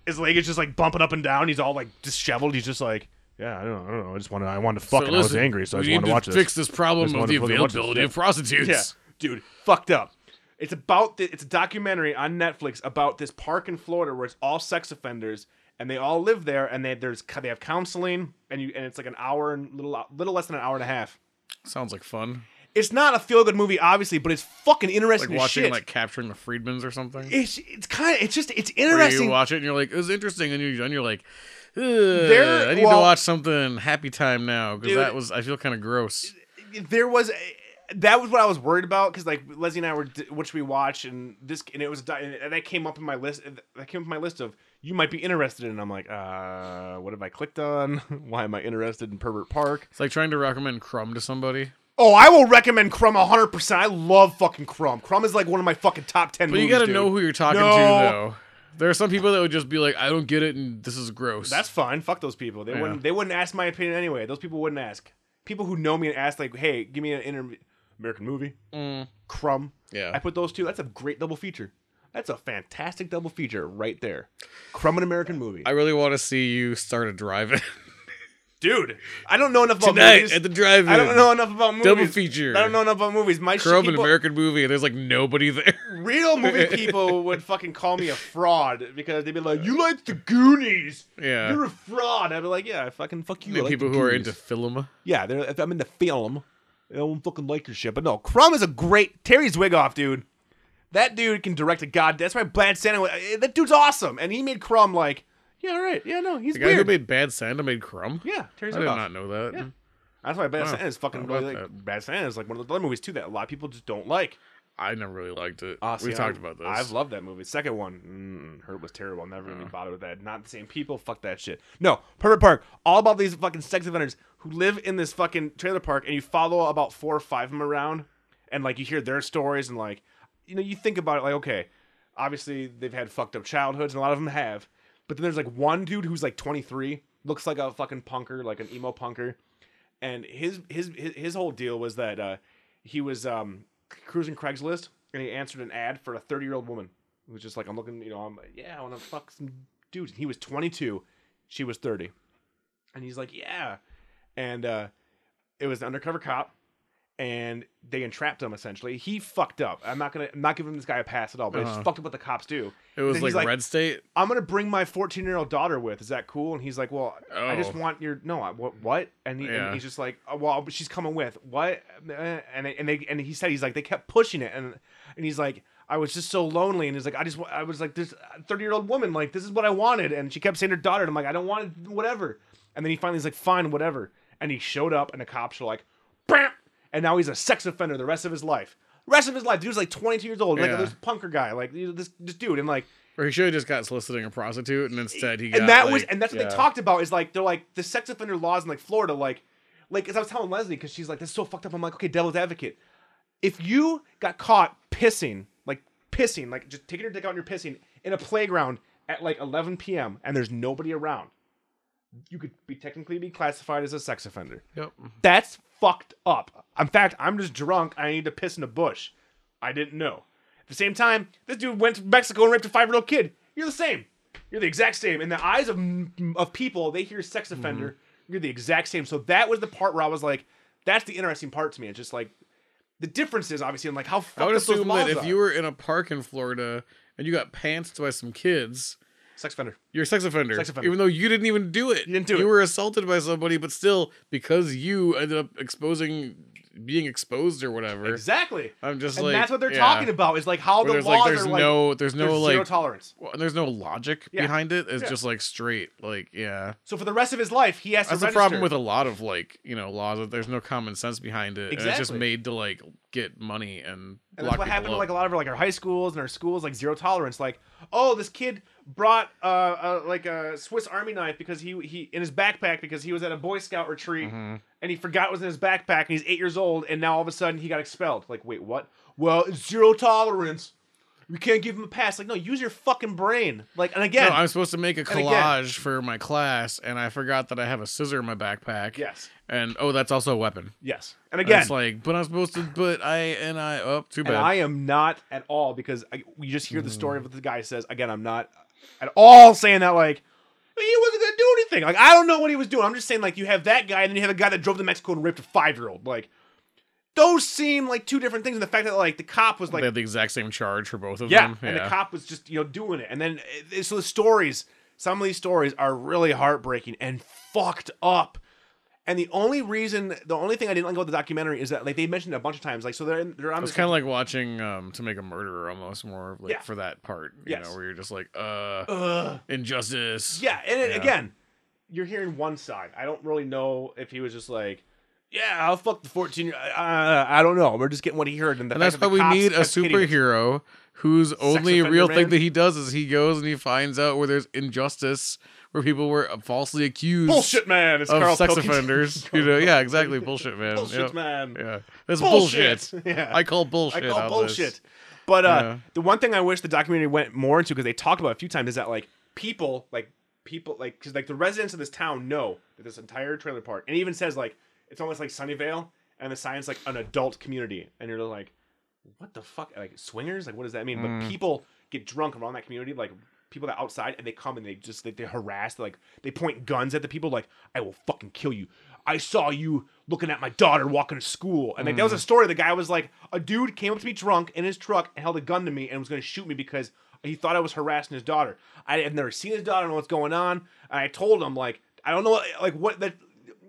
S5: his leg is just like bumping up and down. He's all like disheveled. He's just like, yeah, I don't know, I don't know. I just wanted, I wanted to fuck, and I was angry, so I
S6: we
S5: just
S6: need
S5: wanted to watch this.
S6: fix this problem
S5: wanted
S6: of the
S5: to fucking watch this,
S6: availability
S5: yeah.
S6: of prostitutes.
S5: Yeah, dude, fucked up. It's about the, it's a documentary on Netflix about this park in Florida where it's all sex offenders and they all live there and they there's they have counseling and you and it's like an hour and little little less than an hour and a half.
S6: Sounds like fun.
S5: It's not a feel good movie, obviously, but it's fucking
S6: Like
S5: interesting. as
S6: watching,
S5: shit.
S6: like capturing the Freedmans or something.
S5: it's it's kind of it's just it's
S6: Where you
S5: interesting.
S6: watch it and you're like, it was interesting, and you're done. You're like, "Ugh,
S5: There-
S6: I need
S5: well-
S6: to watch something Happy Time now because
S5: Dude.
S6: that was I feel kind of gross.
S5: there was a, that was what I was worried about because like Leslie and I were d- what should we watch and this and it was di- and that came up in my list that came up in my list of you might be interested in and I'm like uh what have I clicked on [LAUGHS] why am I interested in Pervert Park
S6: It's like trying to recommend Crumb to somebody.
S5: oh I will recommend Crumb 100 percent I love fucking Crumb Crumb is like one of my fucking top ten
S6: But you
S5: movies,
S6: gotta
S5: dude.
S6: know who you're talking
S5: No.
S6: to, though. There are some people that would just be like, "I don't get it," and this is gross.
S5: that's fine fuck those people they
S6: Yeah.
S5: wouldn't they wouldn't ask my opinion anyway those people wouldn't ask people who know me and ask like hey give me an inter- American movie
S6: Mm.
S5: Crumb
S6: yeah.
S5: I put those two. That's a great double feature. That's a fantastic double feature right there. Crumb an American movie.
S6: I really want to see you start
S5: [LAUGHS]
S6: a drive-in
S5: Dude, I don't know enough about
S6: tonight
S5: movies.
S6: at the drive-in.
S5: I don't know enough about movies.
S6: Double feature.
S5: I don't know enough about movies. My shit
S6: Crumb an
S5: people,
S6: American movie. and There's like nobody there.
S5: real movie people would fucking call me a fraud because they'd be like, "You like the Goonies?
S6: Yeah.
S5: you're a fraud." I'd be like, "Yeah, I fucking fuck you." I
S6: [LAUGHS] The
S5: like
S6: people
S5: the
S6: who are
S5: Goonies."
S6: into film.
S5: yeah, they're, if I'm into film, they don't fucking like your shit. But no, Crumb is a great Terry's wig off, dude. That dude can direct a god. That's why Bland Santa. eh, That dude's awesome, and he made Crumb like, yeah, all right, yeah, no, he's
S6: The guy who
S5: weird.
S6: made Bad Santa made Crumb.
S5: yeah, Terry's
S6: I
S5: wig
S6: did
S5: off.
S6: not know that.
S5: Yeah. That's why Bad
S6: Wow.
S5: Santa is fucking
S6: How about
S5: really like Bad Santa is like one of the other movies too that a lot of people just don't like.
S6: I never really liked it.
S5: Ah,
S6: we
S5: see,
S6: talked
S5: I-
S6: about this.
S5: I've loved that movie. Second one, mm, hurt was terrible. I'm never gonna be bothered with that. Not the same people. Fuck that shit. No, Perfect Park. All about these fucking sex offenders who live in this fucking trailer park, and you follow about four or five of them around, and like you hear their stories, and like you know you think about it like okay, obviously they've had fucked up childhoods, and a lot of them have. But then there's like one dude who's like 23, looks like a fucking punker, like an emo punker, and his his his, his whole deal was that uh, he was um, cruising Craigslist and he answered an ad for a 30 year old woman who was just like, "I'm looking, you know, I'm yeah, I want to fuck some dudes." And he was 22, she was 30, and he's like, "Yeah," and uh, it was an undercover cop. And they entrapped him essentially. He fucked up. I'm not gonna I'm not giving this guy a pass at all, but it's
S6: Uh-huh.
S5: fucked up what the cops do.
S6: it was
S5: Then
S6: like,
S5: he's
S6: Red State.
S5: I'm gonna bring my 14 year old daughter with. Is that cool? And he's like, well, I just
S6: Oh.
S5: want your no. I, what? What? And, he,
S6: Yeah.
S5: and he's just like, oh, well, she's coming with. What? Eh, And they, and they and he said he's like they kept pushing it and and he's like I was just so lonely and he's like I just wa- I was like this 30 year old woman like this is what I wanted and she kept saying her daughter and I'm like I don't want it, whatever. And then he finally is like fine whatever and he showed up and the cops were like, Bam! and now he's a sex offender the rest of his life. Rest of his life, dude's like 22 years old,
S6: Yeah.
S5: like this punker guy, like you know, this this dude, and like
S6: Or he should have just got soliciting a prostitute, and instead he got.
S5: and that was
S6: like-
S5: and that's what
S6: yeah.
S5: they talked about is like they're like the sex offender laws in like Florida like like as I was telling Leslie because she's like that's so fucked up I'm like okay devil's advocate if you got caught pissing like pissing like just taking your dick out and you're pissing in a playground at like 11 p.m. and there's nobody around you could be technically be classified as a sex offender
S6: Yep.
S5: that's fucked up. In fact, I'm just drunk. I need to piss in a bush. I didn't know. At the same time, this dude went to Mexico and raped a five year old kid. You're the same. You're the exact same. In the eyes of of people, they hear sex
S6: Mm-hmm.
S5: offender. You're the exact same. So that was the part where I was like, that's the interesting part to me. It's just like the differences, obviously, and like how fucked
S6: I would
S5: up those
S6: assume
S5: laws
S6: that if
S5: are.
S6: you were in a park in Florida and you got pantsed by some kids,
S5: sex offender.
S6: you're a sex offender.
S5: Sex offender.
S6: Even though you didn't even do it. You
S5: didn't do
S6: You
S5: it.
S6: were assaulted by somebody, but still, because you ended up exposing, being exposed or whatever.
S5: Exactly.
S6: I'm just
S5: and
S6: like.
S5: that's what they're
S6: yeah.
S5: talking about is like how
S6: Where
S5: the
S6: there's
S5: laws
S6: like, there's
S5: are like
S6: no, there's no
S5: there's
S6: like,
S5: zero tolerance.
S6: well, there's no logic
S5: Yeah.
S6: behind it. It's
S5: Yeah.
S6: just like straight, like yeah.
S5: So for the rest of his life, he has
S6: That's
S5: to
S6: the
S5: register.
S6: problem with a lot of like you know laws that there's no common sense behind it. And it's just
S5: Exactly.
S6: made to like get money and,
S5: And
S6: lock
S5: that's what
S6: people
S5: happened to
S6: up.
S5: like a lot of our, like our high schools and our schools like zero tolerance. Like, oh, this kid brought uh, uh like a Swiss Army knife because he he in his backpack because he was at a Boy Scout retreat
S6: Mm-hmm.
S5: and he forgot it was in his backpack and he's eight years old and now all of a sudden he got expelled. Like, wait, what? Well, it's zero tolerance. We can't give him a pass. Like, no, use your fucking brain. Like, and again,
S6: No, I'm supposed to make a
S5: again-
S6: collage for my class, and I forgot that I have a scissor in my backpack.
S5: yes,
S6: And oh, that's also a weapon.
S5: yes, and
S6: And
S5: again,
S6: It's like, but I'm supposed to, but I and I. Oh, too bad. Mm.
S5: And I am not at all because I, you just hear the story of what the guy says. Again, I'm not at all saying that like he wasn't gonna do anything. Like I don't know what he was doing. I'm just saying like you have that guy and then you have a guy that drove to Mexico and raped a five year old. Like those seem like two different things. And the fact that like the cop was like
S6: they had the exact same charge for both of
S5: yeah,
S6: them.
S5: and the cop was just you know doing it. And then uh, so the stories, some of these stories are really heartbreaking and fucked up. And the only reason, the only thing I didn't like about the documentary is that like they mentioned it a bunch of times. Like so they're in, they're on
S6: It's
S5: this-
S6: kind of like watching um, to make a murderer almost more like
S5: Yeah.
S6: for that part, you
S5: Yes.
S6: know, where you're just like, uh,
S5: Ugh.
S6: injustice.
S5: Yeah, and it,
S6: Yeah.
S5: again, you're hearing one side. I don't really know if he was just like, yeah, I'll fuck the 14 year uh, I don't know. We're just getting what he heard. And, the
S6: And
S5: fact
S6: that's
S5: that the
S6: why we
S5: cops
S6: need a
S5: kept hitting it.
S6: superhero whose only
S5: offender
S6: real
S5: man?
S6: thing that he does is he goes and he finds out where there's injustice, where people were falsely accused
S5: Bullshit man. It's
S6: of
S5: Carl
S6: sex
S5: Pilkington.
S6: offenders. you know, yeah, exactly. Bullshit, man.
S5: Bullshit,
S6: Yep.
S5: man.
S6: Yeah, that's
S5: Bullshit. [LAUGHS]
S6: bullshit.
S5: Yeah.
S6: I call
S5: [LAUGHS]
S6: bullshit.
S5: I call
S6: on
S5: bullshit.
S6: This.
S5: But uh,
S6: Yeah.
S5: the one thing I wish the documentary went more into because they talked about it a few times is that like people like people like because like the residents of this town know that this entire trailer park and it even says like it's almost like Sunnyvale and the sign's like an adult community and you're like what the fuck like swingers like what does that mean but people get drunk around that community like people that outside and they come and they just like they harass like they point guns at the people like i will fucking kill you i saw you looking at my daughter walking to school and like that was a story the guy was like a dude came up to me drunk in his truck and held a gun to me and was going to shoot me because he thought i was harassing his daughter i have never seen his daughter I don't know what's going on and i told him like i don't know like what that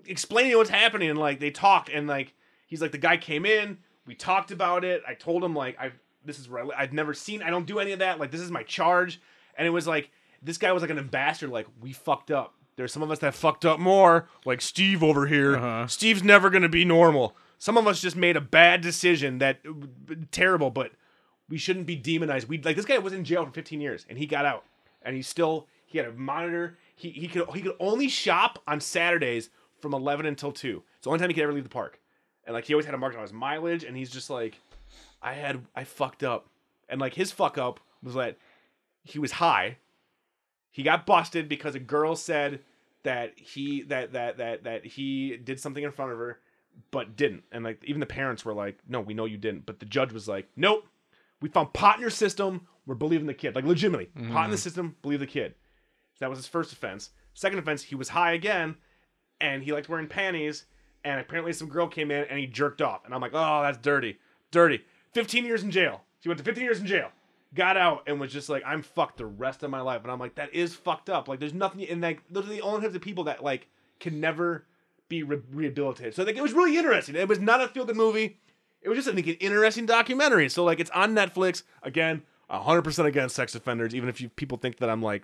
S5: explaining what's happening and like they talked and like he's like the guy came in we talked about it i told him like i've this is where I, li- i've never seen i don't do any of that like this is my charge and it was like this guy was like an ambassador like we fucked up there's some of us that fucked up more like steve over here steve's never gonna be normal some of us just made a bad decision that uh, terrible but we shouldn't be demonized. We like this guy was in jail for 15 years and he got out and he still he had a monitor. He he could he could only shop on Saturdays from 11 until 2. It's the only time he could ever leave the park. And like he always had a market on his mileage and he's just like I had I fucked up. And like his fuck up was that he was high. He got busted because a girl said that he that that that that he did something in front of her but didn't. And like even the parents were like, "No, we know you didn't." But the judge was like, "Nope. We found pot in your system. We're believing the kid. Like legitimately, pot in the system. Believe the kid. So that was his first offense. Second offense, he was high again, and he liked wearing panties. And apparently, some girl came in and he jerked off. And I'm like, oh, that's dirty, dirty. 15 years in jail. He went to 15 years in jail. Got out and was just like, I'm fucked the rest of my life. And I'm like, that is fucked up. Like, there's nothing. And like, those are the only types of people that like can never be re- rehabilitated. So like, it was really interesting. It was not a feel good movie it was just I think, an interesting documentary. So like it's on Netflix again. 100% against sex offenders even if you people think that I'm like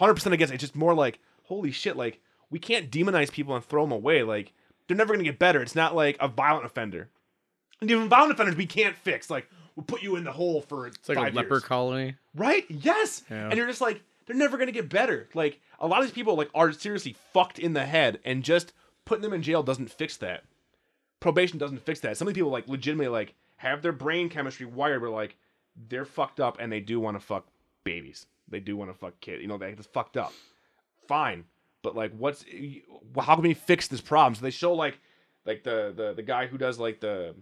S5: 100% against it. It's just more like holy shit like we can't demonize people and throw them away like they're never going to get better. It's not like a violent offender. And even violent offenders we can't fix like we'll put you in the hole for
S6: It's like
S5: five
S6: a leper
S5: years.
S6: colony.
S5: Right? Yes.
S6: Yeah.
S5: And you're just like, they're never gonna get better. Like a lot of these people like are seriously fucked in the head, and just putting them in jail doesn't fix that. Probation doesn't fix that. Some of the people like legitimately like have their brain chemistry wired, but like they're fucked up and they do want to fuck babies. They do want to fuck kids. You know, they it's fucked up. Fine, but like, what's how can we fix this problem? So they show like like the the the guy who does like the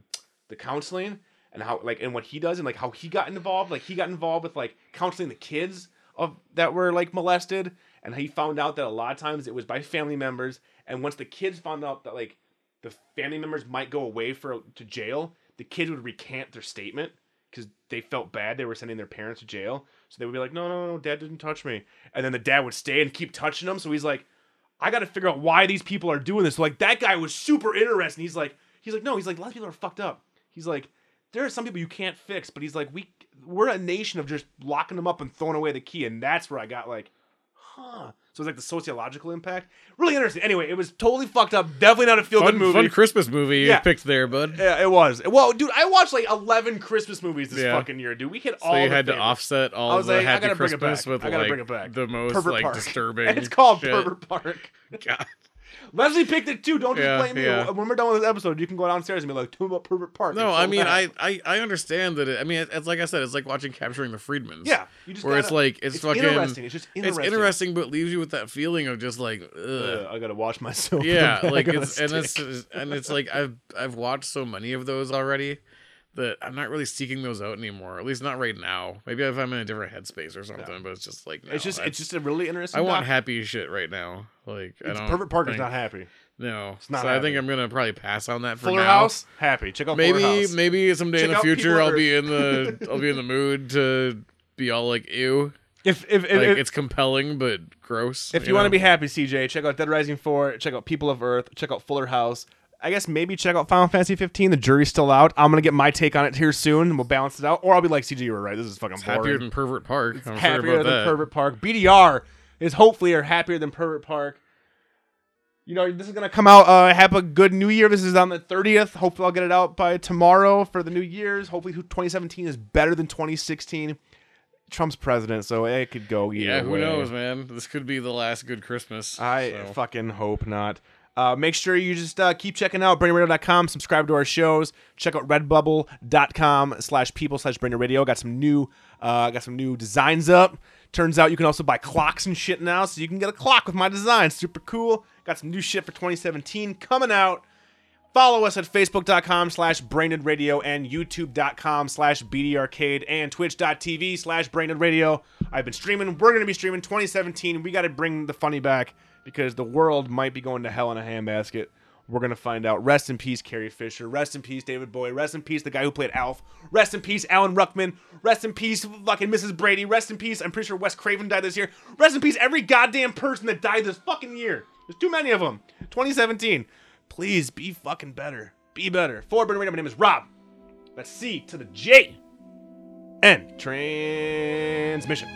S5: the counseling and how like and what he does and like how he got involved like he got involved with like counseling the kids of that were like molested and he found out that a lot of times it was by family members and once the kids found out that like the family members might go away for to jail the kids would recant their statement because they felt bad they were sending their parents to jail so they would be like no no no dad didn't touch me and then the dad would stay and keep touching them so he's like I got to figure out why these people are doing this. Like that guy was super interesting. He's like, he's like, no, he's like, a lot of people are fucked up. He's like, there are some people you can't fix, but he's like, we we're a nation of just locking them up and throwing away the key, and that's where I got like, huh. So it's like the sociological impact. Really interesting. Anyway, it was totally fucked up. Definitely not a feel good
S6: Fun,
S5: movie.
S6: fun Christmas movie
S5: Yeah.
S6: you picked there, bud.
S5: yeah, it was. Well, dude, I watched like eleven Christmas movies this
S6: Yeah.
S5: fucking year, dude. We hit all.
S6: So you
S5: the
S6: had to
S5: favorites.
S6: offset
S5: I
S6: all
S5: was
S6: the
S5: like, I
S6: Happy
S5: gotta bring it
S6: Christmas
S5: back.
S6: with
S5: I gotta
S6: like
S5: bring it back.
S6: the most
S5: Pervert
S6: like
S5: Park. [LAUGHS]
S6: disturbing.
S5: And it's called
S6: shit. [LAUGHS]
S5: Pervert Park.
S6: God.
S5: Leslie picked it too. Don't just
S6: Yeah,
S5: blame me.
S6: yeah.
S5: When we're done with this episode, you can go downstairs and be like, "Tell me about Pervert Park."
S6: No,
S5: It's
S6: I
S5: so
S6: mean, I,
S5: bad."
S6: I I understand that. It, I mean, it's, it's like I said, it's like watching Capturing the Freedmans.
S5: Yeah, you just
S6: where it's
S5: gotta-
S6: like it's,
S5: it's
S6: fucking
S5: interesting. It's just interesting.
S6: It's interesting, but it leaves you with that feeling of just like, ugh.
S5: Ugh, Uh, I gotta wash [LAUGHS] myself.
S6: yeah,
S5: I
S6: like
S5: gotta
S6: it's and it's
S5: stick.
S6: and it's like I've I've watched so many of those already that I'm not really seeking those out anymore. At least not right now. Maybe if I'm in a different headspace or something. But it's just like no,
S5: it's just
S6: I-
S5: it's just a really interesting.
S6: I want
S5: doc.
S6: happy shit right now. Like I don't.
S5: Pervert Park is
S6: think-
S5: not happy.
S6: No,
S5: not
S6: so I
S5: happy.
S6: think I'm gonna probably pass on that for
S5: Fuller
S6: now.
S5: House happy. Check out
S6: Maybe
S5: Fuller House.
S6: maybe someday
S5: Check
S6: in the
S5: out
S6: future
S5: people
S6: I'll
S5: that
S6: be in the
S5: [LAUGHS]
S6: I'll be in the mood to be all like ew.
S5: If if if,
S6: Like
S5: if,
S6: it's compelling but gross.
S5: if you want to
S6: know?
S5: be happy, CJ, check out Dead Rising Four. Check out People of Earth. Check out Fuller House. I guess maybe check out Final Fantasy 15. The jury's still out. I'm gonna get my take on it here soon, and we'll balance it out. Or I'll be like, CJ, you were right. This is fucking boring.
S6: happier than pervert park, I'm sorry
S5: happier
S6: about
S5: than
S6: that.
S5: Pervert Park. BDR is hopefully are happier than Pervert Park. you know, this is gonna come out. Uh, have a good New Year. This is on the thirtieth. Hopefully, I'll get it out by tomorrow for the New Year's. Hopefully, 2017 is better than 2016. Trump's president, so it could go either
S6: Yeah, who
S5: way.
S6: knows, man? This could be the last good Christmas.
S5: I
S6: so.
S5: fucking hope not. Uh, make sure you just uh, keep checking out BrainRadio.com. Subscribe to our shows. Check out Redbubble.com slash people slash BrainRadio. Got some new, uh, got some new designs up. Turns out you can also buy clocks and shit now, so you can get a clock with my design. Super cool. Got some new shit for 2017 coming out. Follow us at facebook.com slash brained radio and youtube.com slash bdarcade and twitch.tv slash brained radio. I've been streaming. We're going to be streaming 2017. We got to bring the funny back because the world might be going to hell in a handbasket. We're going to find out. Rest in peace, Carrie Fisher. Rest in peace, David Bowie. Rest in peace, the guy who played Alf. Rest in peace, Alan Ruckman. Rest in peace, fucking Mrs. Brady. Rest in peace, I'm pretty sure Wes Craven died this year. Rest in peace, every goddamn person that died this fucking year. There's too many of them. 2017 please be fucking better. Be better. For Burn Radio, my name is Rob. That's C to the J. N. Transmission.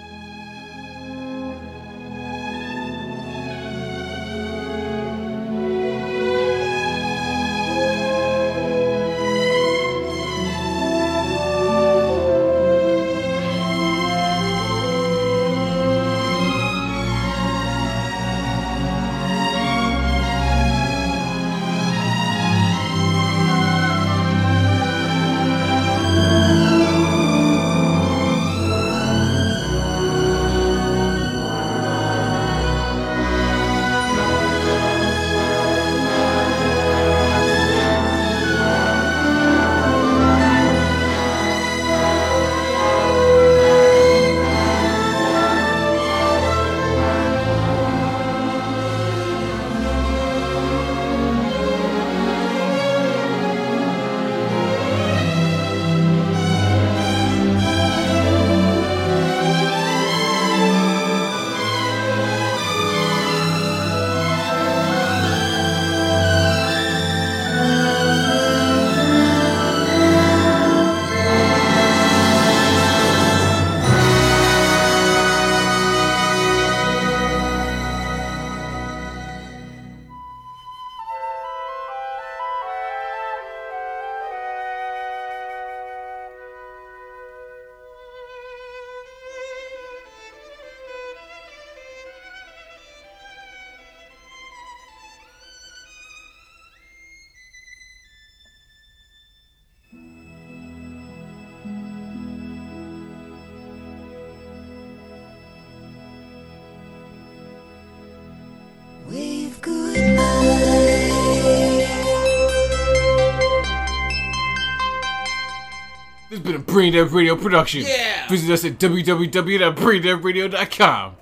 S7: Wave goodbye.
S8: This has been a Brain Dead Radio production. Visit us at www.braindeadradio.com.